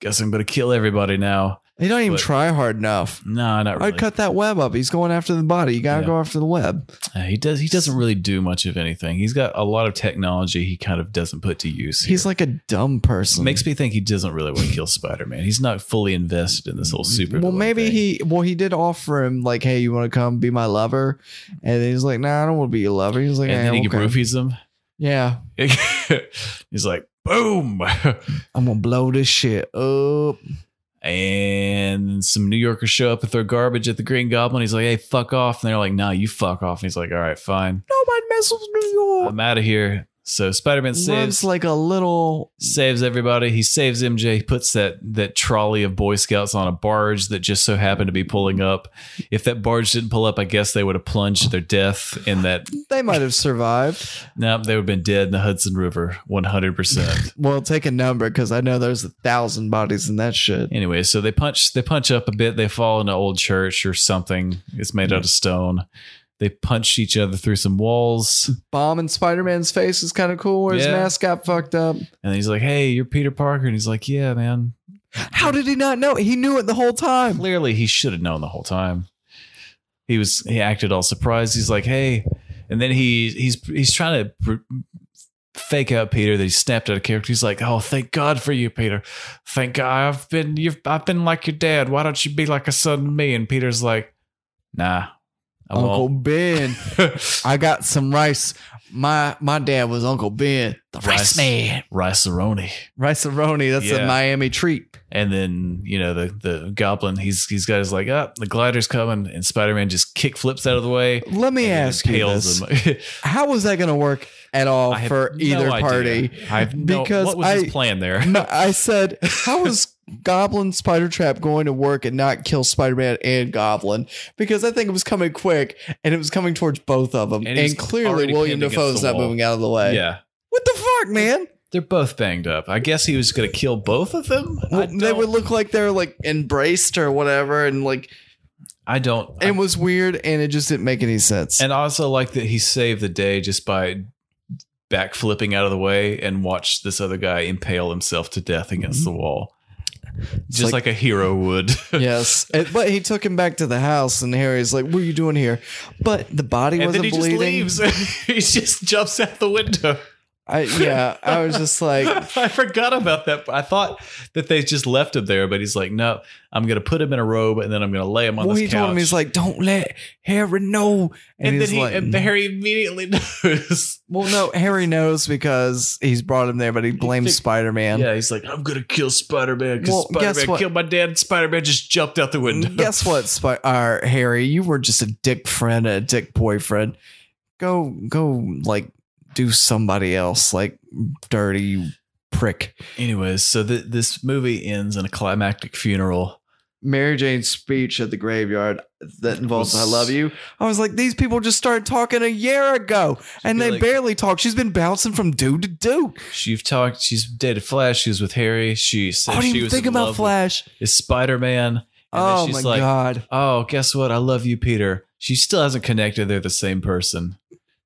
Speaker 1: guess I'm gonna kill everybody now."
Speaker 2: You don't even
Speaker 1: But-
Speaker 2: try hard enough.
Speaker 1: Nah, not really.
Speaker 2: I'd cut that web up. He's going after the body. You gotta
Speaker 1: Yeah.
Speaker 2: go after the web.
Speaker 1: Uh, he does. He doesn't really do much of anything. He's got a lot of technology he kind of doesn't put to use. Here.
Speaker 2: He's like a dumb person.
Speaker 1: makes me think he doesn't really want to kill Spider Man. He's not fully invested in this whole super.
Speaker 2: Mm-hmm. well,
Speaker 1: villain
Speaker 2: maybe
Speaker 1: thing.
Speaker 2: he. Well, he did offer him like, "Hey, you want to come be my lover?" And he's like, "Nah, I don't want to be your lover." He's like,
Speaker 1: And then
Speaker 2: "Eh,
Speaker 1: he
Speaker 2: okay."
Speaker 1: roofies him.
Speaker 2: "Yeah,
Speaker 1: [laughs] he's like, "Boom!" [laughs]
Speaker 2: I'm gonna blow this shit up."
Speaker 1: And some New Yorkers show up and throw garbage at the Green Goblin. He's like, "Hey, fuck off!" And they're like, "Nah, you fuck off." And he's like, "All right, fine."
Speaker 2: Nobody messes with New York.
Speaker 1: I'm out of here. So Spider Man
Speaker 2: Runs
Speaker 1: saves
Speaker 2: like a little.
Speaker 1: saves everybody. He saves MJ. He puts that that trolley of Boy Scouts on a barge that just so happened to be pulling up. If that barge didn't pull up, I guess they would have plunged to their death. In that,
Speaker 2: They might have survived.
Speaker 1: [laughs] nope, they would have been dead in the Hudson River, one hundred percent.
Speaker 2: Well, take a number because I know there's a thousand bodies in that shit.
Speaker 1: Anyway, so they punch they punch up a bit. They fall in an old church or something. It's made out of stone. They punch each other through some walls.
Speaker 2: Bomb in Spider Man's face is kind of cool where his
Speaker 1: Yeah.
Speaker 2: mask got fucked up.
Speaker 1: And he's like, "Hey, you're Peter Parker," and he's like, "Yeah, man."
Speaker 2: How did he not know? He knew it the whole time.
Speaker 1: clearly he should have known the whole time. He was he acted all surprised. He's like, "Hey," and then he he's he's trying to pr- fake out Peter that he snapped out of character. He's like, "Oh, thank God for you, Peter. Thank God I've been you've I've been like your dad. Why don't you be like a son to me?" And Peter's like, "Nah, I
Speaker 2: Uncle
Speaker 1: won't.
Speaker 2: Ben. I got some rice. My my dad was Uncle Ben, the rice,
Speaker 1: Rice.
Speaker 2: man.
Speaker 1: [laughs] Riceroni.
Speaker 2: rice man. Riceroni. That's a
Speaker 1: Yeah.
Speaker 2: Miami treat.
Speaker 1: And then you know the the goblin. He's he's got his like up. the glider's coming, and Spider Man just kick flips out of the way.
Speaker 2: Let me
Speaker 1: and then
Speaker 2: ask you
Speaker 1: impales
Speaker 2: this:
Speaker 1: him. [laughs]
Speaker 2: How was that going to work at all
Speaker 1: I have
Speaker 2: for
Speaker 1: no
Speaker 2: either
Speaker 1: idea.
Speaker 2: party?
Speaker 1: I have no,
Speaker 2: Because
Speaker 1: what was
Speaker 2: I-
Speaker 1: his plan there? [laughs]
Speaker 2: No, I said, how is Goblin Spider Trap going to work and not kill Spider Man and Goblin? Because I think it was coming quick and it was coming towards both of them.
Speaker 1: And
Speaker 2: And,
Speaker 1: he's
Speaker 2: clearly,
Speaker 1: already
Speaker 2: William
Speaker 1: pinned against
Speaker 2: Defoe's
Speaker 1: the
Speaker 2: not
Speaker 1: wall.
Speaker 2: moving out of the way.
Speaker 1: Yeah,
Speaker 2: What the fuck, man?
Speaker 1: they're both banged up. I guess he was going to kill both of them. I
Speaker 2: They
Speaker 1: don't-
Speaker 2: would look like they're like embraced or whatever. And like,
Speaker 1: I don't.
Speaker 2: it was weird and it just didn't make any sense.
Speaker 1: And [laughs] I also like that he saved the day just by backflipping out of the way and watched this other guy impale himself to death against the wall. Just
Speaker 2: Mm-hmm. like-
Speaker 1: like, a hero would.
Speaker 2: yes. And- but he took him back to the house and Harry's like, what are you doing here? But the body
Speaker 1: and then
Speaker 2: wasn't
Speaker 1: he
Speaker 2: bleeding.
Speaker 1: just leaves. [laughs] he just jumps out the window.
Speaker 2: I, yeah. I was
Speaker 1: [laughs]
Speaker 2: just like,
Speaker 1: I forgot about that. I thought that they just left him there, but he's like, no, I'm going to put him in a robe and then I'm going to lay him on
Speaker 2: well,
Speaker 1: this
Speaker 2: he
Speaker 1: couch.
Speaker 2: told him he's like, "Don't let Harry know." And,
Speaker 1: and,
Speaker 2: he's
Speaker 1: then he, uh,
Speaker 2: like, "Mm."
Speaker 1: and Harry immediately [laughs] knows.
Speaker 2: "Well, no, Harry knows because he's brought him there, but he blames
Speaker 1: think-
Speaker 2: Spider Man." [laughs]
Speaker 1: Yeah, he's like, I'm going to kill Spider Man because
Speaker 2: Well, guess
Speaker 1: Spider Man
Speaker 2: what? Mm,
Speaker 1: killed my dad. and Spider Man just jumped out the window.
Speaker 2: Guess what, Spy- uh, Harry? You were just a dick friend, and a dick boyfriend. Go, go, like do somebody else, like dirty you prick.
Speaker 1: [laughs] Anyways, so th- this movie ends in a climactic funeral.
Speaker 2: Mary Jane's speech at the graveyard that involves
Speaker 1: Was-
Speaker 2: "I love you." I was like, these people just started talking a year ago, and
Speaker 1: be
Speaker 2: they
Speaker 1: like-
Speaker 2: barely talk. She's been bouncing from dude to dude.
Speaker 1: She've talked. She's dated Flash. She was with Harry. She said
Speaker 2: I didn't
Speaker 1: she
Speaker 2: even
Speaker 1: was
Speaker 2: think
Speaker 1: in
Speaker 2: about
Speaker 1: love
Speaker 2: Flash.
Speaker 1: with- Is Spider Man?
Speaker 2: Oh my
Speaker 1: like,
Speaker 2: god!
Speaker 1: Oh, guess what? I love you, Peter. She still hasn't connected. They're the same person.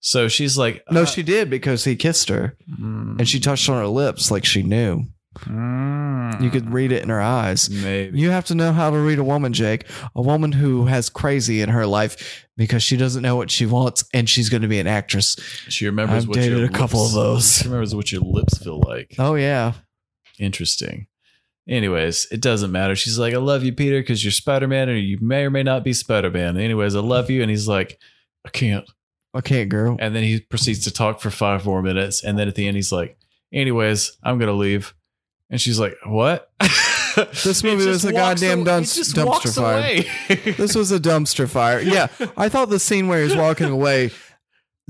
Speaker 1: So she's like,
Speaker 2: No,
Speaker 1: uh,
Speaker 2: she did because he kissed her
Speaker 1: mm,
Speaker 2: and she touched on her lips like she knew.
Speaker 1: mm,
Speaker 2: You could read it in her eyes.
Speaker 1: maybe.
Speaker 2: You have to know how to read a woman, Jake. A woman who has crazy in her life because she doesn't know what she wants and she's going to be an actress.
Speaker 1: She remembers.
Speaker 2: I've
Speaker 1: what
Speaker 2: dated
Speaker 1: your
Speaker 2: a couple
Speaker 1: lips-
Speaker 2: of those.
Speaker 1: She remembers what your lips feel like.
Speaker 2: Oh, yeah.
Speaker 1: Interesting. Anyways, it doesn't matter. She's like, I love you, Peter, because you're Spider Man, or you may or may not be Spider Man. Anyways, I love you. And he's like, I can't.
Speaker 2: I can't, girl.
Speaker 1: And then he proceeds to talk for five more minutes. And then at the end, he's like, Anyways, I'm going to leave. And she's like, What? [laughs]
Speaker 2: This movie was a goddamn
Speaker 1: dumb
Speaker 2: dumps- dumpster fire.
Speaker 1: [laughs]
Speaker 2: [laughs] This was a dumpster fire. Yeah. I thought the scene where he's walking away,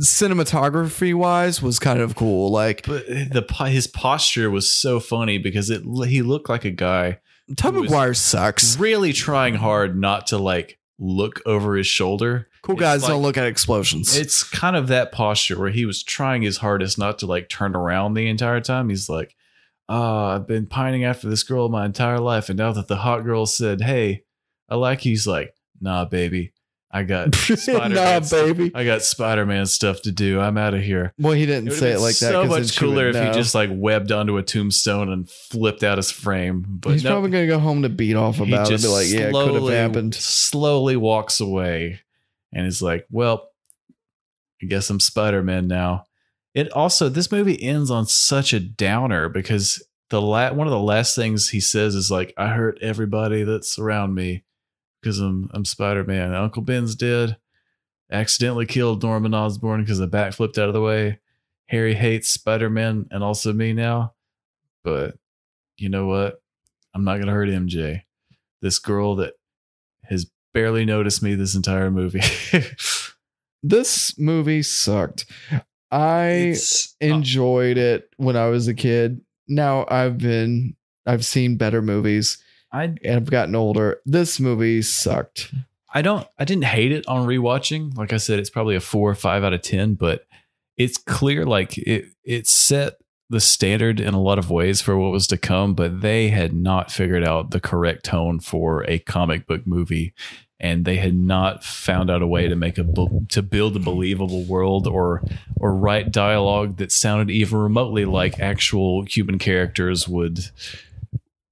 Speaker 2: cinematography wise, was kind of cool. Like,
Speaker 1: but the po- his posture was so funny because it he looked like a guy
Speaker 2: Tom
Speaker 1: It was-
Speaker 2: McGuire sucks.
Speaker 1: really trying hard not to like look over his shoulder.
Speaker 2: Cool
Speaker 1: It's
Speaker 2: guys
Speaker 1: like-
Speaker 2: don't look at explosions.
Speaker 1: It's kind of that posture where he was trying his hardest not to like turn around the entire time. He's like, "Ah, I've been pining after this girl my entire life, and now that the hot girl said, "Hey, I like," you," he's like, "Nah, baby, I got
Speaker 2: [laughs]
Speaker 1: Spider-Man
Speaker 2: nah,
Speaker 1: stuff-
Speaker 2: baby.
Speaker 1: I got Spider Man stuff to do. I'm out of here."
Speaker 2: Well, he didn't
Speaker 1: would've
Speaker 2: say it
Speaker 1: been
Speaker 2: like that.
Speaker 1: So
Speaker 2: 'cause then
Speaker 1: much
Speaker 2: she would
Speaker 1: cooler if
Speaker 2: know.
Speaker 1: he just like webbed onto a tombstone and flipped out his frame. But
Speaker 2: He's
Speaker 1: no,
Speaker 2: probably gonna go home to beat off
Speaker 1: he
Speaker 2: about it. and
Speaker 1: just
Speaker 2: Be like, yeah, it could
Speaker 1: slowly-
Speaker 2: have happened.
Speaker 1: Slowly walks away and is like, well, I guess I'm Spider Man now. It also, this movie ends on such a downer because the la- one of the last things he says is like, I hurt everybody that's around me because I'm, I'm Spider Man. Uncle Ben's dead. Accidentally killed Norman Osborn because the back flipped out of the way. Harry hates Spider Man and also me now. But you know what? I'm not going to hurt MJ this girl that has barely noticed me this entire movie. [laughs]
Speaker 2: This movie sucked. I enjoyed it when I was a kid. Now I've been, I've seen better movies
Speaker 1: I
Speaker 2: and I've gotten older. This movie sucked.
Speaker 1: I don't I didn't hate it on rewatching. Like I said, it's probably a four or five out of ten, but it's clear like it it set the standard in a lot of ways for what was to come, but they had not figured out the correct tone for a comic book movie. And they had not found out a way to make a bu- to build a believable world or or write dialogue that sounded even remotely like actual human characters would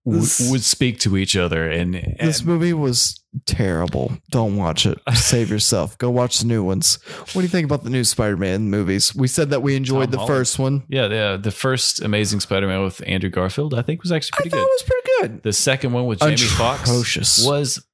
Speaker 1: would,
Speaker 2: This-
Speaker 1: would speak to each other. And,
Speaker 2: This
Speaker 1: and-
Speaker 2: movie was terrible. Don't watch
Speaker 1: [laughs]
Speaker 2: it. Save yourself. Go watch the new ones. What do you think about the new Spider-Man movies? We said that we enjoyed
Speaker 1: Tom
Speaker 2: the
Speaker 1: Holland.
Speaker 2: first one.
Speaker 1: Yeah, yeah. The first Amazing Spider-Man with Andrew Garfield, I think, was actually
Speaker 2: I
Speaker 1: pretty
Speaker 2: thought
Speaker 1: good.
Speaker 2: it was pretty good.
Speaker 1: The second one with Jamie Foxx
Speaker 2: Atrocious.
Speaker 1: was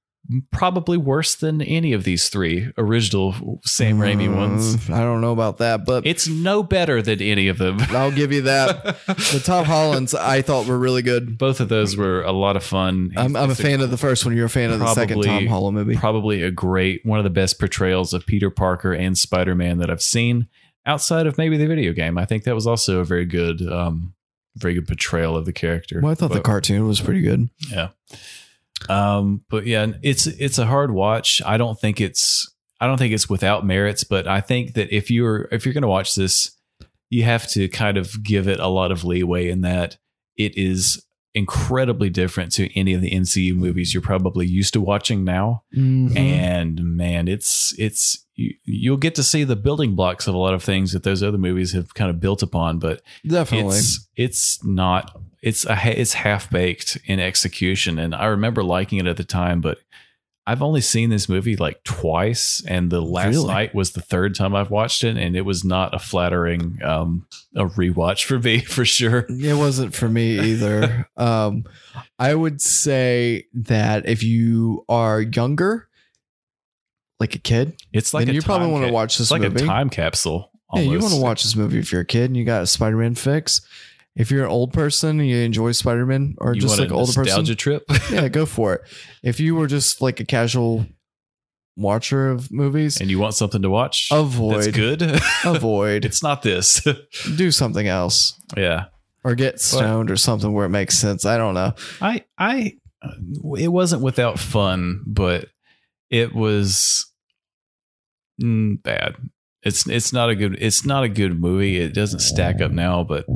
Speaker 1: probably worse than any of these three original Sam Raimi
Speaker 2: Mm,
Speaker 1: ones.
Speaker 2: I don't know about that, but
Speaker 1: It's no better than any of them. [laughs]
Speaker 2: I'll give you that. the Tom Hollands I thought were really good.
Speaker 1: Both of those were a lot of fun.
Speaker 2: I'm, I'm a
Speaker 1: It's
Speaker 2: fan of the first one. You're a fan of the second
Speaker 1: probably-
Speaker 2: Tom Holland movie.
Speaker 1: Probably a great, one of the best portrayals of Peter Parker and Spider Man that I've seen outside of maybe the video game. I think that was also a very good, um, very good portrayal of the character.
Speaker 2: Well, I thought the
Speaker 1: But-
Speaker 2: cartoon was pretty good.
Speaker 1: Yeah. Um, but yeah, it's it's a hard watch. I don't think it's I don't think it's without merits, but I think that if you're if you're going to watch this, you have to kind of give it a lot of leeway in that it is incredibly different to any of the MCU movies you're probably used to watching now Mm-hmm.
Speaker 2: Mm-hmm.
Speaker 1: and man it's it's you, you'll get to see the building blocks of a lot of things that those other movies have kind of built upon but
Speaker 2: Definitely.
Speaker 1: it's it's not it's a ha- it's half baked in execution and i remember liking it at the time but i've only seen this movie like twice and the last
Speaker 2: Really?
Speaker 1: night was the third time i've watched it and it was not a flattering um a rewatch for me [laughs] for sure
Speaker 2: It wasn't for me
Speaker 1: [laughs]
Speaker 2: either. um, I would say that if you are younger, like a kid,
Speaker 1: it's like
Speaker 2: then
Speaker 1: a
Speaker 2: you probably
Speaker 1: time
Speaker 2: want to
Speaker 1: ca-
Speaker 2: watch this
Speaker 1: it's like
Speaker 2: movie.
Speaker 1: a time capsule
Speaker 2: yeah, you want
Speaker 1: almost.
Speaker 2: to watch this movie if you're a kid and you got a Spider-Man fix. If you're an old person and you enjoy Spider-Man or
Speaker 1: You
Speaker 2: just
Speaker 1: want
Speaker 2: like
Speaker 1: a
Speaker 2: an older person,
Speaker 1: nostalgia
Speaker 2: [laughs]
Speaker 1: trip
Speaker 2: yeah, go for it. If you were just like a casual watcher of movies,
Speaker 1: and you want something to watch that's
Speaker 2: avoid,
Speaker 1: good
Speaker 2: [laughs]
Speaker 1: [laughs]
Speaker 2: avoid,
Speaker 1: it's not this [laughs]
Speaker 2: do something else
Speaker 1: yeah
Speaker 2: or get stoned or something where it makes sense. I don't know.
Speaker 1: i i uh, it wasn't without fun but it was mm, bad it's it's not a good it's not a good movie it doesn't stack up now but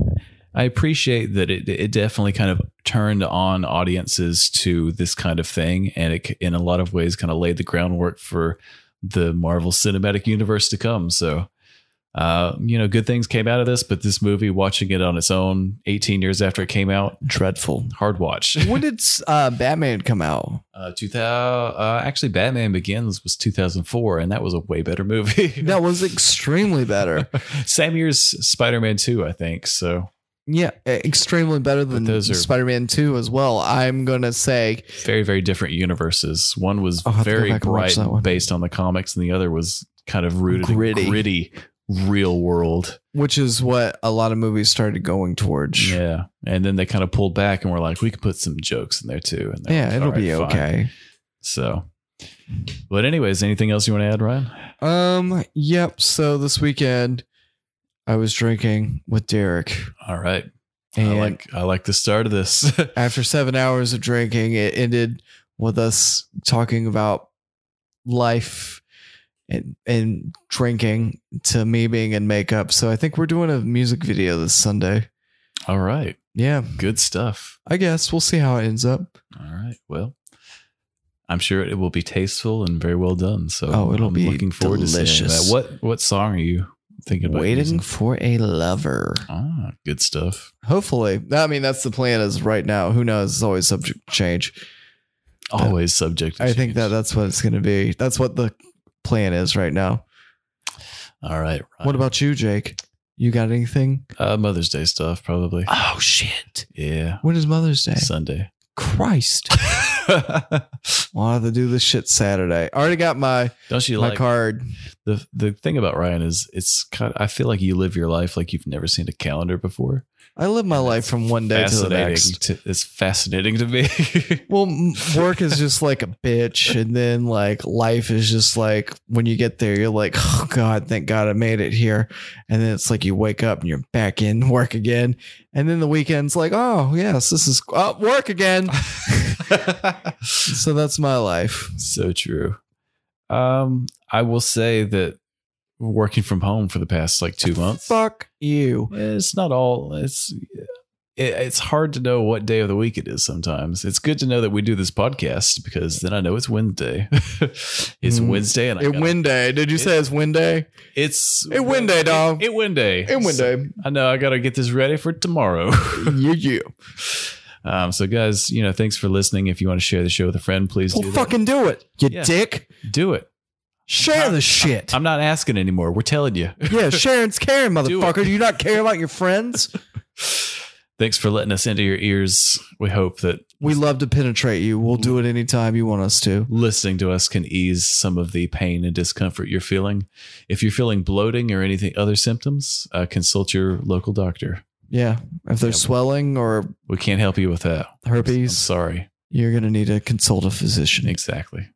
Speaker 1: i appreciate that it it definitely kind of turned on audiences to this kind of thing and it c- in a lot of ways kind of laid the groundwork for the marvel cinematic universe to come so uh, you know, good things came out of this, but this movie, watching it on its own 18 years after it came out,
Speaker 2: Dreadful.
Speaker 1: hard watch. [laughs]
Speaker 2: when did uh, Batman come out?
Speaker 1: Uh, 2000, uh, actually, Batman Begins was 2004, and that was a way better movie. [laughs]
Speaker 2: That was extremely better.
Speaker 1: Same year's Spider Man 2, I think. So
Speaker 2: Yeah, e, extremely better than
Speaker 1: those are-
Speaker 2: Spider-Man 2 as well. I'm going to say
Speaker 1: very, very different universes. One was
Speaker 2: I'll have to go
Speaker 1: very
Speaker 2: back and watch
Speaker 1: bright,
Speaker 2: that one.
Speaker 1: based on the comics, and the other was kind of rooted
Speaker 2: Gritty.
Speaker 1: in gritty real world.
Speaker 2: which is what a lot of movies started going towards. Yeah,
Speaker 1: Yeah. And then they kind of pulled back and were like, we could put some jokes in there too. And they're like,
Speaker 2: it'll
Speaker 1: "All right,
Speaker 2: be
Speaker 1: fine."
Speaker 2: okay.
Speaker 1: So, but, anyways, anything else you want to add, Ryan?
Speaker 2: Um, yep, so this weekend I was drinking with Derek.
Speaker 1: All right. I
Speaker 2: And
Speaker 1: like, I like the start of this. [laughs]
Speaker 2: after 7 hours of drinking, it ended with us talking about life and and drinking to me being in makeup. So I think we're doing a music video this Sunday.
Speaker 1: All right.
Speaker 2: Yeah.
Speaker 1: Good stuff.
Speaker 2: I guess we'll see how it ends up.
Speaker 1: All right. Well, I'm sure it will be tasteful and very well done. So,
Speaker 2: Oh, it'll
Speaker 1: I'm
Speaker 2: be
Speaker 1: looking forward to
Speaker 2: delicious.
Speaker 1: seeing that. What what song are you thinking about?
Speaker 2: Waiting
Speaker 1: using?
Speaker 2: for a lover.
Speaker 1: Ah, good stuff.
Speaker 2: Hopefully, I mean that's the plan is right now. Who knows? It's always subject to change.
Speaker 1: Always subject. To
Speaker 2: I think
Speaker 1: change.
Speaker 2: that that's what it's going to be. That's what the plan is right now.
Speaker 1: All right. Ryan.
Speaker 2: uh, What about you, Jake? You got anything?
Speaker 1: uh, Mother's Day stuff? Probably.
Speaker 2: Oh shit!
Speaker 1: Yeah.
Speaker 2: When is Mother's Day? [laughs]
Speaker 1: Sunday.
Speaker 2: Christ! [laughs] Well, I have to do this shit Saturday. I already got my
Speaker 1: Don't you
Speaker 2: my
Speaker 1: like
Speaker 2: card.
Speaker 1: the the thing about Ryan is it's kind. I feel like you live your life like you've never seen a calendar before.
Speaker 2: I live my life from one day to the
Speaker 1: Fascinating
Speaker 2: next.
Speaker 1: to- it's fascinating to me.
Speaker 2: Well, m- work is just like a bitch, and then like life is just like when you get there, you're like, oh god, thank God I made it here, and then it's like you wake up and you're back in work again, and then the weekend's like, oh yes, this is oh, work again. [laughs]
Speaker 1: [laughs]
Speaker 2: so that's my life.
Speaker 1: So true. Um, I will say that working from home for the past like two months,
Speaker 2: Fuck you.
Speaker 1: it's not all. It's it, it's hard to know what day of the week it is. Sometimes it's good to know that we do this podcast because then I know it's Wednesday. [laughs] it's
Speaker 2: Mm.
Speaker 1: Wednesday, and I
Speaker 2: It
Speaker 1: gotta-
Speaker 2: Winday. Did you say it's Winday?
Speaker 1: it's
Speaker 2: It Wednesday, dog.
Speaker 1: It, it Wednesday. [laughs]
Speaker 2: It Winday.
Speaker 1: I know I gotta get this ready for tomorrow. [laughs]
Speaker 2: you you.
Speaker 1: um, so guys, you know, thanks for listening. If you want to share the show with a friend, please
Speaker 2: Well,
Speaker 1: do that.
Speaker 2: fucking do it. You
Speaker 1: Yeah.
Speaker 2: dick.
Speaker 1: do it.
Speaker 2: Share the shit.
Speaker 1: I'm not asking anymore. We're telling you.
Speaker 2: yeah, Sharon's
Speaker 1: [laughs]
Speaker 2: caring,
Speaker 1: Do it.
Speaker 2: motherfucker. Do you not care about your friends?
Speaker 1: Thanks for letting us into your ears. We hope that
Speaker 2: We love to penetrate you. We'll do it anytime you want us to.
Speaker 1: listening to us can ease some of the pain and discomfort you're feeling. If you're feeling bloating or anything other symptoms, uh, consult your local doctor.
Speaker 2: Yeah. If there's
Speaker 1: Yeah.
Speaker 2: swelling or
Speaker 1: We can't help you with that. I'm
Speaker 2: herpes,
Speaker 1: sorry.
Speaker 2: you're going to need to consult a physician.
Speaker 1: Exactly.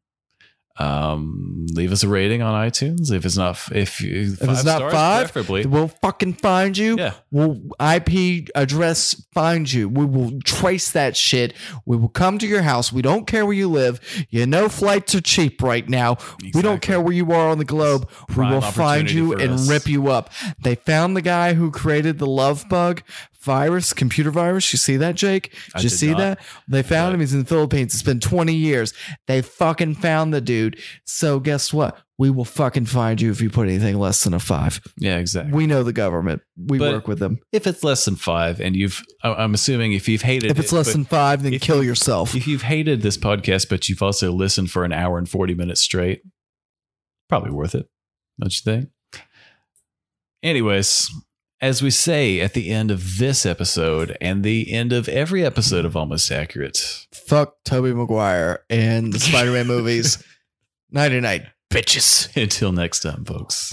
Speaker 1: Um, leave us a rating on iTunes if it's not if, you-
Speaker 2: If it's not five,
Speaker 1: preferably.
Speaker 2: We'll fucking find you.
Speaker 1: Yeah.
Speaker 2: We'll IP address find you. We will trace that shit. We will come to your house. We don't care where you live. You know, flights are cheap right now. We
Speaker 1: Exactly.
Speaker 2: don't care where you are on the globe.
Speaker 1: Prime
Speaker 2: we will find
Speaker 1: opportunity
Speaker 2: you
Speaker 1: for
Speaker 2: and
Speaker 1: us.
Speaker 2: rip you up. They found the guy who created the love bug virus, computer virus. You see that, Jake?
Speaker 1: I
Speaker 2: Did you
Speaker 1: did
Speaker 2: see
Speaker 1: not.
Speaker 2: that? They found him. He's in the Philippines. It's been 20 years. They fucking found the dude. So guess what? We will fucking find you if you put anything less than a five.
Speaker 1: Yeah, exactly.
Speaker 2: We know the government. We
Speaker 1: But-
Speaker 2: work with them.
Speaker 1: if it's less than five, and you've, I- I'm assuming if you've hated,
Speaker 2: If it's less
Speaker 1: but-
Speaker 2: than five, then
Speaker 1: if
Speaker 2: kill yourself.
Speaker 1: If you've hated this podcast, but you've also listened for an hour and 40 minutes straight, probably worth it, don't you think? Anyways, as we say at the end of this episode and the end of every episode of Almost Accurate,
Speaker 2: Fuck Toby Maguire and the [laughs] Spider-Man movies. Nighty night, bitches.
Speaker 1: [laughs] until next time, folks.